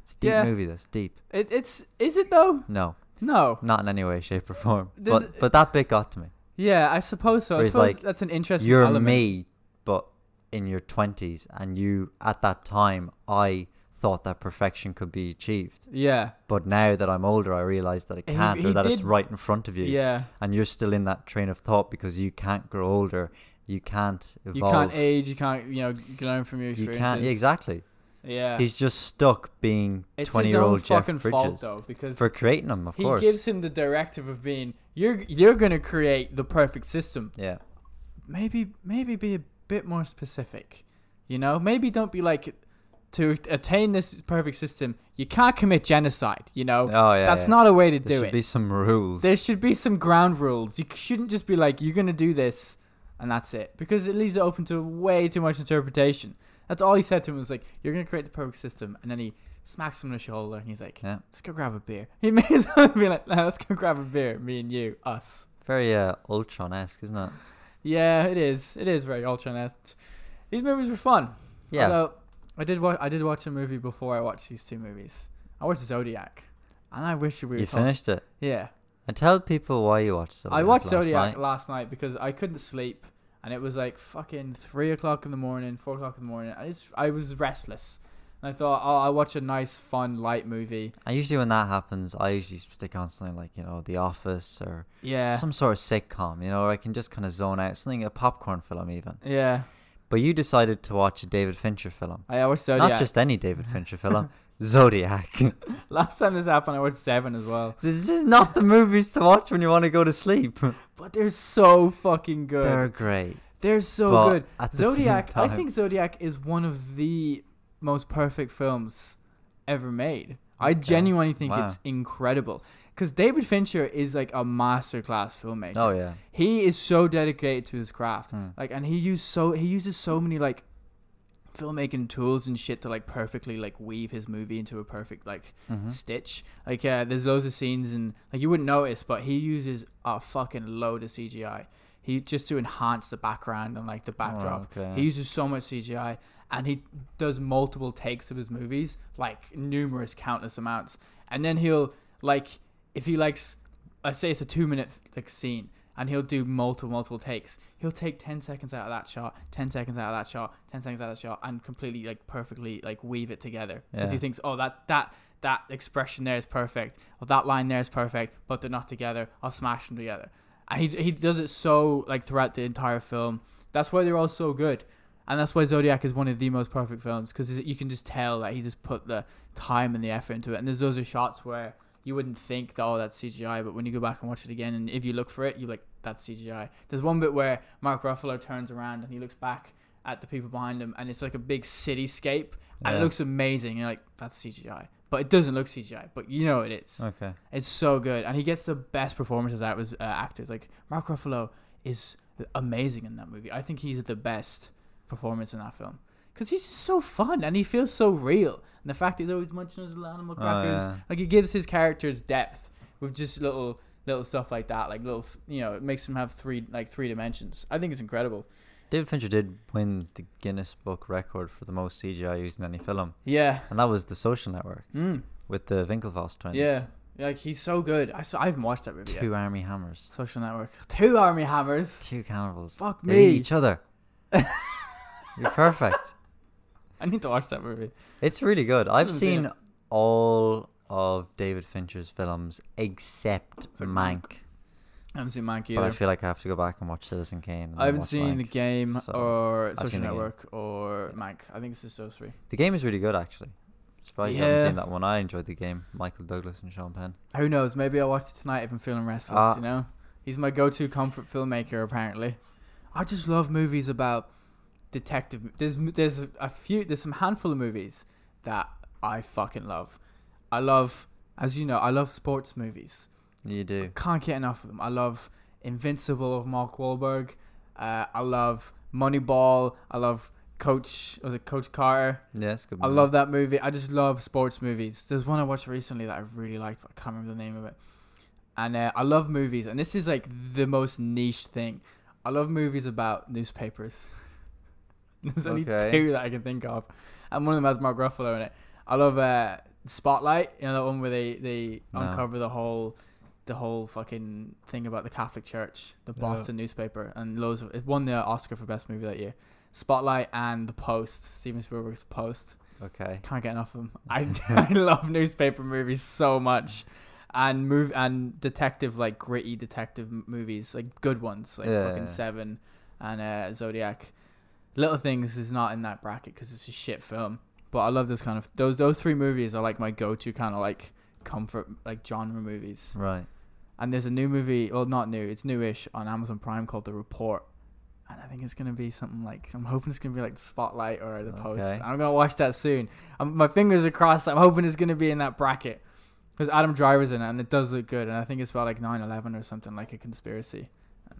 A: It's a deep
B: Yeah.
A: movie, this. Deep.
B: It, it's is it though?
A: No,
B: No.
A: not in any way, shape, or form.
B: There's-
A: but, but that bit got to me.
B: Yeah, I suppose so. I
A: Where he's
B: suppose
A: like,
B: that's an interesting
A: you're
B: element.
A: me, but in your twenties, and you at that time, I thought that perfection could be achieved.
B: Yeah,
A: But now that I'm older, I realize that it
B: He-
A: can't,
B: he
A: or that it's
B: did-
A: right in front of you,
B: yeah.
A: and you're still in that train of thought because you can't grow older, you can't evolve,
B: You can't age. You can't. You know, you can learn from your
A: you
B: experiences.
A: can't- yeah, exactly.
B: Yeah.
A: He's just stuck being
B: it's his own
A: twenty-year-old Jeff
B: fucking
A: Bridges
B: fault though, because
A: for creating him, of
B: he
A: course.
B: gives him the directive of being you're you're gonna create the perfect system.
A: yeah,
B: Maybe maybe be a bit more specific. You know, maybe don't be like to attain this perfect system. You can't commit genocide. You know,
A: oh yeah,
B: that's
A: yeah.
B: not a way to
A: There
B: do
A: should
B: it.
A: be some rules.
B: There should be some ground rules. You shouldn't just be like, you're going to do this and that's it. Because it leaves it open to way too much interpretation. That's all he said to him was like, you're going to create the perfect system. And then he smacks him on the shoulder and he's like,
A: Yeah.
B: let's go grab a beer. *laughs* He made his own be like, "Nah, let's go grab a beer, me and you, us.
A: Very uh, Ultron-esque, isn't
B: Oh,
A: it?
B: Yeah, it is. It is very ultra-nest. These movies were fun.
A: Yeah.
B: Although, I did, wa- I did watch a movie before I watched these two movies. I watched Zodiac. And I wish we were
A: you
B: talking-
A: finished it.
B: Yeah.
A: And tell people why you watched Zodiac.
B: I watched
A: last
B: Zodiac
A: night.
B: last night because I couldn't sleep, and it was like fucking three o'clock in the morning, four o'clock in the morning. I just I was restless, and I thought, oh, I'll watch a nice, fun, light movie.
A: And usually when that happens, I usually stick on something like you know The Office or
B: Yeah,
A: some sort of sitcom, you know, where I can just kind of zone out. Something a popcorn film even.
B: yeah.
A: But you decided to watch a David Fincher film,
B: I, I watched Zodiac.
A: not just any David Fincher film, *laughs* Zodiac.
B: *laughs*
A: *laughs*
B: last time this happened, I watched Seven as well.
A: this is not the movies to watch when you want to go to sleep.
B: But they're so fucking good.
A: They're
B: They're,
A: great.
B: so
A: but
B: good.
A: At the same
B: Zodiac. I
A: time-
B: think Zodiac is one of the most perfect films ever made. I
A: Okay.
B: genuinely think
A: Wow.
B: it's incredible because David Fincher is like a masterclass filmmaker.
A: Oh yeah.
B: he is so dedicated to his craft
A: Hmm.
B: like and he used so he uses so many like filmmaking tools and shit to like perfectly like weave his movie into a perfect like
A: Mhm.
B: stitch like yeah there's loads of scenes and like you wouldn't notice but he uses a fucking load of cgi he just to enhance the background and like the backdrop
A: okay.
B: he uses so much cgi and he does multiple takes of his movies like numerous countless amounts and then he'll like if he likes I say it's a two minute like scene and he'll do multiple multiple takes he'll take 10 seconds out of that shot 10 seconds out of that shot 10 seconds out of that shot and completely like perfectly like weave it together because he
A: Yeah.
B: thinks oh that that that expression there is perfect or that line there is perfect but they're not together i'll smash them together and he, he does it so like throughout the entire film that's why they're all so good and that's why zodiac is one of the most perfect films because you can just tell that he just put the time and the effort into it and there's those are shots where you wouldn't think that oh that's CGI, but when you go back and watch it again, and if you look for it, you're like that's CGI. There's one bit where Mark Ruffalo turns around and he looks back at the people behind him, and it's like a big cityscape, and it
A: Yeah.
B: looks amazing. You're like that's CGI, but it doesn't look CGI, but you know it is.
A: Okay.
B: It's so good, and he gets the best performances out of his uh, actors. Like Mark Ruffalo is amazing in that movie. I think he's the best performance in that film because he's just so fun and he feels so real. And the fact he's always munching those little animal
A: Oh,
B: crackers,
A: yeah.
B: like it gives his characters depth with just little little stuff like that, like little, th- you know, it makes them have three like three dimensions. I think it's incredible.
A: David Fincher did win the Guinness Book record for the most CGI used in any film,
B: Yeah.
A: and that was The Social Network
B: Mm.
A: with the Winklevoss twins.
B: Yeah. Like he's so good. I saw, I haven't watched that movie
A: two
B: yet.
A: army hammers,
B: Social Network. Two army hammers.
A: two cannibals.
B: Fuck
A: They eat
B: me.
A: each
B: *laughs*
A: other. You're perfect.
B: I need to watch that movie.
A: It's really good. I've
B: haven't seen
A: seen all of David Fincher's films except
B: Except
A: Mank,
B: I haven't seen Mank
A: but I
B: either.
A: feel like I have to go back and watch Citizen Kane. and then
B: I haven't
A: watch
B: seen The
A: Mank.
B: Game
A: so-
B: or
A: seen
B: Social
A: The Game.
B: Network or Mank. I think it's just those three.
A: The game is really good, actually. Surprised you haven't
B: Yeah.
A: seen that one. I enjoyed the game. Michael Douglas and Sean Penn.
B: Who knows? Maybe I'll watch it tonight if I'm feeling restless,
A: Ah.
B: you know? He's my go to comfort filmmaker, apparently. I just love movies about detective. There's, there's a few, there's some handful of movies that I fucking love. I love, as you know, I love sports movies.
A: You do.
B: Can't get enough of them. I love Invincible of Mark Wahlberg. Uh, I love Moneyball. I love Coach, was it Coach Carter?
A: Yeah, it's a good.
B: I love that movie. I just love sports movies. There's one I watched recently that I really liked, but I can't remember the name of it. And uh, I love movies, and this is like the most niche thing. I love movies about newspapers. *laughs* There's only
A: Okay.
B: two that I can think of, and one of them has Mark Ruffalo in it. I love uh, Spotlight. You know that one where they they
A: No.
B: uncover the whole the whole fucking thing about the Catholic Church, the
A: Yeah.
B: Boston newspaper, and loads of it won the Oscar for best movie that year. Spotlight and The Post, Steven Spielberg's Post.
A: Okay.
B: Can't get enough
A: *laughs*
B: of them. I, I *laughs* love newspaper movies so much, and move and detective like gritty detective m- movies, like good ones, like
A: Yeah,
B: fucking
A: yeah.
B: Seven and uh, Zodiac. Little Things is not in that bracket because it's a shit film. But I love those kind of those those three movies are like my go to kind of like comfort like genre movies.
A: Right.
B: And there's a new movie, well, not new, it's newish on Amazon Prime called The Report. And I think it's gonna be something like I'm hoping it's gonna be like the Spotlight or the Post.
A: Okay.
B: I'm gonna watch that soon. i my fingers are crossed. I'm hoping it's gonna be in that bracket because Adam Driver's in it and it does look good. And I think it's about like 9/11 or something like a conspiracy.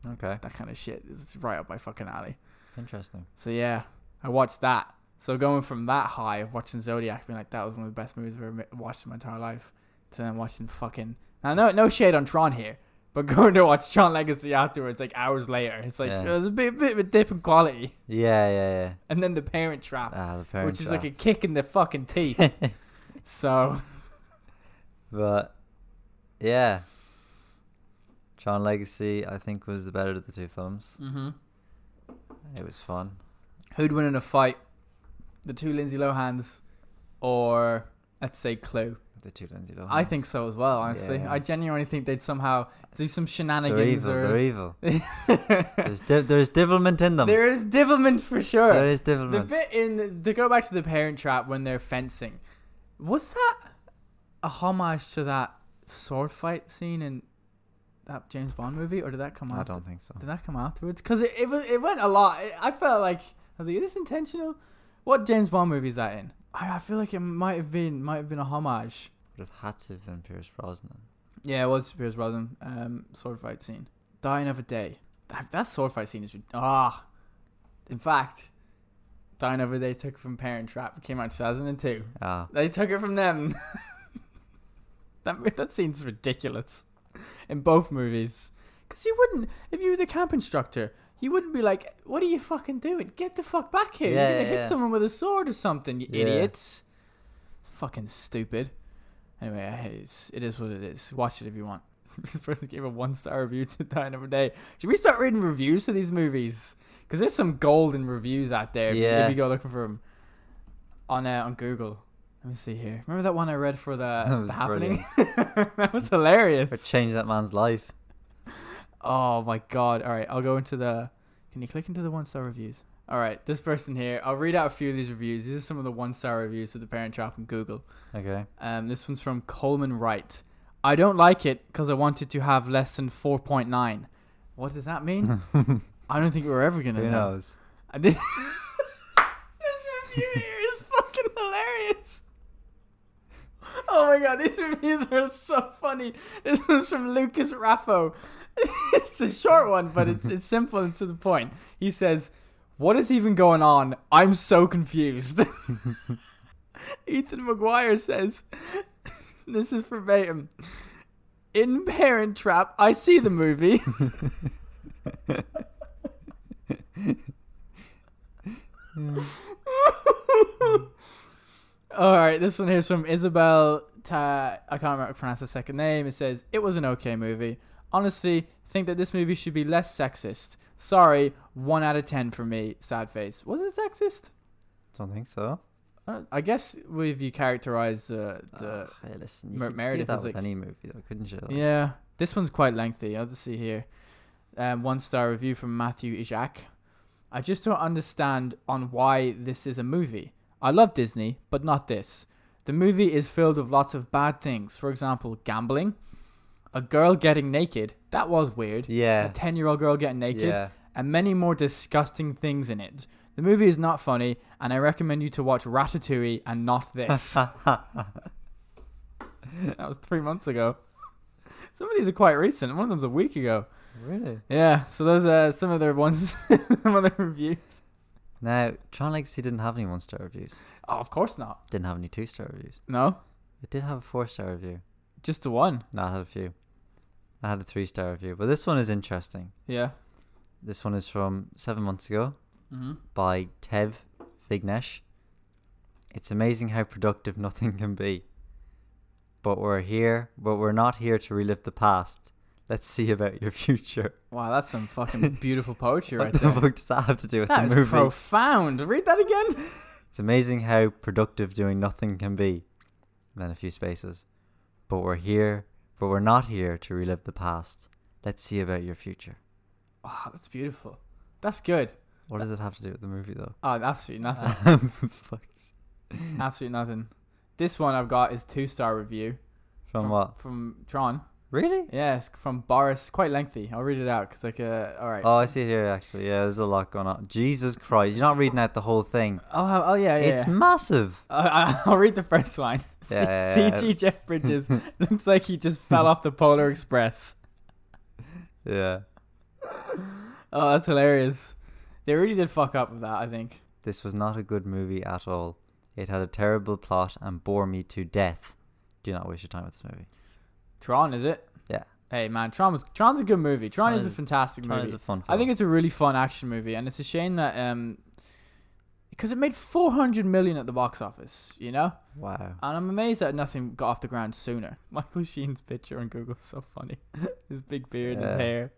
A: Okay.
B: That kind of shit is right up my fucking alley.
A: Interesting.
B: So yeah, I watched that. So going from that high of watching Zodiac, being like that was one of the best movies I've ever mi- watched in my entire life, to then watching fucking now no no shade on Tron here, but *laughs* going to watch Tron Legacy afterwards, like hours later, it's like
A: Yeah.
B: there's a bit, bit of a dip in quality. *laughs*
A: Yeah, yeah,
B: And then the Parent
A: yeah.
B: Trap,
A: Ah, the parents.
B: which is like a kick in the fucking teeth. so
A: But yeah, Tron Legacy I think was the better of the two films. It was fun.
B: who'd win in a fight, the two Lindsay Lohans, or let's say Clue?
A: The two Lindsay Lohan.
B: I think so as well. Honestly,
A: Yeah.
B: I genuinely think they'd somehow do some
A: They're
B: shenanigans
A: evil.
B: or
A: They're
B: *laughs*
A: evil. There's div- there's devilment in them.
B: There is devilment for sure.
A: there is
B: the
A: devilment.
B: bit in to go back to the Parent Trap when they're fencing, was that a homage to that sword fight scene in that James Bond movie, or did that come
A: I
B: after?
A: don't think so.
B: Did that come afterwards? Because it, it was it went a lot. It, I felt like I was like, is this intentional? What James Bond movie is that in? I, I feel like it might have been might have been a homage.
A: Would have had to have been Pierce Brosnan.
B: Yeah, it was Pierce Brosnan um, sword fight scene. Die Another Day. That, that sword fight scene is rid- ah. In fact, Die Another Day took it from Parent Trap. It came out in 2002.
A: Ah,
B: They took it from them. *laughs* that mo- that scene's ridiculous. In both movies, because you wouldn't if you were the camp instructor. You wouldn't be like, "What are you fucking doing? Get the fuck back here!
A: Yeah,
B: You're gonna
A: yeah,
B: hit
A: yeah.
B: someone with a sword or something, you
A: Yeah.
B: idiots!" Fucking stupid. Anyway, I hate it's, it is what it is. Watch it if you want. *laughs* This person gave a one-star review to *laughs* Die Another Day. Should we start reading reviews to these movies? Because there's some golden reviews out there. if you-
A: Yeah.
B: If you go looking for them on uh, on Google. Let me see here. Remember that one I read for
A: *laughs* That
B: the,
A: was
B: the happening? *laughs* that was hilarious.
A: change that man's life.
B: Oh my god. All right, I'll go into the. Can you click into the one star reviews? All right, this person here. I'll read out a few of these reviews. These are some of the one star reviews of the Parent Trap on Google.
A: Okay.
B: Um, this one's from Coleman Wright. I don't like it because I wanted to have less than 4.9. What does that
A: *laughs*
B: mean? I don't think we're ever gonna
A: Who
B: know.
A: knows?
B: I did- *laughs* this review here is fucking hilarious. Oh my god, these reviews are so funny. This is from Lucas Raffo. *laughs* It's a short one, but it's, it's simple and to the point. He says, What is even going on? I'm so confused. *laughs* Ethan McGuire says, This is verbatim. in Parent Trap. I see the movie. All right, this one here's from Isabel. Ta- I can't remember how to pronounce the second name. It says it was an okay movie. Honestly, think that this movie should be less sexist. Sorry, one out of ten for me. Sad face. Was it sexist?
A: Don't think so.
B: Uh, I guess if you characterize uh, the
A: Ah, hey, listen, you
B: Mer-
A: could do
B: Meredith
A: that
B: is
A: with
B: like-
A: any movie, though, couldn't you? Like,
B: Yeah, this one's quite lengthy. I'll just see here. Um, one star review from Matthew Ijak. I just don't understand on why this is a movie. I love Disney, but not this. The movie is filled with lots of bad things. For example, gambling, a girl getting naked. That was weird. A *laughs*
A: Yeah.
B: ten-year-old girl getting naked, *laughs*
A: Yeah.
B: and many more disgusting things in it. The movie is not funny, and I recommend you to watch Ratatouille and not this. *laughs* That was three months ago. Some of these are quite recent. One of them's a week ago.
A: *laughs* really?
B: Yeah, so those are some of their ones, *laughs* some of their reviews.
A: Now, Tron Legacy didn't have any one star reviews.
B: Oh, of course not.
A: Didn't have any two star reviews.
B: No,
A: It did have a four star review.
B: just the one.
A: No, I had a few. I had a three star review. But this one is interesting.
B: Yeah.
A: This one is from seven months ago
B: Mm-hmm.
A: by Tev Vignesh. It's amazing how productive *laughs* nothing can be. But we're here, but we're not here to relive the past. Let's see about your future.
B: Wow, that's some fucking *laughs* beautiful poetry right
A: what the
B: there.
A: fuck does that have to do with
B: That
A: the
B: is
A: movie?
B: profound. Read that again.
A: It's amazing how productive doing nothing can be. And then a few spaces. But we're here, but we're not here to relive the past. Let's see about your future.
B: Wow, that's beautiful. That's good.
A: What does it have to do with the movie
B: *laughs*
A: though? *laughs*
B: Oh, absolutely nothing.
A: Um, fuck.
B: absolutely nothing. This one I've got is two star review
A: From what?
B: From Tron.
A: Really?
B: Yes, from Boris. Quite lengthy. I'll read it out because like uh, all right.
A: Oh, I see it here actually. Yeah, there's a lot going on. Jesus Christ, you're not reading out the whole thing.
B: Oh, oh, oh yeah, yeah.
A: it's
B: yeah. *laughs*
A: massive.
B: Uh, I'll read the first line. *laughs* C-
A: Yeah, yeah, yeah.
B: CG
A: *laughs*
B: Jeff Bridges looks like he just fell off the Polar Express.
A: Yeah.
B: Oh, that's hilarious. They really did fuck up with that, I think.
A: This was not a good movie at all. It had a terrible plot and bore me to death. Do not waste your time with this movie.
B: Tron, is it?
A: Yeah.
B: Hey, man, Tron was, Tron's a good movie. Tron,
A: Tron
B: is a
A: is-
B: fantastic
A: Tron
B: movie.
A: is a fun
B: I
A: film.
B: think it's a really fun action movie, and it's a shame that, um, because it made 400 million at the box office, you know?
A: wow.
B: And I'm amazed that nothing got off the ground sooner. *laughs* Michael Sheen's picture on Google is so funny. *laughs* his big beard, his
A: Yeah.
B: hair.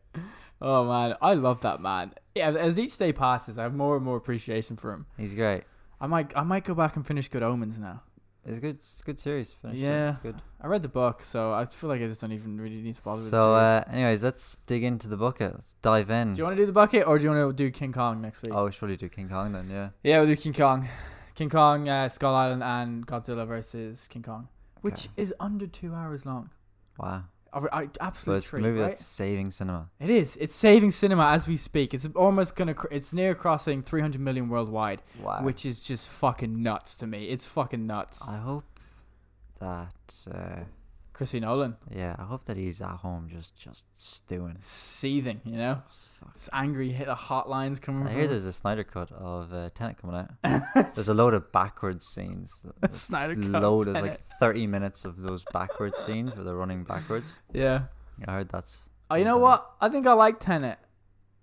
B: Oh man, I love that man. Yeah, as each day passes, I have more and more appreciation for him.
A: He's great.
B: I might, I might go back and finish Good Omens now.
A: It's a good. It's a good series. Finished it.
B: Yeah.
A: It's good.
B: I read the book, so I feel like I just don't even really need to bother with
A: So,
B: the series.
A: uh, anyways, let's dig into the bucket. Let's dive in.
B: do you want to do the bucket or do you want to do King Kong next week?
A: oh, we should probably do King Kong then. Yeah.
B: Yeah, we'll do King Kong, King Kong, uh, Skull Island, and Godzilla versus King Kong, which
A: Okay.
B: is under two hours long.
A: Wow.
B: I, I,
A: So
B: absolute
A: it's the
B: treat,
A: movie
B: right?
A: that's saving cinema.
B: It is. It's saving cinema as we speak. It's almost gonna. Cr- it's near crossing 300 million worldwide,
A: Wow.
B: which is just fucking nuts to me. It's fucking nuts.
A: I hope that. Uh,
B: Chrissy Nolan,
A: yeah, I hope that he's at home just just stewing.
B: seething. You know,
A: Just fuck.
B: it's angry. Hit the hotlines coming.
A: I hear
B: from
A: there's a Snyder cut of uh, Tenet coming out.
B: *laughs*
A: there's a load of backwards scenes. There's
B: Snyder
A: a
B: Cut,
A: Load. There's
B: Tenet.
A: like 30 minutes of those backward scenes where they're running backwards.
B: Yeah.
A: I heard that's.
B: Oh, you know
A: done.
B: what? I think I like Tenet.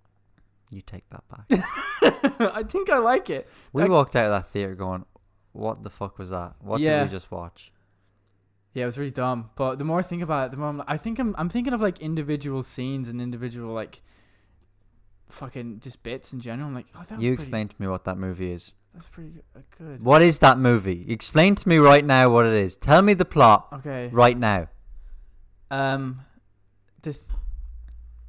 B: *laughs*
A: You take that back.
B: I think I like it.
A: we
B: That-
A: walked out of that theater going, "What the fuck was that? What
B: Yeah.
A: did we just watch?"
B: Yeah, it was really dumb. But the more I think about it, the more I'm, I think I'm, I'm thinking of like individual scenes and individual like fucking just bits in general. I'm like, oh, that was
A: You
B: pretty,
A: explain to me what that movie is.
B: That's pretty good- uh, good.
A: What is that movie? Explain to me right now what it is. Tell me the plot
B: Okay.
A: right now.
B: Um, the th-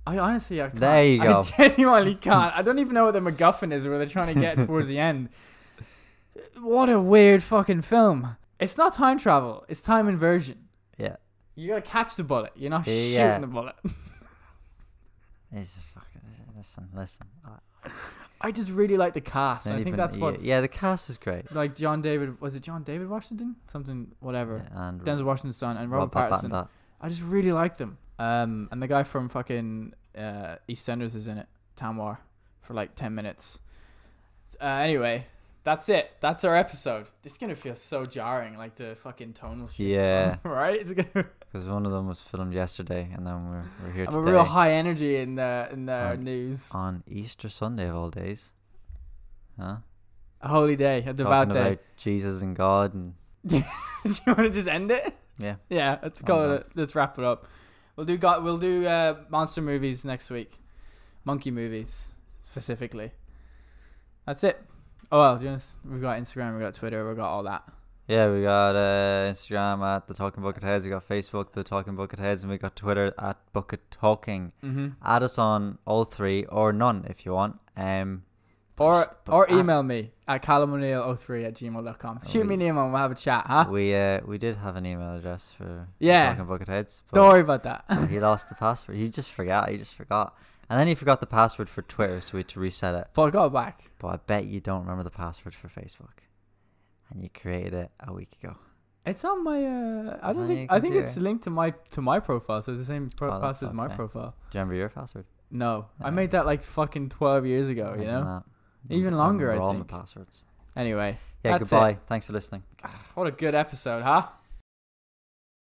B: I honestly I can't.
A: There you go.
B: I *laughs* genuinely can't. I don't even know what the MacGuffin is where they're
A: *laughs*
B: trying to get towards the end. What a weird fucking film. It's not time travel. It's time inversion.
A: Yeah,
B: You gotta catch the bullet. You're not
A: Yeah.
B: shooting the bullet. *laughs*
A: it's a fucking listen, listen. I-
B: I just really like the
A: it's
B: cast.
A: not
B: Ah, I think
A: even-
B: that's
A: yeah,
B: what's
A: Yeah, the cast is great.
B: like John David. Was it John David Washington? Something whatever.
A: Yeah, and
B: Denzel Washington's son and
A: Rob
B: Robert
A: Pat- Pat-
B: Pattinson.
A: Pat.
B: I just really like them. Um, and the guy from fucking uh, EastEnders is in it, Tamwar, for like ten minutes. Uh, anyway, that's it. That's our episode. This is gonna feel so jarring, like the fucking tonal shift.
A: Yeah.
B: *laughs*
A: *laughs*
B: right? It's gonna.
A: because one of them was filmed yesterday, and then we're we're here
B: I'm
A: today
B: a real high energy in the in the
A: Um,
B: news.
A: on Easter Sunday of all days. Huh?
B: A holy day, a devout
A: Talking
B: day.
A: about Jesus and God and
B: *laughs* do you want to just end it?
A: yeah.
B: Yeah, let's
A: I'm
B: call
A: done.
B: it. Let's wrap it up. We'll do God. We'll do uh, monster movies next week, monkey movies specifically. That's it. Oh well, do you want to, we've got Instagram, we've got Twitter, we've got all that.
A: Yeah, we got uh, Instagram at the Talking Bucket Heads, we got Facebook the Talking Bucket Heads, and we got Twitter at Bucket Talking.
B: Mm-hmm.
A: Add us on all three or none if you want. Um,
B: Or
A: but
B: or
A: at-
B: email me at callumo'neill03 at gmail.com.
A: Oh,
B: Shoot me an email and we'll have a chat, huh?
A: we uh, we did have an email address for the
B: Ah. Yeah.
A: Talking Bucket Heads, but
B: Don't worry about that.
A: *laughs* he lost the password. He just forgot. He just forgot, and then he forgot the password for Twitter, so we had to reset it.
B: but go back.
A: But I bet you don't remember the password for Facebook, and you created it a week ago.
B: It's on my. Uh, I
A: It's
B: don't
A: on
B: think.
A: your
B: I think it's
A: computer.
B: linked to my to my profile, so it's the same pro-
A: Oh, that's
B: password as my
A: okay.
B: profile.
A: Do you remember your password?
B: No, I
A: Yeah.
B: made that like fucking twelve years ago. You
A: Imagine
B: know.
A: that.
B: Even
A: Mm,
B: longer,
A: we're
B: I
A: all on
B: think.
A: the passwords.
B: Anyway,
A: Yeah,
B: That's it.
A: goodbye. Thanks for listening.
B: what a good episode, huh?